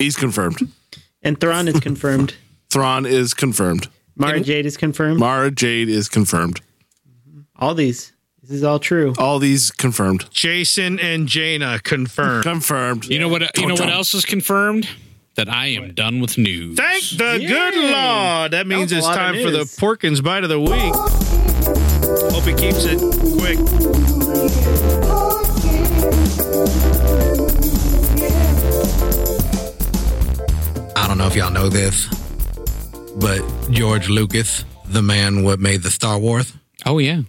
[SPEAKER 3] He's confirmed.
[SPEAKER 4] And Thrawn is confirmed.
[SPEAKER 3] Thrawn is confirmed.
[SPEAKER 4] Mara Jade is confirmed.
[SPEAKER 3] Mara Jade is confirmed.
[SPEAKER 4] all these. This is all true.
[SPEAKER 3] All these confirmed.
[SPEAKER 6] Jason and Jaina confirmed.
[SPEAKER 3] Confirmed.
[SPEAKER 5] You know what? uh, You know what else is confirmed? That I am done with news.
[SPEAKER 6] Thank the good Lord. That means
[SPEAKER 4] That was a
[SPEAKER 6] it's
[SPEAKER 4] lot of
[SPEAKER 6] time for the
[SPEAKER 4] news.
[SPEAKER 6] Porkins Bite of the Week. Hope he keeps it quick.
[SPEAKER 9] I don't know if y'all know this, but George Lucas, the man what made the Star Wars,
[SPEAKER 5] Oh yeah.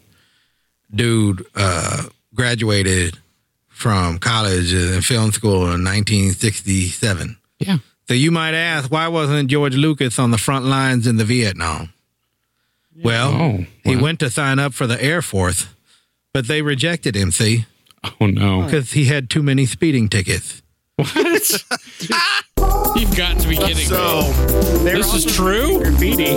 [SPEAKER 9] dude, uh, graduated from college and film school in 1967.
[SPEAKER 5] Yeah.
[SPEAKER 9] So you might ask, why wasn't George Lucas on the front lines in the Vietnam? Well,
[SPEAKER 5] Oh,
[SPEAKER 9] he went to sign up for the Air Force, but they rejected him, see,
[SPEAKER 5] Oh no.
[SPEAKER 9] because he had too many speeding tickets.
[SPEAKER 5] You've got to be kidding me.
[SPEAKER 3] So
[SPEAKER 5] This is true?
[SPEAKER 4] Graffiti.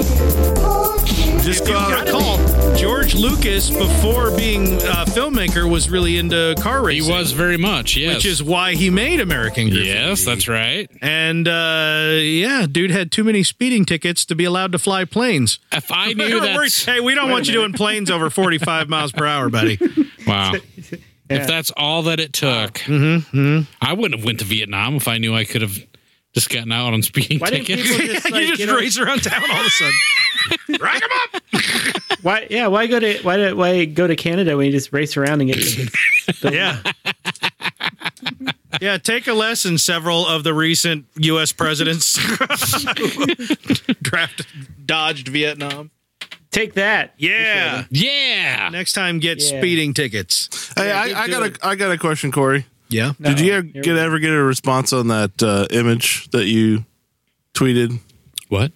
[SPEAKER 3] just go out.
[SPEAKER 6] Recall, George Lucas, before being a filmmaker, was really into car
[SPEAKER 5] He
[SPEAKER 6] racing.
[SPEAKER 5] was very much, yes.
[SPEAKER 6] Which is why he made American Graffiti.
[SPEAKER 5] Yes, that's right.
[SPEAKER 6] And uh, yeah, dude had too many speeding tickets to be allowed to fly planes.
[SPEAKER 5] If I knew
[SPEAKER 6] We're- we're-
[SPEAKER 5] that
[SPEAKER 6] hey, we don't want you doing planes over 45 miles per hour, buddy.
[SPEAKER 5] Wow. If that's all that it took.
[SPEAKER 6] Mm-hmm,
[SPEAKER 5] I wouldn't have went to Vietnam if I knew I could have just gotten out on speeding
[SPEAKER 4] Why didn't
[SPEAKER 5] tickets.
[SPEAKER 4] people just like
[SPEAKER 6] you
[SPEAKER 4] get
[SPEAKER 6] just
[SPEAKER 4] on-
[SPEAKER 6] race around town all of a sudden. Rack 'em up.
[SPEAKER 4] Why? Yeah. Why go to why do, why go to Canada when you just race around and get?
[SPEAKER 6] Yeah. Yeah, take a lesson, several of the recent U.S. presidents who draft, dodged Vietnam.
[SPEAKER 4] Take that.
[SPEAKER 10] Yeah.
[SPEAKER 5] Yeah.
[SPEAKER 6] Next time, get
[SPEAKER 4] Yeah.
[SPEAKER 6] speeding tickets.
[SPEAKER 3] Hey,
[SPEAKER 4] you
[SPEAKER 3] I, I
[SPEAKER 4] do
[SPEAKER 3] got
[SPEAKER 4] it.
[SPEAKER 3] a I got a question, Corey.
[SPEAKER 6] Yeah.
[SPEAKER 3] Did you
[SPEAKER 4] Uh-oh.
[SPEAKER 3] ever
[SPEAKER 4] Here
[SPEAKER 3] get,
[SPEAKER 4] we
[SPEAKER 3] ever get a response on that uh, image that you tweeted?
[SPEAKER 5] What?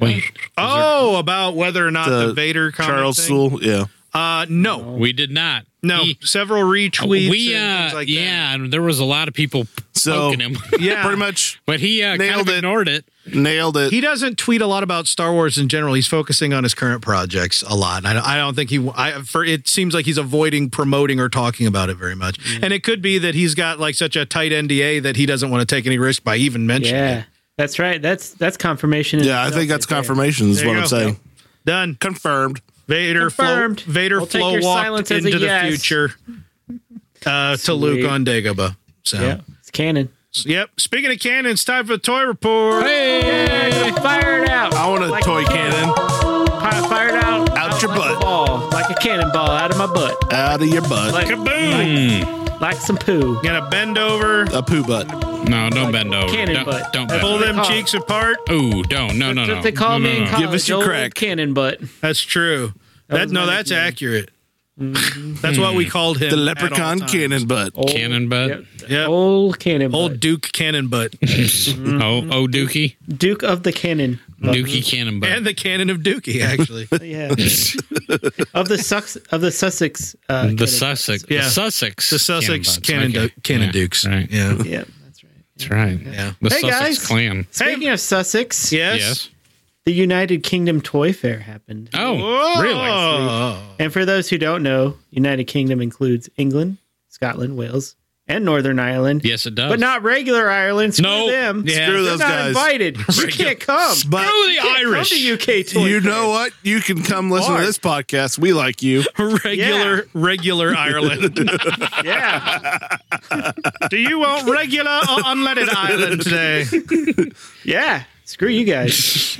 [SPEAKER 5] Wait.
[SPEAKER 6] Oh, about whether or not the,
[SPEAKER 3] The
[SPEAKER 6] Vader comment
[SPEAKER 3] Charles
[SPEAKER 6] thing?
[SPEAKER 3] Sewell. Yeah.
[SPEAKER 6] Uh, no,
[SPEAKER 5] We did not.
[SPEAKER 6] no.
[SPEAKER 5] He-
[SPEAKER 6] Several retweets.
[SPEAKER 5] we
[SPEAKER 6] and
[SPEAKER 5] uh
[SPEAKER 6] things like that.
[SPEAKER 5] yeah, and there was a lot of people
[SPEAKER 3] So-
[SPEAKER 5] poking him.
[SPEAKER 6] yeah.
[SPEAKER 3] Pretty much
[SPEAKER 5] but he uh, kind
[SPEAKER 3] Nailed
[SPEAKER 5] of
[SPEAKER 3] it.
[SPEAKER 5] ignored it.
[SPEAKER 3] nailed it.
[SPEAKER 6] He doesn't tweet a lot about Star Wars in general. He's focusing on his current projects a lot. And I don't, I don't think he. I, for it seems like he's avoiding promoting or talking about it very much.
[SPEAKER 4] Mm.
[SPEAKER 6] And it could be that he's got like such a tight NDA that he doesn't want to take any risk by even mentioning. it.
[SPEAKER 4] Yeah. That's right. That's that's confirmation. in
[SPEAKER 3] yeah, I
[SPEAKER 4] itself
[SPEAKER 3] think that's
[SPEAKER 4] right there.
[SPEAKER 3] confirmation. Is
[SPEAKER 6] There
[SPEAKER 3] what
[SPEAKER 6] you
[SPEAKER 3] I'm
[SPEAKER 6] go.
[SPEAKER 3] saying.
[SPEAKER 6] Done.
[SPEAKER 3] Confirmed.
[SPEAKER 6] Vader flow,
[SPEAKER 4] Confirmed.
[SPEAKER 6] Vader
[SPEAKER 4] We'll take
[SPEAKER 6] flow
[SPEAKER 4] your
[SPEAKER 6] walked
[SPEAKER 4] silence as a
[SPEAKER 6] into the
[SPEAKER 4] yes.
[SPEAKER 6] future uh, to Luke on Dagobah. So,
[SPEAKER 4] Yeah. It's canon.
[SPEAKER 6] yep. Speaking of canon, it's time for the toy report.
[SPEAKER 4] Fire it out.
[SPEAKER 3] I want a
[SPEAKER 4] Like-
[SPEAKER 3] toy cannon
[SPEAKER 4] Fi- Fire it out.
[SPEAKER 3] Out your
[SPEAKER 4] like a
[SPEAKER 3] butt.
[SPEAKER 4] ball, like a cannonball out of my butt.
[SPEAKER 3] out of your butt.
[SPEAKER 4] Like
[SPEAKER 10] Kaboom.
[SPEAKER 4] like some poo.
[SPEAKER 6] Gonna bend over,
[SPEAKER 3] a poo butt.
[SPEAKER 5] No, don't bend over.
[SPEAKER 4] cannon
[SPEAKER 5] Don't,
[SPEAKER 4] butt.
[SPEAKER 5] don't bend
[SPEAKER 4] That's what
[SPEAKER 6] pull
[SPEAKER 5] over.
[SPEAKER 4] they
[SPEAKER 6] them
[SPEAKER 4] call it.
[SPEAKER 6] cheeks apart.
[SPEAKER 5] Oh, don't. No, no,
[SPEAKER 4] That's
[SPEAKER 5] no.
[SPEAKER 4] what they call
[SPEAKER 5] no,
[SPEAKER 4] me
[SPEAKER 5] no,
[SPEAKER 4] in
[SPEAKER 5] no.
[SPEAKER 4] college.
[SPEAKER 3] Give us your
[SPEAKER 4] old
[SPEAKER 3] crack.
[SPEAKER 4] Cannon butt.
[SPEAKER 6] That's true. That,
[SPEAKER 4] was
[SPEAKER 6] no,
[SPEAKER 4] my
[SPEAKER 6] that's
[SPEAKER 4] nickname. Mm-hmm.
[SPEAKER 6] accurate. that's what we called him.
[SPEAKER 3] The
[SPEAKER 6] at all
[SPEAKER 3] leprechaun
[SPEAKER 6] times.
[SPEAKER 3] cannon butt.
[SPEAKER 4] Old,
[SPEAKER 5] Cannon butt.
[SPEAKER 4] Yep.
[SPEAKER 6] Yep. Old,
[SPEAKER 4] Old cannon butt.
[SPEAKER 6] Duke Cannon Butt Mm-hmm.
[SPEAKER 5] Oh, oh, Dookie,
[SPEAKER 4] Duke of the Cannon. butt.
[SPEAKER 5] Dookie Cannon Butt.
[SPEAKER 6] and the Cannon of Dookie, actually.
[SPEAKER 4] Yeah. of the Sussex of the Sussex uh,
[SPEAKER 5] the
[SPEAKER 4] cannon
[SPEAKER 5] Sussex,
[SPEAKER 6] Yeah.
[SPEAKER 5] the Sussex,
[SPEAKER 6] the Sussex Cannon,
[SPEAKER 5] Butt.
[SPEAKER 6] Du- Cannon
[SPEAKER 5] yeah.
[SPEAKER 6] Dukes.
[SPEAKER 5] Right.
[SPEAKER 6] Yeah.
[SPEAKER 4] butt. Yeah, that's right.
[SPEAKER 5] That's right.
[SPEAKER 6] Yeah.
[SPEAKER 5] The
[SPEAKER 4] Hey,
[SPEAKER 5] Sussex
[SPEAKER 4] guys.
[SPEAKER 5] Clan.
[SPEAKER 4] Speaking of Sussex,
[SPEAKER 6] Yes.
[SPEAKER 5] Yes.
[SPEAKER 4] the United Kingdom Toy Fair happened.
[SPEAKER 5] Oh, really?
[SPEAKER 6] Oh,
[SPEAKER 4] And for those who don't know, United Kingdom includes England, Scotland, Wales, and Northern Ireland.
[SPEAKER 5] Yes, it does.
[SPEAKER 4] But not regular Ireland. Screw
[SPEAKER 5] No.
[SPEAKER 4] them.
[SPEAKER 6] Yeah.
[SPEAKER 3] Screw
[SPEAKER 4] They're
[SPEAKER 3] those
[SPEAKER 4] not
[SPEAKER 3] guys.
[SPEAKER 4] invited. You can't come.
[SPEAKER 3] But
[SPEAKER 5] Oh, the
[SPEAKER 4] You can't
[SPEAKER 5] Irish.
[SPEAKER 4] Come to UK Toy
[SPEAKER 3] you
[SPEAKER 4] Fair.
[SPEAKER 3] know what? You can come listen to
[SPEAKER 4] Hard.
[SPEAKER 3] this podcast. We like you.
[SPEAKER 6] regular, regular Ireland.
[SPEAKER 4] Yeah.
[SPEAKER 6] Do you want regular or unleaded Ireland today?
[SPEAKER 4] Yeah. Screw you guys.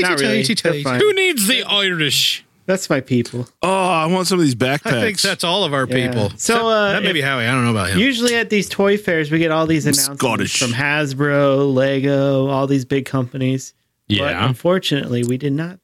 [SPEAKER 4] not really. They're fine.
[SPEAKER 5] Who needs the Irish?
[SPEAKER 4] That's my people.
[SPEAKER 3] Oh, I want some of these backpacks.
[SPEAKER 6] I think that's all of our
[SPEAKER 4] Yeah.
[SPEAKER 6] people.
[SPEAKER 4] So uh,
[SPEAKER 6] that may be Howie. I don't know about him.
[SPEAKER 4] Usually at these toy fairs, we get all these announcements
[SPEAKER 3] Scottish.
[SPEAKER 4] from Hasbro, Lego, all these big companies. But
[SPEAKER 5] Yeah.
[SPEAKER 4] unfortunately, we did not.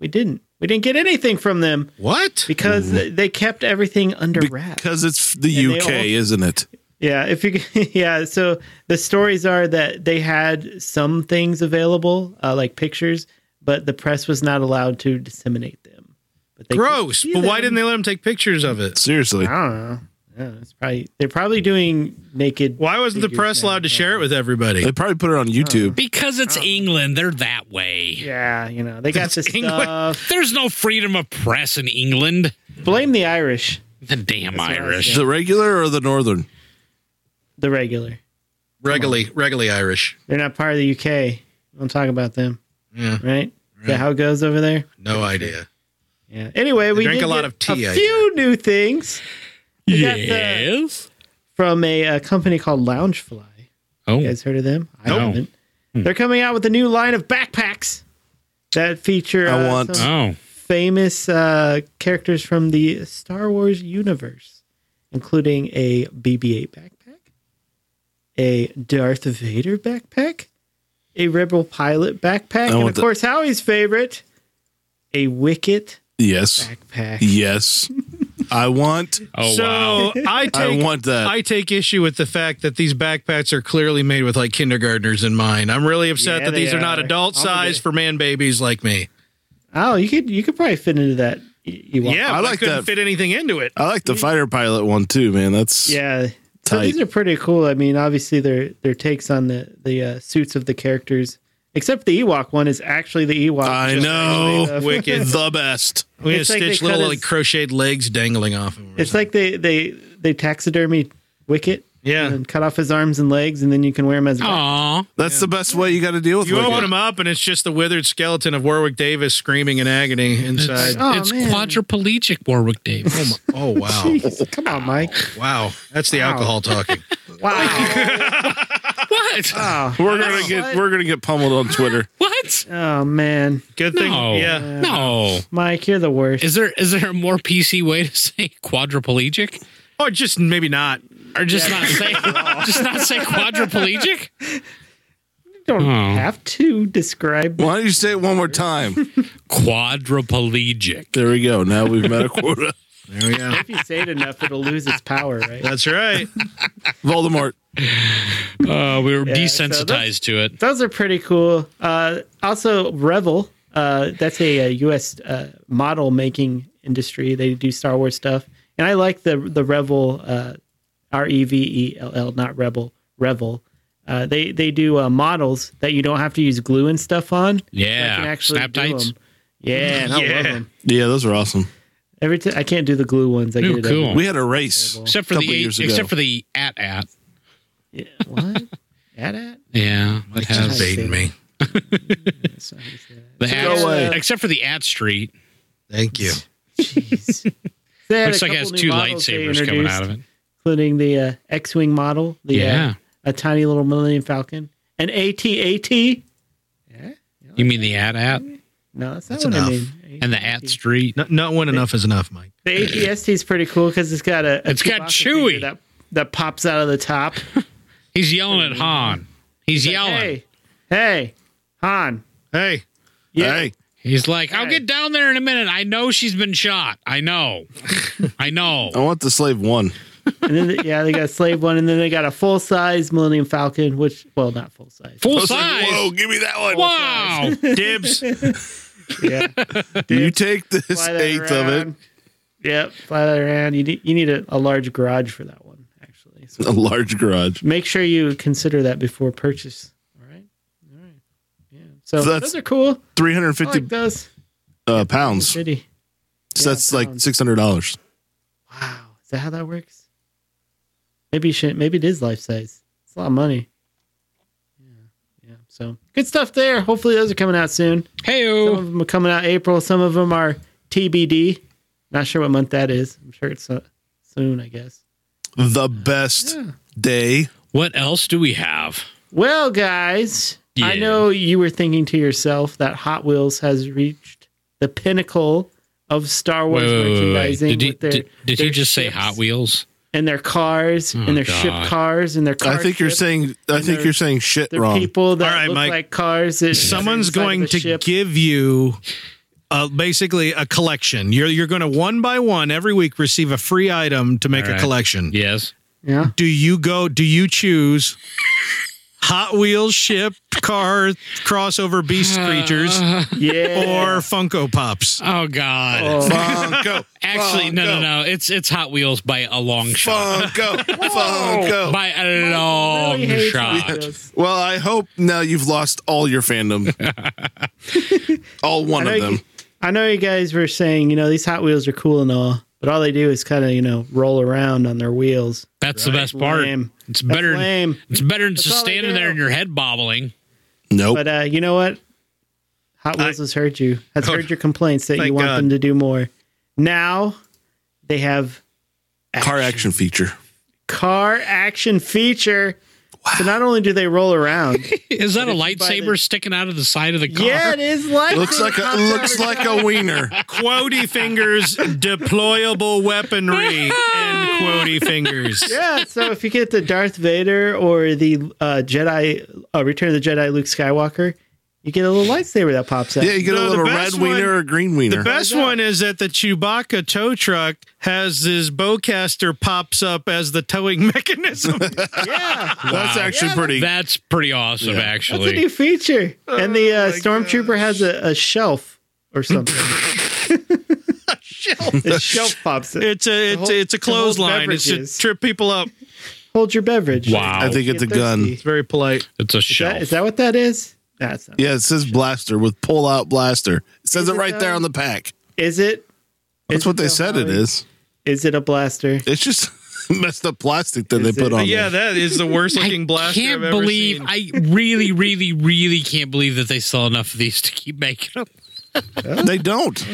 [SPEAKER 4] We didn't. We didn't get anything from them
[SPEAKER 6] what?
[SPEAKER 4] because th- they kept everything under wraps.
[SPEAKER 3] because it's the
[SPEAKER 4] And they
[SPEAKER 3] UK,
[SPEAKER 4] all-
[SPEAKER 3] isn't it?
[SPEAKER 4] Yeah, if you yeah, so the stories are that they had some things available, uh, like pictures, but the press was not allowed to disseminate them. But they could
[SPEAKER 6] Gross.
[SPEAKER 4] see
[SPEAKER 6] But why
[SPEAKER 4] them.
[SPEAKER 6] didn't they let him take pictures of it?
[SPEAKER 3] Seriously.
[SPEAKER 4] I don't know. I don't know. It's probably they're probably doing naked.
[SPEAKER 6] Why wasn't the
[SPEAKER 4] figures
[SPEAKER 6] press
[SPEAKER 4] now.
[SPEAKER 6] allowed to share it with everybody?
[SPEAKER 3] They probably put it on
[SPEAKER 6] Oh,
[SPEAKER 3] YouTube.
[SPEAKER 5] Because it's
[SPEAKER 4] Oh.
[SPEAKER 5] England, they're that way.
[SPEAKER 4] Yeah, you know they got
[SPEAKER 6] That's
[SPEAKER 4] this
[SPEAKER 6] England.
[SPEAKER 4] stuff.
[SPEAKER 5] There's no freedom of press in England.
[SPEAKER 4] Blame the Irish,
[SPEAKER 5] The damn
[SPEAKER 4] what I
[SPEAKER 5] Irish.
[SPEAKER 3] The regular or the northern?
[SPEAKER 4] the regular.
[SPEAKER 6] Regularly, regularly Irish.
[SPEAKER 4] They're not part of the UK. We don't talk about them,
[SPEAKER 6] Yeah,
[SPEAKER 4] right? Is that how it goes over there?
[SPEAKER 6] no idea.
[SPEAKER 4] Yeah. Anyway, we
[SPEAKER 6] drank
[SPEAKER 4] did
[SPEAKER 6] a lot
[SPEAKER 4] get
[SPEAKER 6] of tea,
[SPEAKER 4] A
[SPEAKER 6] I
[SPEAKER 4] few new things got the-
[SPEAKER 5] Yes.
[SPEAKER 4] from a, uh company called Loungefly.
[SPEAKER 5] Oh,
[SPEAKER 4] You guys heard of them? I
[SPEAKER 5] No. Hmm.
[SPEAKER 4] haven't. They're coming out with a new line of backpacks that feature
[SPEAKER 3] I
[SPEAKER 4] uh,
[SPEAKER 3] want-
[SPEAKER 4] some
[SPEAKER 5] oh,
[SPEAKER 4] famous uh, characters from the Star Wars universe, including a BB-8 backpack, a Darth Vader backpack, a Rebel pilot backpack, and
[SPEAKER 3] want
[SPEAKER 4] of
[SPEAKER 3] the-
[SPEAKER 4] course Howie's favorite, a Wicket
[SPEAKER 3] Yes.
[SPEAKER 4] backpack.
[SPEAKER 3] Yes. I want.
[SPEAKER 5] oh,
[SPEAKER 6] so
[SPEAKER 5] wow.
[SPEAKER 6] I
[SPEAKER 3] I
[SPEAKER 6] take I,
[SPEAKER 3] want that.
[SPEAKER 6] take issue with the fact that these backpacks are clearly made with like kindergartners in mind. I'm really upset
[SPEAKER 4] Yeah,
[SPEAKER 6] that these
[SPEAKER 4] they
[SPEAKER 6] are, not
[SPEAKER 4] are.
[SPEAKER 6] adult
[SPEAKER 4] I'm
[SPEAKER 6] size
[SPEAKER 4] good.
[SPEAKER 6] for man babies like me.
[SPEAKER 4] Oh, you could you could probably fit into that. E- y- You want.
[SPEAKER 6] Yeah,
[SPEAKER 3] I
[SPEAKER 6] I,
[SPEAKER 3] like
[SPEAKER 6] couldn't
[SPEAKER 3] that.
[SPEAKER 6] fit anything into it.
[SPEAKER 3] I like the fighter pilot one too, man. That's
[SPEAKER 4] Yeah. So
[SPEAKER 3] Tight.
[SPEAKER 4] these are pretty cool. I mean, obviously their their takes on the the uh, suits of the characters, except the Ewok one is actually the Ewok.
[SPEAKER 3] I
[SPEAKER 4] just like
[SPEAKER 3] know.
[SPEAKER 4] the-
[SPEAKER 6] Wicked.
[SPEAKER 3] the best.
[SPEAKER 6] We
[SPEAKER 4] It's
[SPEAKER 6] just
[SPEAKER 4] like they
[SPEAKER 6] stitch
[SPEAKER 4] cut
[SPEAKER 6] little
[SPEAKER 4] his-
[SPEAKER 6] like crocheted legs dangling off. Of him.
[SPEAKER 4] It's like they they they taxidermy Wicket.
[SPEAKER 6] Yeah.
[SPEAKER 4] And cut off his arms and legs, and then you can wear him as. a back-
[SPEAKER 5] Aw.
[SPEAKER 3] That's the best way you got to deal with
[SPEAKER 6] You
[SPEAKER 3] Wicked.
[SPEAKER 6] open them up, and it's just the withered skeleton of Warwick Davis screaming in agony inside.
[SPEAKER 4] Oh,
[SPEAKER 5] it's
[SPEAKER 4] man.
[SPEAKER 5] quadriplegic Warwick Davis.
[SPEAKER 6] Oh wow,
[SPEAKER 4] Jeez, come on, Mike.
[SPEAKER 6] wow, that's the alcohol talking.
[SPEAKER 4] Wow.
[SPEAKER 5] what?
[SPEAKER 4] Wow.
[SPEAKER 3] We're gonna get we're gonna get pummeled on Twitter.
[SPEAKER 5] what?
[SPEAKER 4] Oh man,
[SPEAKER 6] Good thing,
[SPEAKER 5] No.
[SPEAKER 4] uh,
[SPEAKER 6] yeah.
[SPEAKER 5] No.
[SPEAKER 4] Mike, you're the worst.
[SPEAKER 5] Is there is there a more PC way to say quadriplegic?
[SPEAKER 6] Or just maybe not.
[SPEAKER 5] Or just not say just not say quadriplegic?
[SPEAKER 4] Don't have to describe.
[SPEAKER 3] Why don't you say it one more time?
[SPEAKER 5] Quadriplegic.
[SPEAKER 3] there we go. Now we've met a quota.
[SPEAKER 6] There we go.
[SPEAKER 4] If you say it enough, it'll lose its power, right?
[SPEAKER 6] That's right.
[SPEAKER 3] Voldemort.
[SPEAKER 5] Uh, we were
[SPEAKER 4] Yeah, so
[SPEAKER 5] desensitized to it.
[SPEAKER 4] Those are pretty cool. Uh, also, Revel. Uh, that's a, uh U.S. Uh, model making industry. They do Star Wars stuff, and I like the the Revel, uh, R E V E L L, not Rebel. Revel. Uh, they they do uh, models that you don't have to use glue and stuff on. I
[SPEAKER 5] Yeah, snap
[SPEAKER 4] do
[SPEAKER 5] tights.
[SPEAKER 4] 'em. Yeah, and I love
[SPEAKER 10] Yeah.
[SPEAKER 4] them.
[SPEAKER 3] Yeah, those are awesome.
[SPEAKER 4] Every time I can't do the glue ones. I
[SPEAKER 5] Ooh,
[SPEAKER 4] get it
[SPEAKER 5] cool.
[SPEAKER 3] We had a race.
[SPEAKER 5] Except for
[SPEAKER 3] Couple
[SPEAKER 5] the
[SPEAKER 3] years ago.
[SPEAKER 5] except for the at at.
[SPEAKER 4] every- yeah, what? At at?
[SPEAKER 5] Yeah, that
[SPEAKER 9] It's just
[SPEAKER 5] has-
[SPEAKER 4] Nice.
[SPEAKER 9] baiting me.
[SPEAKER 4] That's not how you say that.
[SPEAKER 5] the at,
[SPEAKER 3] away.
[SPEAKER 5] except for the at street.
[SPEAKER 9] Thank you.
[SPEAKER 4] Jeez. They had
[SPEAKER 5] Looks
[SPEAKER 4] a
[SPEAKER 5] like it has
[SPEAKER 4] couple
[SPEAKER 5] two
[SPEAKER 4] new models they
[SPEAKER 5] lightsabers coming
[SPEAKER 4] introduced,
[SPEAKER 5] out of it.
[SPEAKER 4] including the uh, X-wing model, the
[SPEAKER 5] Yeah.
[SPEAKER 4] uh, a tiny little Millennium Falcon, an AT-AT.
[SPEAKER 5] You mean the at at
[SPEAKER 4] No, that's not
[SPEAKER 9] That's
[SPEAKER 4] what
[SPEAKER 9] enough.
[SPEAKER 4] I mean.
[SPEAKER 5] and the at street?
[SPEAKER 6] Not, not one enough is enough, Mike.
[SPEAKER 4] The AT-ST is pretty cool because it's got a, a
[SPEAKER 5] It's got
[SPEAKER 4] Chewbacca figure
[SPEAKER 5] Chewie.
[SPEAKER 4] that that pops out of the top.
[SPEAKER 5] He's yelling at Han. He's yelling.
[SPEAKER 4] Hey, hey, Han.
[SPEAKER 6] Hey,
[SPEAKER 4] Yeah,
[SPEAKER 3] Hey,
[SPEAKER 5] He's like, I'll
[SPEAKER 4] Hey.
[SPEAKER 5] get down there in a minute. I know she's been shot. I know. I know.
[SPEAKER 3] I want the slave one.
[SPEAKER 4] and then the- yeah, they got a slave one, and then they got a full size Millennium Falcon, which well, not full size.
[SPEAKER 5] Full
[SPEAKER 3] I was like,
[SPEAKER 5] size.
[SPEAKER 3] Whoa, give me that one.
[SPEAKER 5] wow.
[SPEAKER 10] Dibs.
[SPEAKER 4] Yeah.
[SPEAKER 3] You take this
[SPEAKER 4] fly that
[SPEAKER 3] eighth of it.
[SPEAKER 4] around. Yep, fly that around. You need you need a, a large garage for that one, actually. So
[SPEAKER 3] A large garage.
[SPEAKER 4] make sure you consider that before purchase. All right, all right, yeah. So,
[SPEAKER 3] So that's
[SPEAKER 4] those are cool. I
[SPEAKER 3] 350
[SPEAKER 4] like those.
[SPEAKER 3] uh, pounds.
[SPEAKER 4] City.
[SPEAKER 3] so that's
[SPEAKER 4] yeah,
[SPEAKER 3] like
[SPEAKER 4] Oh, pounds.
[SPEAKER 3] $600.
[SPEAKER 4] Wow, is that how that works? Maybe you should. Maybe it is life size. It's a lot of money. Yeah, yeah. So good stuff there. Hopefully those are coming out soon. Some
[SPEAKER 5] Hey,
[SPEAKER 4] of them are coming out April. Some of them are TBD. Not sure what month that is. I'm sure it's uh, soon, I guess.
[SPEAKER 3] The best day.
[SPEAKER 5] what else do we have?
[SPEAKER 4] Well, guys, I
[SPEAKER 5] Yeah.
[SPEAKER 4] know you were thinking to yourself that Hot Wheels has reached the pinnacle of Star Wars
[SPEAKER 5] Wait, wait, wait, wait, wait.
[SPEAKER 4] merchandising
[SPEAKER 5] Did, he,
[SPEAKER 4] with their,
[SPEAKER 5] did, did he
[SPEAKER 4] their
[SPEAKER 5] just say
[SPEAKER 4] ships
[SPEAKER 5] Hot Wheels?
[SPEAKER 4] and their cars and their ship
[SPEAKER 5] God.
[SPEAKER 4] cars and their car
[SPEAKER 3] I think you're
[SPEAKER 4] ships,
[SPEAKER 3] saying I think
[SPEAKER 4] they're-
[SPEAKER 3] you're saying shit
[SPEAKER 4] they're
[SPEAKER 3] wrong.
[SPEAKER 4] people that
[SPEAKER 6] All right,
[SPEAKER 4] look
[SPEAKER 6] Mike.
[SPEAKER 4] like cars. that-
[SPEAKER 6] someone's
[SPEAKER 4] inside of
[SPEAKER 6] going
[SPEAKER 4] the
[SPEAKER 6] to
[SPEAKER 4] ship.
[SPEAKER 6] give you uh, basically a collection. You're you're going to one by one every week receive a free item to make
[SPEAKER 5] All right.
[SPEAKER 6] a collection.
[SPEAKER 5] Yes.
[SPEAKER 4] yeah.
[SPEAKER 6] Do you go? Do you choose Hot Wheels ship car crossover beast creatures
[SPEAKER 4] Yeah.
[SPEAKER 6] or Funko Pops?
[SPEAKER 5] Oh God.
[SPEAKER 3] Funko.
[SPEAKER 5] Actually, no, no,
[SPEAKER 3] Funko.
[SPEAKER 5] no. It's it's Hot Wheels by a long shot.
[SPEAKER 3] Funko. Funko.
[SPEAKER 5] By a long
[SPEAKER 4] Really hates Hot
[SPEAKER 5] shot.
[SPEAKER 4] Wheels.
[SPEAKER 3] Well, I hope now you've lost all your fandom. all one
[SPEAKER 4] I
[SPEAKER 3] of
[SPEAKER 4] know, you,
[SPEAKER 3] them.
[SPEAKER 4] I know you guys were saying, you know, these Hot Wheels are cool and all, but all they do is kind of, you know, roll around on their wheels.
[SPEAKER 5] That's the best part.
[SPEAKER 4] Lame.
[SPEAKER 5] It's
[SPEAKER 4] That's
[SPEAKER 5] better.
[SPEAKER 4] lame.
[SPEAKER 5] It's better than
[SPEAKER 4] all
[SPEAKER 5] just
[SPEAKER 4] they
[SPEAKER 5] standing there
[SPEAKER 4] do.
[SPEAKER 5] and your head bobbling.
[SPEAKER 3] Nope.
[SPEAKER 4] But uh, you know what? Hot Wheels has heard you. Has heard your complaints that you
[SPEAKER 6] Thank
[SPEAKER 4] want
[SPEAKER 6] God.
[SPEAKER 4] them to do more. Now they have
[SPEAKER 3] Car action feature.
[SPEAKER 4] car action feature. So not only do they roll around,
[SPEAKER 5] Is that a
[SPEAKER 4] buy
[SPEAKER 5] lightsaber
[SPEAKER 4] the-
[SPEAKER 5] sticking out of the side of the car?
[SPEAKER 4] yeah, it is like
[SPEAKER 3] Looks like a looks like a wiener.
[SPEAKER 6] Quody fingers deployable weaponry and quody fingers.
[SPEAKER 4] yeah. So if you get the Darth Vader or the uh, Jedi uh, Return of the Jedi Luke Skywalker, you get a little lightsaber that pops out.
[SPEAKER 3] Yeah, you get a
[SPEAKER 6] No, the
[SPEAKER 3] little red
[SPEAKER 6] best one-
[SPEAKER 3] wiener or green wiener.
[SPEAKER 6] The best one is that the Chewbacca tow truck has his bowcaster pops up as the towing mechanism.
[SPEAKER 4] yeah.
[SPEAKER 3] That's actually pretty.
[SPEAKER 5] That's pretty awesome,
[SPEAKER 4] That's a
[SPEAKER 5] actually.
[SPEAKER 4] new feature. And the
[SPEAKER 3] Oh
[SPEAKER 4] uh, stormtrooper has a, a shelf or something. The shelf pops it.
[SPEAKER 6] It's a it's,
[SPEAKER 4] hold-
[SPEAKER 6] it's a
[SPEAKER 4] to hold
[SPEAKER 6] clothesline. It's to
[SPEAKER 4] beverages.
[SPEAKER 6] trip people up. It's
[SPEAKER 4] Hold your beverage.
[SPEAKER 5] Wow.
[SPEAKER 3] I think it's a
[SPEAKER 4] Get thirsty.
[SPEAKER 3] gun.
[SPEAKER 4] Is
[SPEAKER 6] very polite.
[SPEAKER 5] It's a
[SPEAKER 4] that-
[SPEAKER 5] shelf.
[SPEAKER 4] is that what that is? That's not.
[SPEAKER 3] Yeah, it says blaster with pull out blaster. It says
[SPEAKER 4] Is
[SPEAKER 3] it
[SPEAKER 4] it
[SPEAKER 3] right there
[SPEAKER 4] though?
[SPEAKER 3] on the pack.
[SPEAKER 4] Is it?
[SPEAKER 3] That's
[SPEAKER 4] Is
[SPEAKER 3] what they
[SPEAKER 4] though,
[SPEAKER 3] said it
[SPEAKER 4] Holly?
[SPEAKER 3] is.
[SPEAKER 4] Is it a blaster?
[SPEAKER 3] It's just messed up plastic that they
[SPEAKER 4] Is
[SPEAKER 3] put
[SPEAKER 4] it-
[SPEAKER 3] on
[SPEAKER 6] Yeah,
[SPEAKER 3] there.
[SPEAKER 6] that is the worst looking
[SPEAKER 5] I
[SPEAKER 6] blaster
[SPEAKER 5] can't
[SPEAKER 6] I've ever
[SPEAKER 5] believe.
[SPEAKER 6] seen.
[SPEAKER 5] I really, really, really can't believe that they sell enough of these to keep making them.
[SPEAKER 3] They don't.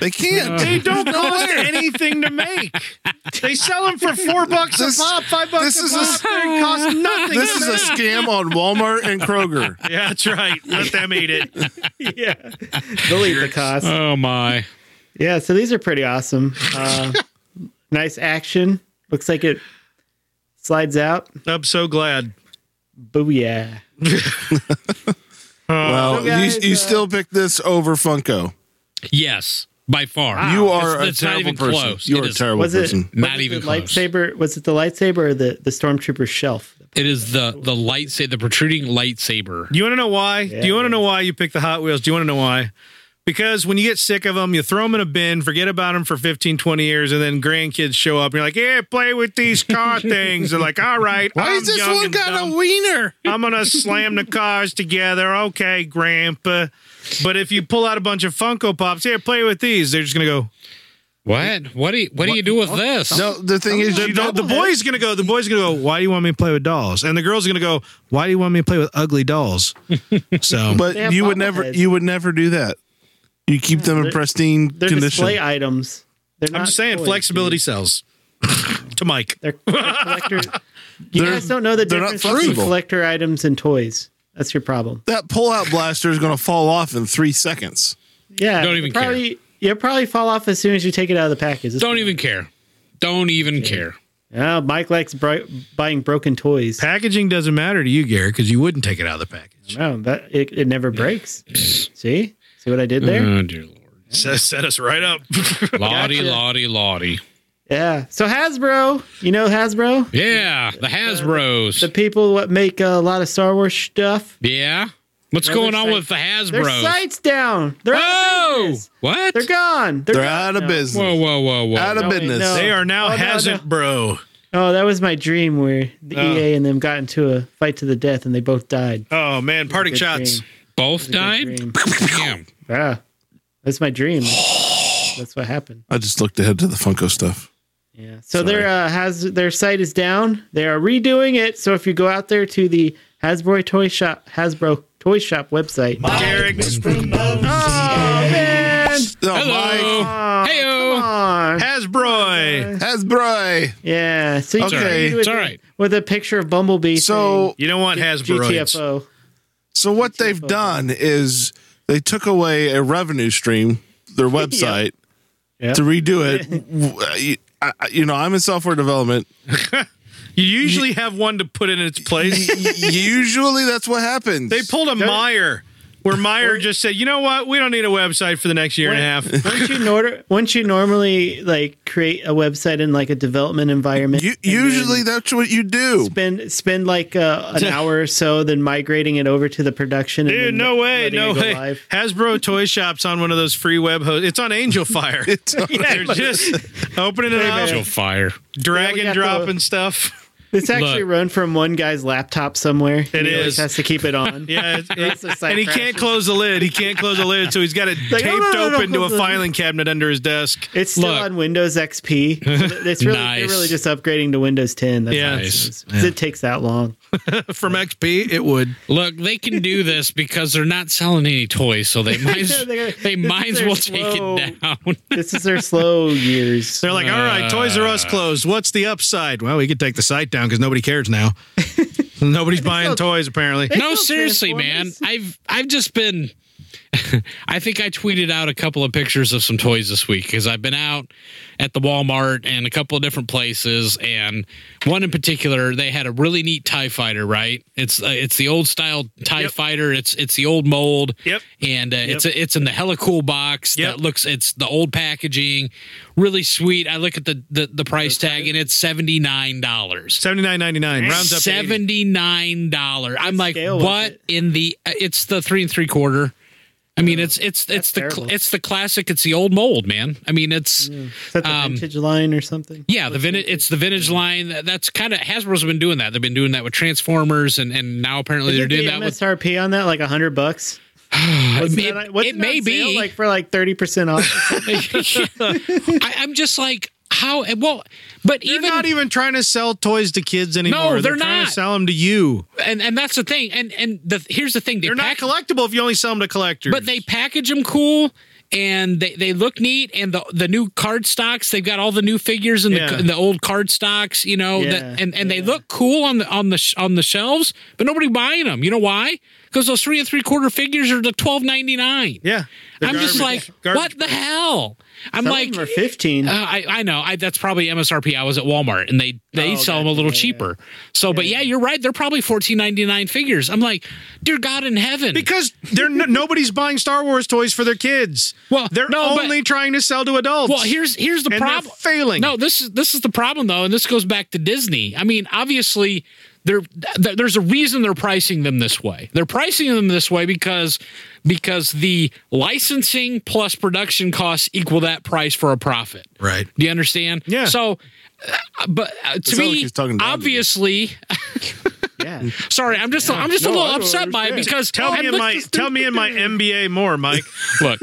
[SPEAKER 3] They can't.
[SPEAKER 6] They don't cost anything to make. They sell them for four bucks
[SPEAKER 3] This-
[SPEAKER 6] a pop, five bucks
[SPEAKER 3] this
[SPEAKER 6] a
[SPEAKER 3] is a
[SPEAKER 6] pop.
[SPEAKER 3] s-
[SPEAKER 6] They cost nothing.
[SPEAKER 3] This is a scam on Walmart and Kroger.
[SPEAKER 6] yeah, that's right. Let them eat it.
[SPEAKER 4] yeah. Delete the cost.
[SPEAKER 5] Oh my!
[SPEAKER 4] Yeah. So these are pretty awesome. Uh, nice action. Looks like it slides out.
[SPEAKER 6] I'm so glad.
[SPEAKER 4] Booyah.
[SPEAKER 3] well,
[SPEAKER 4] so guys,
[SPEAKER 3] you, you
[SPEAKER 4] uh,
[SPEAKER 3] still pick this over Funko.
[SPEAKER 5] Yes, by far.
[SPEAKER 3] you are
[SPEAKER 5] It's- it's
[SPEAKER 3] a
[SPEAKER 5] not
[SPEAKER 3] terrible
[SPEAKER 5] even
[SPEAKER 3] person.
[SPEAKER 5] close.
[SPEAKER 3] You are
[SPEAKER 5] It
[SPEAKER 3] a
[SPEAKER 5] is-
[SPEAKER 3] terrible
[SPEAKER 4] Was it
[SPEAKER 3] person.
[SPEAKER 4] was
[SPEAKER 5] Not
[SPEAKER 4] it
[SPEAKER 5] even
[SPEAKER 4] the
[SPEAKER 5] close.
[SPEAKER 4] lightsaber? Was it the lightsaber or the the stormtrooper shelf?
[SPEAKER 5] It is the the lightsaber, the protruding lightsaber.
[SPEAKER 6] You want to know why? Do you want to know why you pick the Hot Wheels? Do you want to know why? Because when you get sick of them, you throw them in a bin, forget about them for 15, 20 years, and then grandkids show up and you're like, yeah, play with these car things. They're like, all right.
[SPEAKER 3] Why
[SPEAKER 6] I'm
[SPEAKER 3] is this
[SPEAKER 6] young
[SPEAKER 3] one
[SPEAKER 6] and
[SPEAKER 3] got
[SPEAKER 6] dumb.
[SPEAKER 3] a wiener?
[SPEAKER 6] I'm gonna slam the cars together. Okay, grandpa. But if you pull out a bunch of Funko Pops, here, play with these. They're just gonna go.
[SPEAKER 5] What? What do you, what do you do with this?
[SPEAKER 3] No, the thing is, you
[SPEAKER 6] The,
[SPEAKER 3] don't.
[SPEAKER 6] the boy's gonna go. The boy's gonna go. Why do you want me to play with dolls? And the girl's gonna go. Why do you want me to play with ugly dolls? So,
[SPEAKER 4] They have
[SPEAKER 3] But you would never.
[SPEAKER 4] bobbleheads.
[SPEAKER 3] You would never do that. You keep them in pristine
[SPEAKER 4] They're display
[SPEAKER 3] condition.
[SPEAKER 4] items. They're
[SPEAKER 6] I'm
[SPEAKER 4] not
[SPEAKER 6] just saying
[SPEAKER 4] toys,
[SPEAKER 6] flexibility
[SPEAKER 4] dude.
[SPEAKER 6] sells. to Mike,
[SPEAKER 4] They're, they're collector. you
[SPEAKER 3] They're-
[SPEAKER 4] guys don't know the
[SPEAKER 3] they're not
[SPEAKER 4] difference between
[SPEAKER 3] flexible.
[SPEAKER 4] collector items and toys. That's your problem.
[SPEAKER 3] That pullout blaster is going to fall off in three seconds.
[SPEAKER 4] Yeah,
[SPEAKER 5] Don't
[SPEAKER 4] you
[SPEAKER 5] even
[SPEAKER 4] probably, You'll probably fall off as soon as you take it out of the package. It's-
[SPEAKER 5] Don't even care. Don't even care.
[SPEAKER 4] Oh, Mike likes bri- buying broken toys.
[SPEAKER 6] packaging doesn't matter to you, Gary, because you wouldn't take it out of the package.
[SPEAKER 4] No, that it, it never breaks. See, see what I did there?
[SPEAKER 5] Oh dear lord.
[SPEAKER 6] Set, set us right up.
[SPEAKER 5] Lottie, lottie, lottie.
[SPEAKER 4] Yeah. So Hasbro, you know Hasbro,
[SPEAKER 5] Yeah, the Hasbro's.
[SPEAKER 4] the people what make a lot of Star Wars stuff.
[SPEAKER 5] yeah. What's
[SPEAKER 4] Well, their
[SPEAKER 5] going on
[SPEAKER 4] site-
[SPEAKER 5] with the
[SPEAKER 4] Their
[SPEAKER 5] Hasbro's?
[SPEAKER 4] sites down. They're out of
[SPEAKER 5] oh,
[SPEAKER 4] business.
[SPEAKER 5] what?
[SPEAKER 4] They're gone. They're,
[SPEAKER 3] They're
[SPEAKER 4] gone.
[SPEAKER 3] out of business.
[SPEAKER 5] Whoa, whoa, whoa, whoa.
[SPEAKER 3] Out of
[SPEAKER 4] No, wait,
[SPEAKER 3] business.
[SPEAKER 4] no.
[SPEAKER 6] They are now
[SPEAKER 4] Oh, no,
[SPEAKER 6] hasn't, bro.
[SPEAKER 4] Oh, that was my dream where the
[SPEAKER 5] Oh.
[SPEAKER 4] EA and them got into a fight to the death and they both died.
[SPEAKER 6] Oh man, parting
[SPEAKER 4] Good
[SPEAKER 6] shots.
[SPEAKER 4] dream.
[SPEAKER 5] Both died?
[SPEAKER 4] Dream.
[SPEAKER 5] Damn.
[SPEAKER 4] Yeah. That's my dream. That's what happened.
[SPEAKER 3] I just looked ahead to the Funko stuff.
[SPEAKER 4] Yeah. So their uh, has their site is down. They are redoing it. So if you go out there to the Hasbro Toy Shop Hasbro Toy Shop website,
[SPEAKER 3] Oh,
[SPEAKER 5] Hello.
[SPEAKER 3] Mike
[SPEAKER 5] Heyo.
[SPEAKER 4] on.
[SPEAKER 6] Hasbro.
[SPEAKER 3] Hasbro.
[SPEAKER 4] yeah. So you
[SPEAKER 3] Okay.
[SPEAKER 4] can do it
[SPEAKER 5] It's all right.
[SPEAKER 4] with a picture of Bumblebee.
[SPEAKER 3] So,
[SPEAKER 6] You don't want
[SPEAKER 4] saying
[SPEAKER 6] Hasbroids.
[SPEAKER 4] GTFO.
[SPEAKER 3] so what they've done is they took away a revenue stream, their website,
[SPEAKER 4] Yep.
[SPEAKER 3] to redo it. W- I- I- you know, I'm in software development.
[SPEAKER 6] You usually have one to put in its place.
[SPEAKER 3] Usually, that's what happens.
[SPEAKER 6] They pulled a Meyer, where Meyer just said, "You know what? We don't need a website for the next year and a half."
[SPEAKER 4] Once you nor- once you normally like create a website in like a development environment,
[SPEAKER 3] You,
[SPEAKER 4] and then
[SPEAKER 3] usually, that's what you do.
[SPEAKER 4] spend spend like uh, an hour or so, then migrating it over to the production. and
[SPEAKER 6] Dude,
[SPEAKER 4] then
[SPEAKER 6] no way,
[SPEAKER 4] letting
[SPEAKER 6] no
[SPEAKER 4] it go
[SPEAKER 6] way.
[SPEAKER 4] live.
[SPEAKER 6] Hasbro Toy Shop's on one of those free web hosts. It's on Angel Fire. They're just opening it
[SPEAKER 5] Angel
[SPEAKER 6] up,
[SPEAKER 5] fire.
[SPEAKER 4] Yeah,
[SPEAKER 6] drag and
[SPEAKER 4] we got
[SPEAKER 6] drop
[SPEAKER 4] the-
[SPEAKER 6] and stuff.
[SPEAKER 4] It's actually
[SPEAKER 5] Look.
[SPEAKER 4] run from one guy's laptop somewhere. It he always
[SPEAKER 6] is.
[SPEAKER 4] has to keep it on.
[SPEAKER 6] Yeah, it's-
[SPEAKER 4] Or else the site
[SPEAKER 6] and he
[SPEAKER 4] crashes.
[SPEAKER 6] can't close the lid. He can't close the lid, so he's got it
[SPEAKER 4] Like,
[SPEAKER 6] taped
[SPEAKER 4] no, no, no, no,
[SPEAKER 6] open
[SPEAKER 4] close
[SPEAKER 6] to
[SPEAKER 4] the
[SPEAKER 6] a
[SPEAKER 4] lid.
[SPEAKER 6] filing cabinet under his desk.
[SPEAKER 4] It's still
[SPEAKER 5] Look.
[SPEAKER 4] on Windows XP. It's really,
[SPEAKER 5] Nice.
[SPEAKER 4] they're really just upgrading to Windows 10. That's
[SPEAKER 6] Yeah.
[SPEAKER 4] all it
[SPEAKER 5] Nice.
[SPEAKER 4] is. 'Cause It takes that long.
[SPEAKER 6] From XP, it would.
[SPEAKER 5] Look, they can do this because they're not selling any toys, so they might as,
[SPEAKER 4] They're-
[SPEAKER 5] they
[SPEAKER 4] this
[SPEAKER 5] might
[SPEAKER 4] is
[SPEAKER 5] as
[SPEAKER 4] their
[SPEAKER 5] well take
[SPEAKER 4] slow-
[SPEAKER 5] it down.
[SPEAKER 4] This is their slow years.
[SPEAKER 6] They're like, all right, Toys R Us closed. What's the upside? Well, we could take the site down because nobody cares now. Nobody's buying toys, apparently.
[SPEAKER 5] no,
[SPEAKER 4] sell
[SPEAKER 5] seriously, man. I've I've just been. I think I tweeted out a couple of pictures of some toys this week because I've been out at the Walmart and a couple of different places, and one in particular, they had a really neat Tie Fighter. Right? It's uh, it's the old style Tie Fighter. It's it's the old mold.
[SPEAKER 10] Yep.
[SPEAKER 5] And uh, it's it's in the hella cool box
[SPEAKER 10] Yep.
[SPEAKER 5] that looks. It's the old packaging, really sweet. I look at the the, the price tag and it's seventy nine dollars.
[SPEAKER 6] Seventy nine ninety nine. Rounds up. to 80.
[SPEAKER 5] Seventy nine dollar. I'm like,
[SPEAKER 4] scale was
[SPEAKER 5] what
[SPEAKER 4] it?
[SPEAKER 5] in the? uh, It's the three and three quarter. I mean, it's it's it's the cl-
[SPEAKER 4] terrible.
[SPEAKER 5] it's the classic. It's the old mold, man. I mean, it's
[SPEAKER 4] Is that the
[SPEAKER 5] Um,
[SPEAKER 4] vintage line or something?
[SPEAKER 5] yeah, the vintage. It's the vintage line. That- That's kind of Hasbro's been doing that. They've been doing that with Transformers, and and now apparently
[SPEAKER 4] Is
[SPEAKER 5] they're
[SPEAKER 4] it the
[SPEAKER 5] doing that with.
[SPEAKER 4] MSRP on that like a hundred bucks? Wasn't
[SPEAKER 5] It-
[SPEAKER 4] that- wasn't
[SPEAKER 5] it may
[SPEAKER 4] on sale,
[SPEAKER 5] be.
[SPEAKER 4] like for like thirty percent off.
[SPEAKER 5] I, I'm just like how well, but
[SPEAKER 6] They're
[SPEAKER 5] even,
[SPEAKER 6] not e even trying to sell toys to kids anymore.
[SPEAKER 5] No, they're
[SPEAKER 6] trying
[SPEAKER 5] not.
[SPEAKER 6] to sell them to you.
[SPEAKER 5] and and that's the thing. And and the here's the thing. They
[SPEAKER 6] They're not
[SPEAKER 5] pack-
[SPEAKER 6] collectible if you only sell them to collectors.
[SPEAKER 5] But they package them cool and they, they look neat and the the new card stocks they've got all the new figures and
[SPEAKER 6] Yeah.
[SPEAKER 5] the, in the old card stocks you know
[SPEAKER 4] Yeah,
[SPEAKER 5] that, and, and they look cool on the on the sh- on the shelves but nobody buying them you know why because those three and three quarter figures are the twelve ninety nine.
[SPEAKER 10] Yeah. They're
[SPEAKER 5] I'm just
[SPEAKER 10] garbage.
[SPEAKER 5] like,
[SPEAKER 10] Garbage.
[SPEAKER 5] what the hell? I'm
[SPEAKER 4] Some of
[SPEAKER 5] like,
[SPEAKER 4] them are 15.
[SPEAKER 5] uh, I, I know. I, that's probably MSRP. I was at Walmart and they they
[SPEAKER 4] Oh,
[SPEAKER 5] sell them a
[SPEAKER 4] gotcha.
[SPEAKER 5] little
[SPEAKER 4] Yeah,
[SPEAKER 5] cheaper. So, but yeah, you're right. They're probably fourteen ninety nine figures. I'm like, dear God in heaven.
[SPEAKER 6] because they're n- nobody's buying Star Wars toys for their kids.
[SPEAKER 5] Well,
[SPEAKER 6] they're
[SPEAKER 5] no, but-
[SPEAKER 6] only trying to sell to adults.
[SPEAKER 5] well, here's here's the
[SPEAKER 6] and they're
[SPEAKER 5] problem.
[SPEAKER 6] failing.
[SPEAKER 5] No, this is this is the problem though, and this goes back to Disney. I mean, obviously, there th- there's a reason they're pricing them this way. They're pricing them this way because because the licensing plus production costs equal that price for a profit.
[SPEAKER 9] Right.
[SPEAKER 5] Do you understand?
[SPEAKER 6] Yeah.
[SPEAKER 5] So, uh, but uh, to
[SPEAKER 3] not like
[SPEAKER 5] me,
[SPEAKER 3] he's talking down to you.
[SPEAKER 5] obviously,
[SPEAKER 4] yeah.
[SPEAKER 5] sorry, I'm just I'm just a
[SPEAKER 3] No,
[SPEAKER 5] little
[SPEAKER 3] I don't
[SPEAKER 5] upset by it
[SPEAKER 3] understand.
[SPEAKER 5] because
[SPEAKER 6] Tell
[SPEAKER 5] I
[SPEAKER 6] me in
[SPEAKER 5] looked
[SPEAKER 6] my
[SPEAKER 5] this through-
[SPEAKER 6] tell me in my MBA more, Mike.
[SPEAKER 5] Look,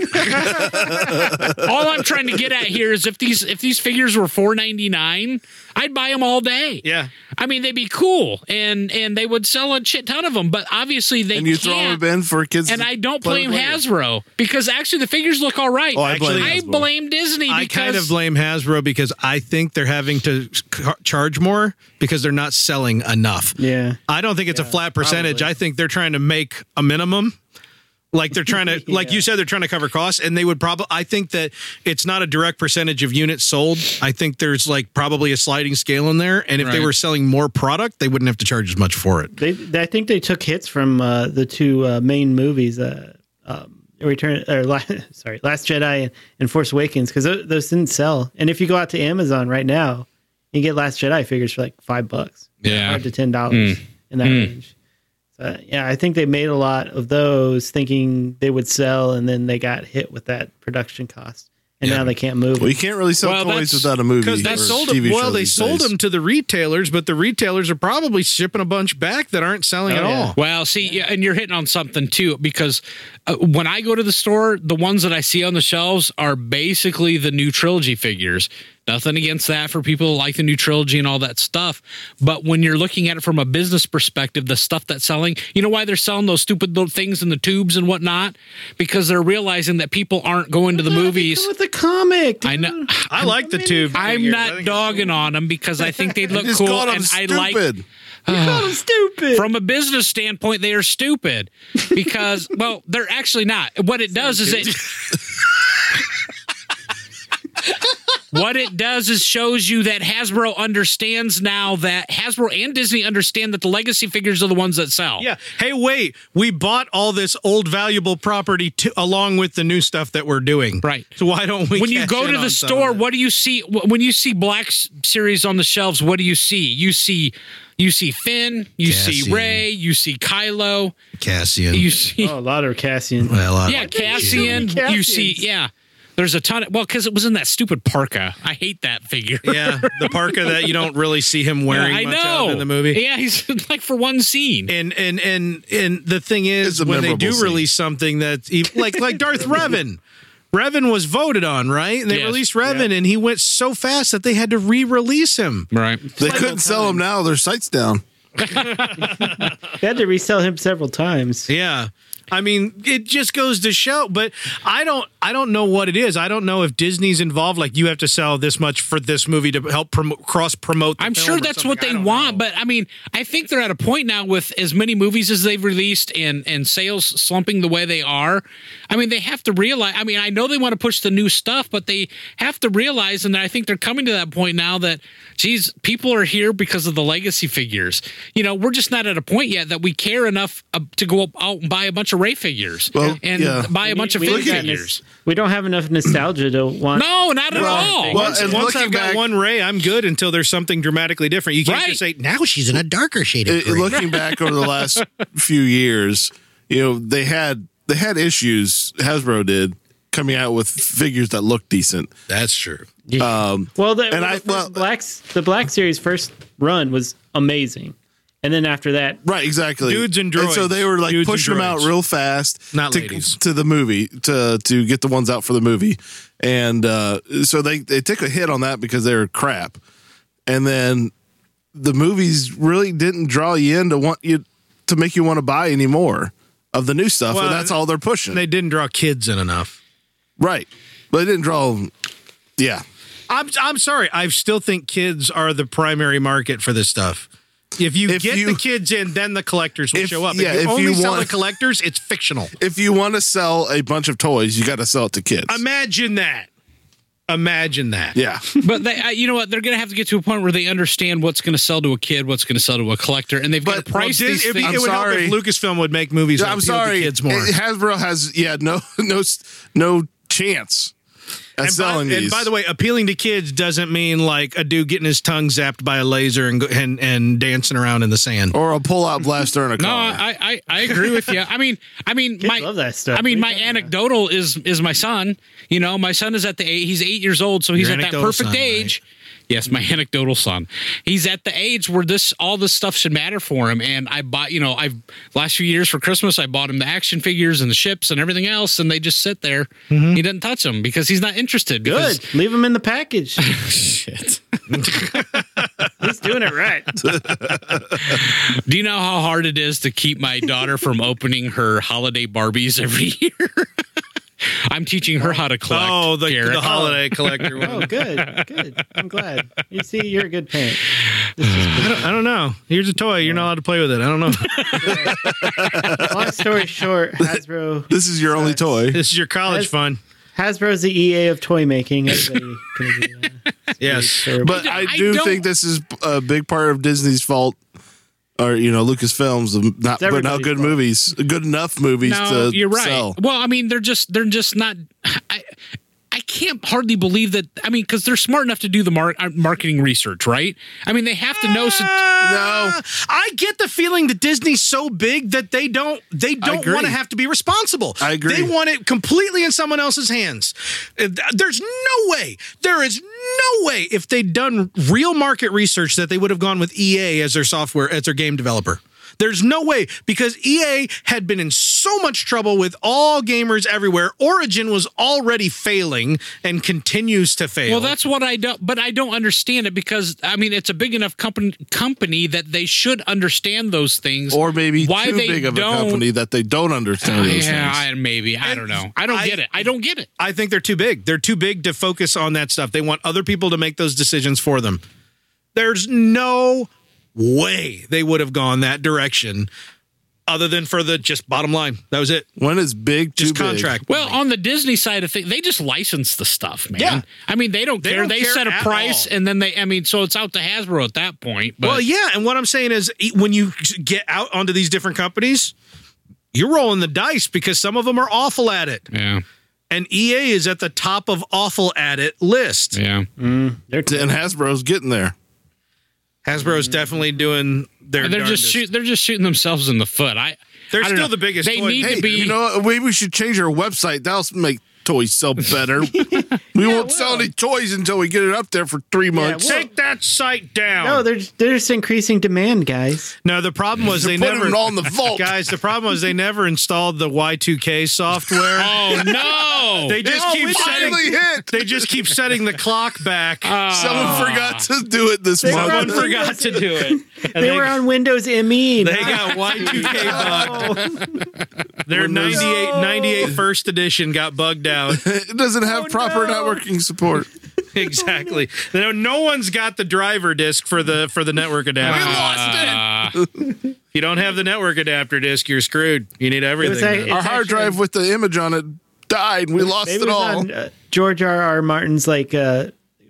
[SPEAKER 5] all I'm trying to get at here is if these if these figures were 4.99, I'd buy them all day.
[SPEAKER 6] Yeah.
[SPEAKER 5] I mean they'd be cool and and they would sell a shit ton of them, but obviously they
[SPEAKER 3] and you
[SPEAKER 5] can't.
[SPEAKER 3] throw them a bin for kids.
[SPEAKER 5] and
[SPEAKER 3] to
[SPEAKER 5] I don't
[SPEAKER 3] play
[SPEAKER 5] blame
[SPEAKER 3] with later.
[SPEAKER 5] Hasbro because actually the figures look all right.
[SPEAKER 3] Oh, I blame
[SPEAKER 5] I
[SPEAKER 3] Hasbro.
[SPEAKER 5] blame Disney because
[SPEAKER 6] I kind of blame Hasbro because I think they're having to ca- charge more because they're not selling enough.
[SPEAKER 4] Yeah.
[SPEAKER 6] I don't think it's a flat percentage. I think they're trying to make a minimum. Like they're trying to, like you said, they're trying to cover costs, and they would probably. I think that it's not a direct percentage of units sold. I think there's like probably a sliding scale in there, and if they
[SPEAKER 5] Right.
[SPEAKER 6] were selling more product, they wouldn't have to charge as much for it.
[SPEAKER 4] They, they- I think they took hits from uh, the two uh, main movies, uh, um, Return or La- sorry, Last Jedi and, and Force Awakens, because those, those didn't sell. And if you go out to Amazon right now, you get Last Jedi figures for like five bucks,
[SPEAKER 5] Yeah. Hmm.
[SPEAKER 4] five to ten dollars in that range. So yeah, I think they made a lot of those, thinking they would sell, and then they got hit with that production cost, and now they can't move.
[SPEAKER 3] Well, you can't really sell
[SPEAKER 5] Well,
[SPEAKER 3] toys
[SPEAKER 5] that's-
[SPEAKER 3] without a movie.
[SPEAKER 6] because they
[SPEAKER 3] or
[SPEAKER 6] sold
[SPEAKER 3] TV
[SPEAKER 6] them.
[SPEAKER 3] show
[SPEAKER 6] Well, they
[SPEAKER 3] these
[SPEAKER 6] sold
[SPEAKER 3] days.
[SPEAKER 6] them to the retailers, but the retailers are probably shipping a bunch back that aren't selling at
[SPEAKER 4] yeah.
[SPEAKER 6] all.
[SPEAKER 5] Well, see, yeah, and you're hitting on something too, because uh, when I go to the store, the ones that I see on the shelves are basically the new trilogy figures. Nothing against that for people who like the new trilogy and all that stuff. But when you're looking at it from a business perspective, the stuff that's selling, you know why they're selling those stupid little things in the tubes and whatnot? Because they're realizing that people aren't going to the movies.
[SPEAKER 4] with the comic,
[SPEAKER 5] I know.
[SPEAKER 6] I like the tube.
[SPEAKER 5] I'm
[SPEAKER 6] figures. I
[SPEAKER 5] not
[SPEAKER 6] think-
[SPEAKER 5] dogging on them because I think they look
[SPEAKER 3] Just
[SPEAKER 5] cool
[SPEAKER 3] called 'em
[SPEAKER 5] and I
[SPEAKER 3] stupid.
[SPEAKER 5] like
[SPEAKER 4] stupid.
[SPEAKER 5] from a business standpoint, they are stupid because, well, they're actually not. What it does is it. what it does is shows you that Hasbro understands now that Hasbro and Disney understand that the legacy figures are the ones that sell.
[SPEAKER 6] Yeah. Hey, wait. We bought all this old valuable property to, along with the new stuff that we're doing.
[SPEAKER 5] Right.
[SPEAKER 6] So why don't we?
[SPEAKER 5] when you
[SPEAKER 6] cash
[SPEAKER 5] go
[SPEAKER 6] in
[SPEAKER 5] to
[SPEAKER 6] on
[SPEAKER 5] the
[SPEAKER 6] some
[SPEAKER 5] store,
[SPEAKER 6] of it?
[SPEAKER 5] what do you see? wh- When you see Black S- Series on the shelves, what do you see? You see, you see Finn, you see
[SPEAKER 9] Cassian.
[SPEAKER 5] Ray, you see Kylo,
[SPEAKER 9] Cassian.
[SPEAKER 5] you see
[SPEAKER 4] Oh, a lot of Cassian.
[SPEAKER 9] Well, I-
[SPEAKER 5] yeah, Cassian.
[SPEAKER 4] so many
[SPEAKER 5] You see,
[SPEAKER 4] Cassians?
[SPEAKER 5] yeah. There's a ton of well, because it was in that stupid parka. I hate that figure.
[SPEAKER 6] yeah, the parka that you don't really see him wearing
[SPEAKER 5] I
[SPEAKER 6] much
[SPEAKER 5] know
[SPEAKER 6] of in the movie.
[SPEAKER 5] Yeah, he's like for one scene.
[SPEAKER 6] And and and and the thing
[SPEAKER 3] It's
[SPEAKER 6] is,
[SPEAKER 3] a
[SPEAKER 6] when they
[SPEAKER 3] memorable
[SPEAKER 6] do
[SPEAKER 3] scene.
[SPEAKER 6] release something that's e- like like Darth Revan, Revan was voted on, right? And they
[SPEAKER 5] Yes.
[SPEAKER 6] released Revan, and he went so fast that they had to re-release him.
[SPEAKER 5] Right.
[SPEAKER 3] They couldn't sell them now. Their site's down.
[SPEAKER 4] They had to resell him several times.
[SPEAKER 6] Yeah. I mean, it just goes to show, but I don't I don't know what it is. I don't know if Disney's involved like you have to sell this much for this movie to help promote cross promote
[SPEAKER 5] I'm sure that's what they want, but I mean, I think they're at a point now with as many movies as they've released and and sales slumping the way they are. I mean, they have to realize. I mean, I know they want to push the new stuff, but they have to realize, and I think they're coming to that point now that, geez, people are here because of the legacy figures. You know, we're just not at a point yet that we care enough uh, to go up, out and buy a bunch of Ray figures
[SPEAKER 3] Well,
[SPEAKER 5] and
[SPEAKER 3] yeah.
[SPEAKER 5] buy a bunch of Finn
[SPEAKER 4] don't have
[SPEAKER 5] figures.
[SPEAKER 4] nos- we don't have enough nostalgia to want.
[SPEAKER 5] No, not at all.
[SPEAKER 3] well,
[SPEAKER 6] once,
[SPEAKER 3] and
[SPEAKER 6] once
[SPEAKER 3] looking
[SPEAKER 6] I've got
[SPEAKER 3] back-
[SPEAKER 6] one Ray, I'm good until there's something dramatically different. You can't
[SPEAKER 5] Right.
[SPEAKER 6] just say
[SPEAKER 9] now she's in a darker shade of
[SPEAKER 3] It-
[SPEAKER 9] gray.
[SPEAKER 3] looking back over the last few years, you know they had they had issues. Hasbro did coming out with figures that looked decent.
[SPEAKER 9] That's true.
[SPEAKER 4] Well, the,
[SPEAKER 3] And
[SPEAKER 4] well,
[SPEAKER 3] I-
[SPEAKER 4] the,
[SPEAKER 3] well-
[SPEAKER 4] first blacks the Black Series first run was amazing, and then after that,
[SPEAKER 3] Right, exactly.
[SPEAKER 6] Dudes and
[SPEAKER 3] so
[SPEAKER 6] droids.
[SPEAKER 3] they were like
[SPEAKER 6] Dudes and
[SPEAKER 3] pushing them out
[SPEAKER 6] droids.
[SPEAKER 3] real fast,
[SPEAKER 6] Not
[SPEAKER 3] to,
[SPEAKER 6] ladies.
[SPEAKER 3] to the movie to to get the ones out for the movie, and uh, so they they took a hit on that because they were crap, and then the movies really didn't draw you in to want you to make you want to buy any more of the new stuff.
[SPEAKER 6] Well,
[SPEAKER 3] and that's all they're pushing,
[SPEAKER 6] they didn't draw kids in enough.
[SPEAKER 3] right? But they didn't draw. Yeah,
[SPEAKER 6] I'm I'm sorry. I still think kids are the primary market for this stuff. If you
[SPEAKER 3] If
[SPEAKER 6] get
[SPEAKER 3] you-
[SPEAKER 6] the kids in, then the collectors will
[SPEAKER 3] If-
[SPEAKER 6] show up.
[SPEAKER 3] yeah,
[SPEAKER 6] if
[SPEAKER 3] if
[SPEAKER 6] you only
[SPEAKER 3] you
[SPEAKER 6] sell
[SPEAKER 3] want-
[SPEAKER 6] the collectors, it's fictional.
[SPEAKER 3] If you want to sell a bunch of toys, you got to sell it to kids.
[SPEAKER 6] Imagine that. Imagine that.
[SPEAKER 3] yeah.
[SPEAKER 5] But they, uh, you know what? They're going to have to get to a point where they understand what's going to sell to a kid, what's going to sell to a collector, and they've got
[SPEAKER 3] But-
[SPEAKER 5] to
[SPEAKER 6] Well,
[SPEAKER 5] price
[SPEAKER 6] Dis-
[SPEAKER 5] these
[SPEAKER 6] it'd be-
[SPEAKER 5] things.
[SPEAKER 6] it would help
[SPEAKER 3] sorry.
[SPEAKER 6] if Lucas film would make movies. that
[SPEAKER 3] I'm
[SPEAKER 6] appeal to
[SPEAKER 3] sorry.
[SPEAKER 6] kids more.
[SPEAKER 3] It- Hasbro has yeah no no s- no chance at
[SPEAKER 6] and,
[SPEAKER 3] selling
[SPEAKER 6] by,
[SPEAKER 3] these.
[SPEAKER 6] and by the way, appealing to kids doesn't mean like a dude getting his tongue zapped by a laser and go- and, and dancing around in the sand.
[SPEAKER 3] or a pull out blaster in a
[SPEAKER 5] No,
[SPEAKER 3] car.
[SPEAKER 5] Uh, I, I I agree with you. I mean, I mean, my
[SPEAKER 4] love that stuff.
[SPEAKER 5] I mean,
[SPEAKER 4] What
[SPEAKER 5] my
[SPEAKER 4] are you talking about?
[SPEAKER 5] anecdotal is is my son. You know, my son is at the age. He's eight years old, so he's
[SPEAKER 6] Your
[SPEAKER 5] at that
[SPEAKER 6] anecdotal
[SPEAKER 5] perfect
[SPEAKER 6] son,
[SPEAKER 5] age. Yes, my anecdotal son. He's at the age where this all this stuff should matter for him. And I bought, you know, I've last few years for Christmas, I bought him the action figures and the ships and everything else, and they just sit there. He doesn't touch them because he's not interested. because-
[SPEAKER 4] Mm-hmm. Good. Leave them in the package.
[SPEAKER 5] Shit.
[SPEAKER 4] He's doing it right.
[SPEAKER 5] Do you know how hard it is to keep my daughter from opening her holiday Barbies every year? I'm teaching her how to collect.
[SPEAKER 6] Oh, the,
[SPEAKER 5] Garrett.
[SPEAKER 6] the holiday collector one.
[SPEAKER 4] Oh, good. Good. I'm glad. You see, you're a good parent. This is
[SPEAKER 6] I don't know. Here's a toy. You're not allowed to play with it. I don't know.
[SPEAKER 4] long story short, Hasbro
[SPEAKER 3] this is your only toy.
[SPEAKER 6] this is your
[SPEAKER 4] That's-
[SPEAKER 6] college fun.
[SPEAKER 4] Hasbro's the EA of toy making. Everybody can agree on that.
[SPEAKER 6] Yes.
[SPEAKER 4] They're-
[SPEAKER 3] But I
[SPEAKER 5] I
[SPEAKER 3] do
[SPEAKER 5] don't-
[SPEAKER 3] think this is a big part of Disney's fault, or you know Lucasfilm's of not
[SPEAKER 4] It's
[SPEAKER 3] putting out
[SPEAKER 4] everybody's
[SPEAKER 3] good
[SPEAKER 4] fault.
[SPEAKER 3] movies, good enough movies
[SPEAKER 5] No,
[SPEAKER 3] to
[SPEAKER 5] you're right.
[SPEAKER 3] sell.
[SPEAKER 5] Well, I mean, they're just they're just not. I I can't hardly believe that. I mean, because they're smart enough to do the mar- uh, marketing research, right? I mean, they have to know. some-
[SPEAKER 3] No,
[SPEAKER 6] Ah! I get the feeling that Disney's so big that they don't they don't
[SPEAKER 3] agree.
[SPEAKER 6] want to have to be responsible.
[SPEAKER 3] I agree.
[SPEAKER 6] They want it completely in someone else's hands. Uh, th- There's no way. There is no way if they'd done real market research that they would have gone with EA as their software as their game developer. There's no way because EA had been in so much trouble with all gamers everywhere. Origin was already failing and continues to fail.
[SPEAKER 5] well, that's what I don't. But I don't understand it because I mean, it's a big enough company company that they should understand those things.
[SPEAKER 3] or maybe
[SPEAKER 5] why
[SPEAKER 3] too
[SPEAKER 5] they
[SPEAKER 3] big of a
[SPEAKER 5] don't-
[SPEAKER 3] company that they don't
[SPEAKER 6] Oh,
[SPEAKER 3] understand those
[SPEAKER 5] Yeah,
[SPEAKER 3] things.
[SPEAKER 5] I- maybe I don't know. I don't
[SPEAKER 6] I-
[SPEAKER 5] get it. I don't get it.
[SPEAKER 6] I think they're too big. They're too big to focus on that stuff. They want other people to make those decisions for them. There's no way they would have gone that direction other than for the just bottom line. That was it.
[SPEAKER 3] When is big too
[SPEAKER 6] Just
[SPEAKER 3] big?
[SPEAKER 6] contract.
[SPEAKER 5] Well, on the Disney side of things, they just license the stuff, man.
[SPEAKER 6] Yeah.
[SPEAKER 5] I mean, they don't
[SPEAKER 6] They
[SPEAKER 5] care.
[SPEAKER 6] don't
[SPEAKER 5] they
[SPEAKER 6] care
[SPEAKER 5] set a
[SPEAKER 6] at
[SPEAKER 5] price,
[SPEAKER 6] all.
[SPEAKER 5] and then they. I mean, so it's out to Hasbro at that point. But
[SPEAKER 6] well, yeah. And what I'm saying is e- when you get out onto these different companies, you're rolling the dice because some of them are awful at it.
[SPEAKER 5] yeah,
[SPEAKER 6] And EA is at the top of awful at it list.
[SPEAKER 5] yeah.
[SPEAKER 3] And Hasbro's getting there.
[SPEAKER 6] Hasbro's definitely doing their
[SPEAKER 5] They're just
[SPEAKER 6] darndest.
[SPEAKER 5] shoot, They're just shooting themselves in the foot. I.
[SPEAKER 6] They're
[SPEAKER 5] I don't
[SPEAKER 6] still
[SPEAKER 5] know.
[SPEAKER 6] the biggest
[SPEAKER 5] They
[SPEAKER 6] toy-
[SPEAKER 5] need
[SPEAKER 3] Hey,
[SPEAKER 5] to be.
[SPEAKER 3] you know, what? maybe we should change our website. That'll make toys sell better. we won't sell any toys until we get it up there for three months.
[SPEAKER 4] well-
[SPEAKER 6] Take that site down.
[SPEAKER 4] no, they're they're just increasing demand, guys.
[SPEAKER 6] No, the problem was they
[SPEAKER 3] Put
[SPEAKER 6] never
[SPEAKER 3] it all in the vault.
[SPEAKER 6] guys. The problem was they never installed the Y2K software.
[SPEAKER 5] oh no!
[SPEAKER 6] They just
[SPEAKER 3] Oh,
[SPEAKER 6] keep
[SPEAKER 3] it
[SPEAKER 6] setting.
[SPEAKER 3] finally Oh, hit.
[SPEAKER 6] They just keep setting the clock back.
[SPEAKER 5] Ah.
[SPEAKER 3] Someone forgot to do it this month.
[SPEAKER 6] Someone forgot to do it. And
[SPEAKER 4] They were on Windows E. ME.
[SPEAKER 6] They got Y2K bugged. Their 98, 98 first edition got bugged out.
[SPEAKER 3] It doesn't
[SPEAKER 4] Oh,
[SPEAKER 3] have proper networking support.
[SPEAKER 6] exactly. No, no one's got the driver disc for the for the network adapter. If you don't have the network adapter disc, you're screwed. You need everything.
[SPEAKER 4] like- It's
[SPEAKER 6] now.
[SPEAKER 3] Our hard
[SPEAKER 4] actually-
[SPEAKER 3] drive with the image on it died. and We lost
[SPEAKER 4] Maybe
[SPEAKER 3] it
[SPEAKER 4] was
[SPEAKER 3] all.
[SPEAKER 4] on, uh, George R. R. Martin's like uh,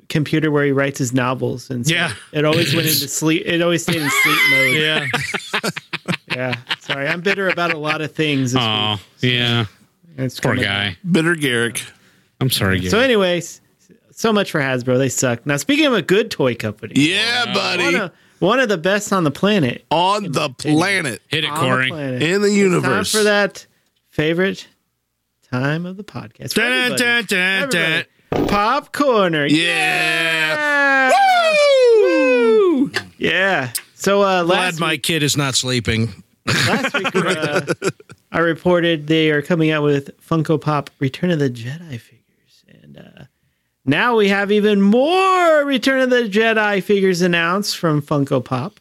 [SPEAKER 4] computer where he writes his novels, and so
[SPEAKER 6] Yeah.
[SPEAKER 4] it always went into sleep. It always stayed in sleep mode. Yeah.
[SPEAKER 6] yeah.
[SPEAKER 4] Sorry, I'm bitter about a lot of things. this
[SPEAKER 5] oh
[SPEAKER 4] week.
[SPEAKER 5] yeah,
[SPEAKER 4] It's
[SPEAKER 5] poor
[SPEAKER 4] coming.
[SPEAKER 5] guy.
[SPEAKER 3] Bitter Garrick.
[SPEAKER 5] I'm sorry.
[SPEAKER 4] So,
[SPEAKER 5] Gary.
[SPEAKER 4] anyways, so much for Hasbro. They suck. Now, speaking of a good toy company,
[SPEAKER 3] Yeah,
[SPEAKER 4] one,
[SPEAKER 3] buddy.
[SPEAKER 4] of, one of the best on the planet.
[SPEAKER 3] On the planet.
[SPEAKER 5] Hit it,
[SPEAKER 4] on the
[SPEAKER 5] Corey.
[SPEAKER 4] planet.
[SPEAKER 3] In the
[SPEAKER 4] Time
[SPEAKER 3] universe.
[SPEAKER 4] for that favorite time of the podcast. For
[SPEAKER 6] Dun,
[SPEAKER 4] everybody.
[SPEAKER 6] dun, dun, dun.
[SPEAKER 4] Everybody. Pop corner.
[SPEAKER 3] Yeah.
[SPEAKER 4] Yeah.
[SPEAKER 3] Woo!
[SPEAKER 4] Yeah. So uh,
[SPEAKER 6] Glad
[SPEAKER 4] last
[SPEAKER 6] my kid is not sleeping.
[SPEAKER 4] last week uh, I reported they are coming out with Funko Pop Return of the Jedi figures, and uh, now we have even more Return of the Jedi figures announced from Funko Pop,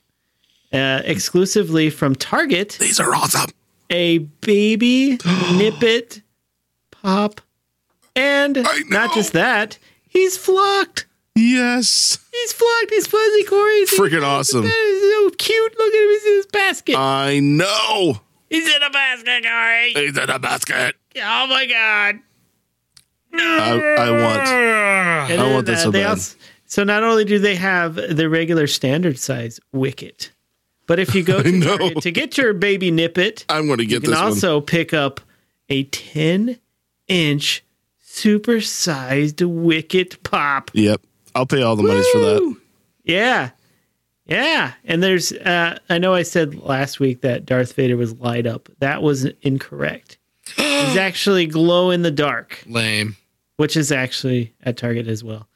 [SPEAKER 4] uh, exclusively from Target.
[SPEAKER 3] These are awesome.
[SPEAKER 4] A baby nippet pop, and
[SPEAKER 3] I
[SPEAKER 4] not
[SPEAKER 3] know.
[SPEAKER 4] just that, he's flocked
[SPEAKER 3] Yes.
[SPEAKER 4] He's flocked. He's fuzzy, Corey. He's-
[SPEAKER 3] Freaking awesome.
[SPEAKER 4] That is so cute. Look at him. He's in his basket.
[SPEAKER 3] I know.
[SPEAKER 4] he's in a basket, Corey.
[SPEAKER 3] He's in a basket.
[SPEAKER 4] Oh my god.
[SPEAKER 3] I, I want.
[SPEAKER 4] And
[SPEAKER 3] I
[SPEAKER 4] then,
[SPEAKER 3] want this so
[SPEAKER 4] uh, they
[SPEAKER 3] bad.
[SPEAKER 4] also- so not only do they have the regular standard size wicket, but if you go to,
[SPEAKER 3] know.
[SPEAKER 4] Target to get your baby nippet,
[SPEAKER 3] I'm going to get
[SPEAKER 4] you can
[SPEAKER 3] this one.
[SPEAKER 4] also pick up a 10 inch supersized wicket pop.
[SPEAKER 3] Yep. I'll pay all the monies for that.
[SPEAKER 4] Yeah. Yeah. And there's, uh, I know I said last week that Darth Vader was light up. That was incorrect. He's actually glow in the dark.
[SPEAKER 9] Lame.
[SPEAKER 4] which is actually at Target as well.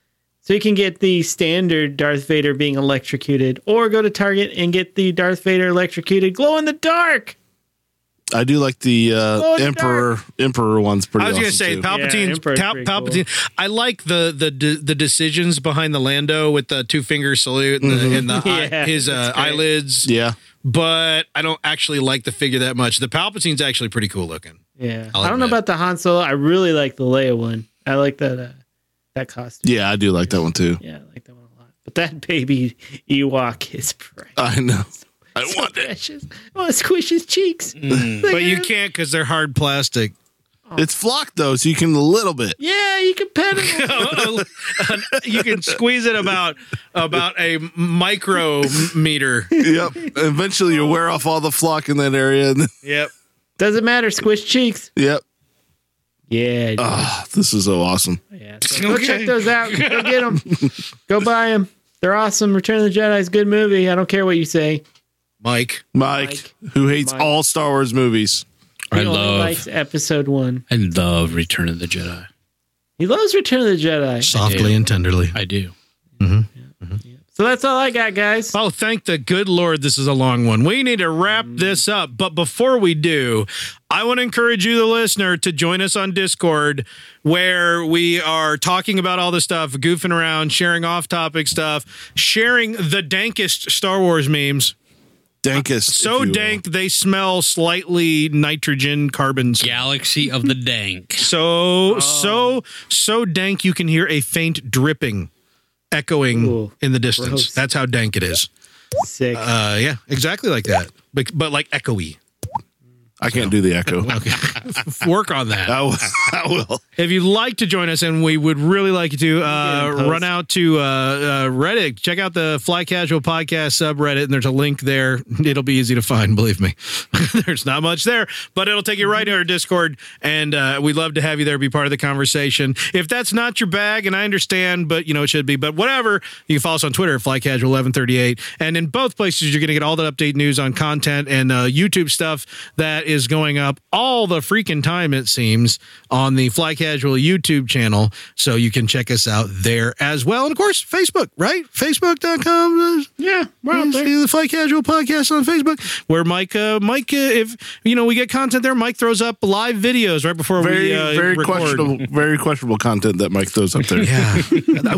[SPEAKER 4] So you can get the standard Darth Vader being electrocuted, or go to Target and get the Darth Vader electrocuted glow in the dark.
[SPEAKER 3] I do like the uh,
[SPEAKER 4] Oh, dark.
[SPEAKER 3] emperor emperor ones pretty.
[SPEAKER 6] I was
[SPEAKER 3] awesome
[SPEAKER 6] gonna say
[SPEAKER 3] too.
[SPEAKER 4] Yeah,
[SPEAKER 6] Palpatine.
[SPEAKER 4] Emperor's
[SPEAKER 6] Pal-
[SPEAKER 4] pretty cool.
[SPEAKER 6] Palpatine. I like the the de- the decisions behind the Lando with the two finger salute and the, and the eye-
[SPEAKER 4] Yeah,
[SPEAKER 6] his uh,
[SPEAKER 4] that's great.
[SPEAKER 6] eyelids.
[SPEAKER 3] yeah.
[SPEAKER 6] But I don't actually like the figure that much. The Palpatine's actually pretty cool looking.
[SPEAKER 4] Yeah,
[SPEAKER 6] I'll
[SPEAKER 4] I don't know
[SPEAKER 6] admit.
[SPEAKER 4] about the Han Solo. I really like the Leia one. I like that uh, that costume.
[SPEAKER 3] Yeah, I do like that one too.
[SPEAKER 4] Yeah, I like that one a lot. But that baby Ewok is precious.
[SPEAKER 3] I know. I want it.
[SPEAKER 4] precious. I want to squish his Oh, cheeks. uh, Look
[SPEAKER 6] Mm. But
[SPEAKER 4] at
[SPEAKER 6] you
[SPEAKER 4] him.
[SPEAKER 6] can't because they're hard plastic.
[SPEAKER 3] It's flocked though, so you can a little bit.
[SPEAKER 4] Yeah, you can pet him.
[SPEAKER 6] you can squeeze it about about a micrometer.
[SPEAKER 3] Yep. Eventually, you wear off all the flock in that area. And then,
[SPEAKER 6] Yep.
[SPEAKER 4] Doesn't matter. Squish cheeks.
[SPEAKER 3] yep.
[SPEAKER 4] Yeah.
[SPEAKER 3] Ah, this is so awesome.
[SPEAKER 4] Yeah, so go
[SPEAKER 6] Uh, Okay.
[SPEAKER 4] check those out. Go get them. go buy them. They're awesome. Return of the Jedi is a good movie. I don't care what you say.
[SPEAKER 6] Mike.
[SPEAKER 3] Mike, who hates
[SPEAKER 4] Mike.
[SPEAKER 3] all Star Wars movies.
[SPEAKER 5] I
[SPEAKER 4] He only
[SPEAKER 5] love
[SPEAKER 4] likes Episode One.
[SPEAKER 5] I love Return of the Jedi.
[SPEAKER 4] He loves Return of the Jedi.
[SPEAKER 5] do.
[SPEAKER 6] Softly and tenderly.
[SPEAKER 5] I do.
[SPEAKER 4] So that's all I got, guys.
[SPEAKER 6] Oh, thank the good Lord, this is a long one. We need to wrap
[SPEAKER 3] Mm-hmm.
[SPEAKER 6] this up. But before we do, I want to encourage you, the listener, to join us on Discord where we are talking about all this stuff, goofing around, sharing off topic stuff, sharing the dankest Star Wars memes.
[SPEAKER 3] Dankest. if
[SPEAKER 6] So
[SPEAKER 3] you will.
[SPEAKER 6] dank, they smell slightly nitrogen carbons.
[SPEAKER 5] Galaxy of the Dank.
[SPEAKER 3] Oh.
[SPEAKER 6] So, so, so dank you can hear a faint dripping echoing
[SPEAKER 4] Ooh,
[SPEAKER 6] in the distance.
[SPEAKER 4] gross.
[SPEAKER 6] That's how dank it is.
[SPEAKER 4] Sick.
[SPEAKER 6] Uh, yeah, exactly like that, but, but like echoey.
[SPEAKER 3] I can't do the echo.
[SPEAKER 6] Okay. Work on that.
[SPEAKER 3] I will. I will.
[SPEAKER 6] If you'd like to join us, and we would really like you to, uh,
[SPEAKER 4] post.
[SPEAKER 6] run out to uh, uh, Reddit. Check out the Fly Casual Podcast subreddit, and there's a link there. It'll be easy to find, believe me. there's not much there, but it'll take you right to our Discord, and uh, we'd love to have you there, be part of the conversation. If that's not your bag, and I understand, but you know it should be, but whatever. You can follow us on Twitter at Fly Casual 1138, and in both places you're going to get all the update news on content and uh, YouTube stuff that is going up all the freaking time it seems on the Fly Casual YouTube channel. So you can check us out there as well, and of course Facebook, right? Facebook.com. uh,
[SPEAKER 4] yeah, we're
[SPEAKER 6] you
[SPEAKER 4] out there.
[SPEAKER 6] see the Fly Casual podcast on Facebook, where Mike, uh, Mike, uh, if you know we get content there, Mike throws up live videos right before
[SPEAKER 3] Very,
[SPEAKER 6] we uh,
[SPEAKER 3] very
[SPEAKER 6] record.
[SPEAKER 3] questionable. Very questionable content that Mike throws up there.
[SPEAKER 6] Yeah,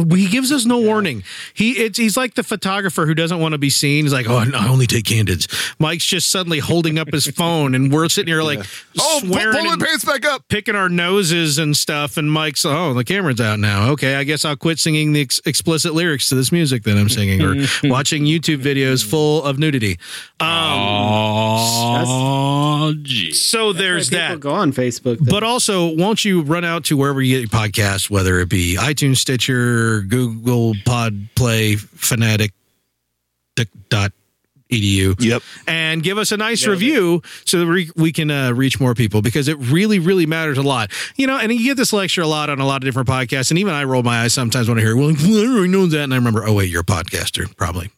[SPEAKER 6] he gives us no warning. He it's he's like the photographer who doesn't want to be seen. He's like, oh, no, I only take candids. Mike's just suddenly holding up his phone, and we're sitting here like,
[SPEAKER 3] Oh, pull,
[SPEAKER 6] swearing
[SPEAKER 3] pull my
[SPEAKER 6] and-
[SPEAKER 3] pants back up.
[SPEAKER 6] picking our noses and stuff. And Mike's, oh, the camera's out now. Okay, I guess I'll quit singing the ex- explicit lyrics to this music that I'm singing or watching YouTube videos full of nudity. Um,
[SPEAKER 5] Oh, geez.
[SPEAKER 6] so there's
[SPEAKER 4] People
[SPEAKER 6] that.
[SPEAKER 4] Go on Facebook.
[SPEAKER 6] But also, won't you run out to wherever you get your podcasts, whether it be iTunes, Stitcher, Google Pod Play, Fanatic dot- dot edu
[SPEAKER 3] Yep.
[SPEAKER 6] and give us a nice review so that we, we can uh, reach more people because it really really matters a lot you know and you get this lecture a lot on a lot of different podcasts and even i roll my eyes sometimes when i hear well i know that and i remember oh wait you're a podcaster probably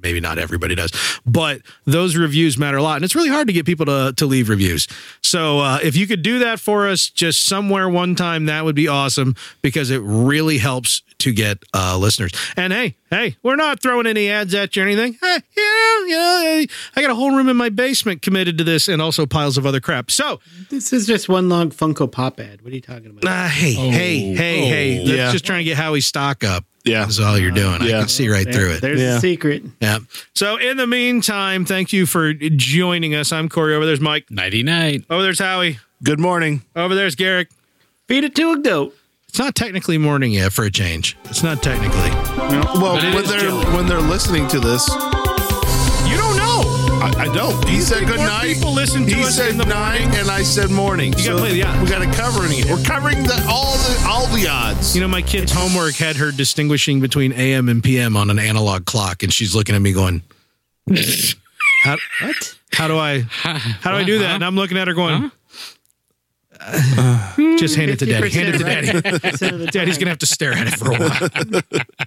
[SPEAKER 6] maybe not everybody does but those reviews matter a lot and it's really hard to get people to, to leave reviews so uh, if you could do that for us just somewhere one time that would be awesome because it really helps to get uh, listeners and hey hey we're not throwing any ads at you or anything hey you know, you know, hey, i got a whole room in my basement committed to this and also piles of other crap so
[SPEAKER 4] this is just one long Funko Pop ad. What are you talking about?
[SPEAKER 6] uh, hey hey hey hey that's
[SPEAKER 3] Yeah.
[SPEAKER 6] just trying to get howie's stock up
[SPEAKER 3] Yeah.
[SPEAKER 6] that's all you're doing i
[SPEAKER 3] Yeah.
[SPEAKER 6] can see right
[SPEAKER 4] There-
[SPEAKER 6] through it
[SPEAKER 4] There's
[SPEAKER 3] Yeah.
[SPEAKER 4] a secret.
[SPEAKER 6] yeah. So in the meantime, thank you for joining us. I'm Corey. Over there's Mike.
[SPEAKER 5] Nighty night.
[SPEAKER 6] Over there's Howie.
[SPEAKER 3] Good morning.
[SPEAKER 6] Over there's Garrick.
[SPEAKER 4] Feed it to a goat.
[SPEAKER 6] It's not technically morning yet for a change. It's not technically.
[SPEAKER 3] Well, when they're when they're listening to this,
[SPEAKER 6] You don't know.
[SPEAKER 3] I, I don't. He said good
[SPEAKER 1] more
[SPEAKER 3] night.
[SPEAKER 1] people listen to
[SPEAKER 3] he
[SPEAKER 1] us
[SPEAKER 3] said
[SPEAKER 1] in the
[SPEAKER 3] night, and I said morning. You
[SPEAKER 6] gotta play the odds.
[SPEAKER 3] We got to covering it. We're covering the all the all the odds.
[SPEAKER 6] You know, my kid's homework had her distinguishing between AM and PM on an analog clock, and she's looking at me going, how, "What? How do I? How do I do that?" And I'm looking at her going, "Uh, "Just hand it to daddy. Hand it to daddy.
[SPEAKER 4] Daddy.
[SPEAKER 6] Daddy's gonna have to stare at it for a while."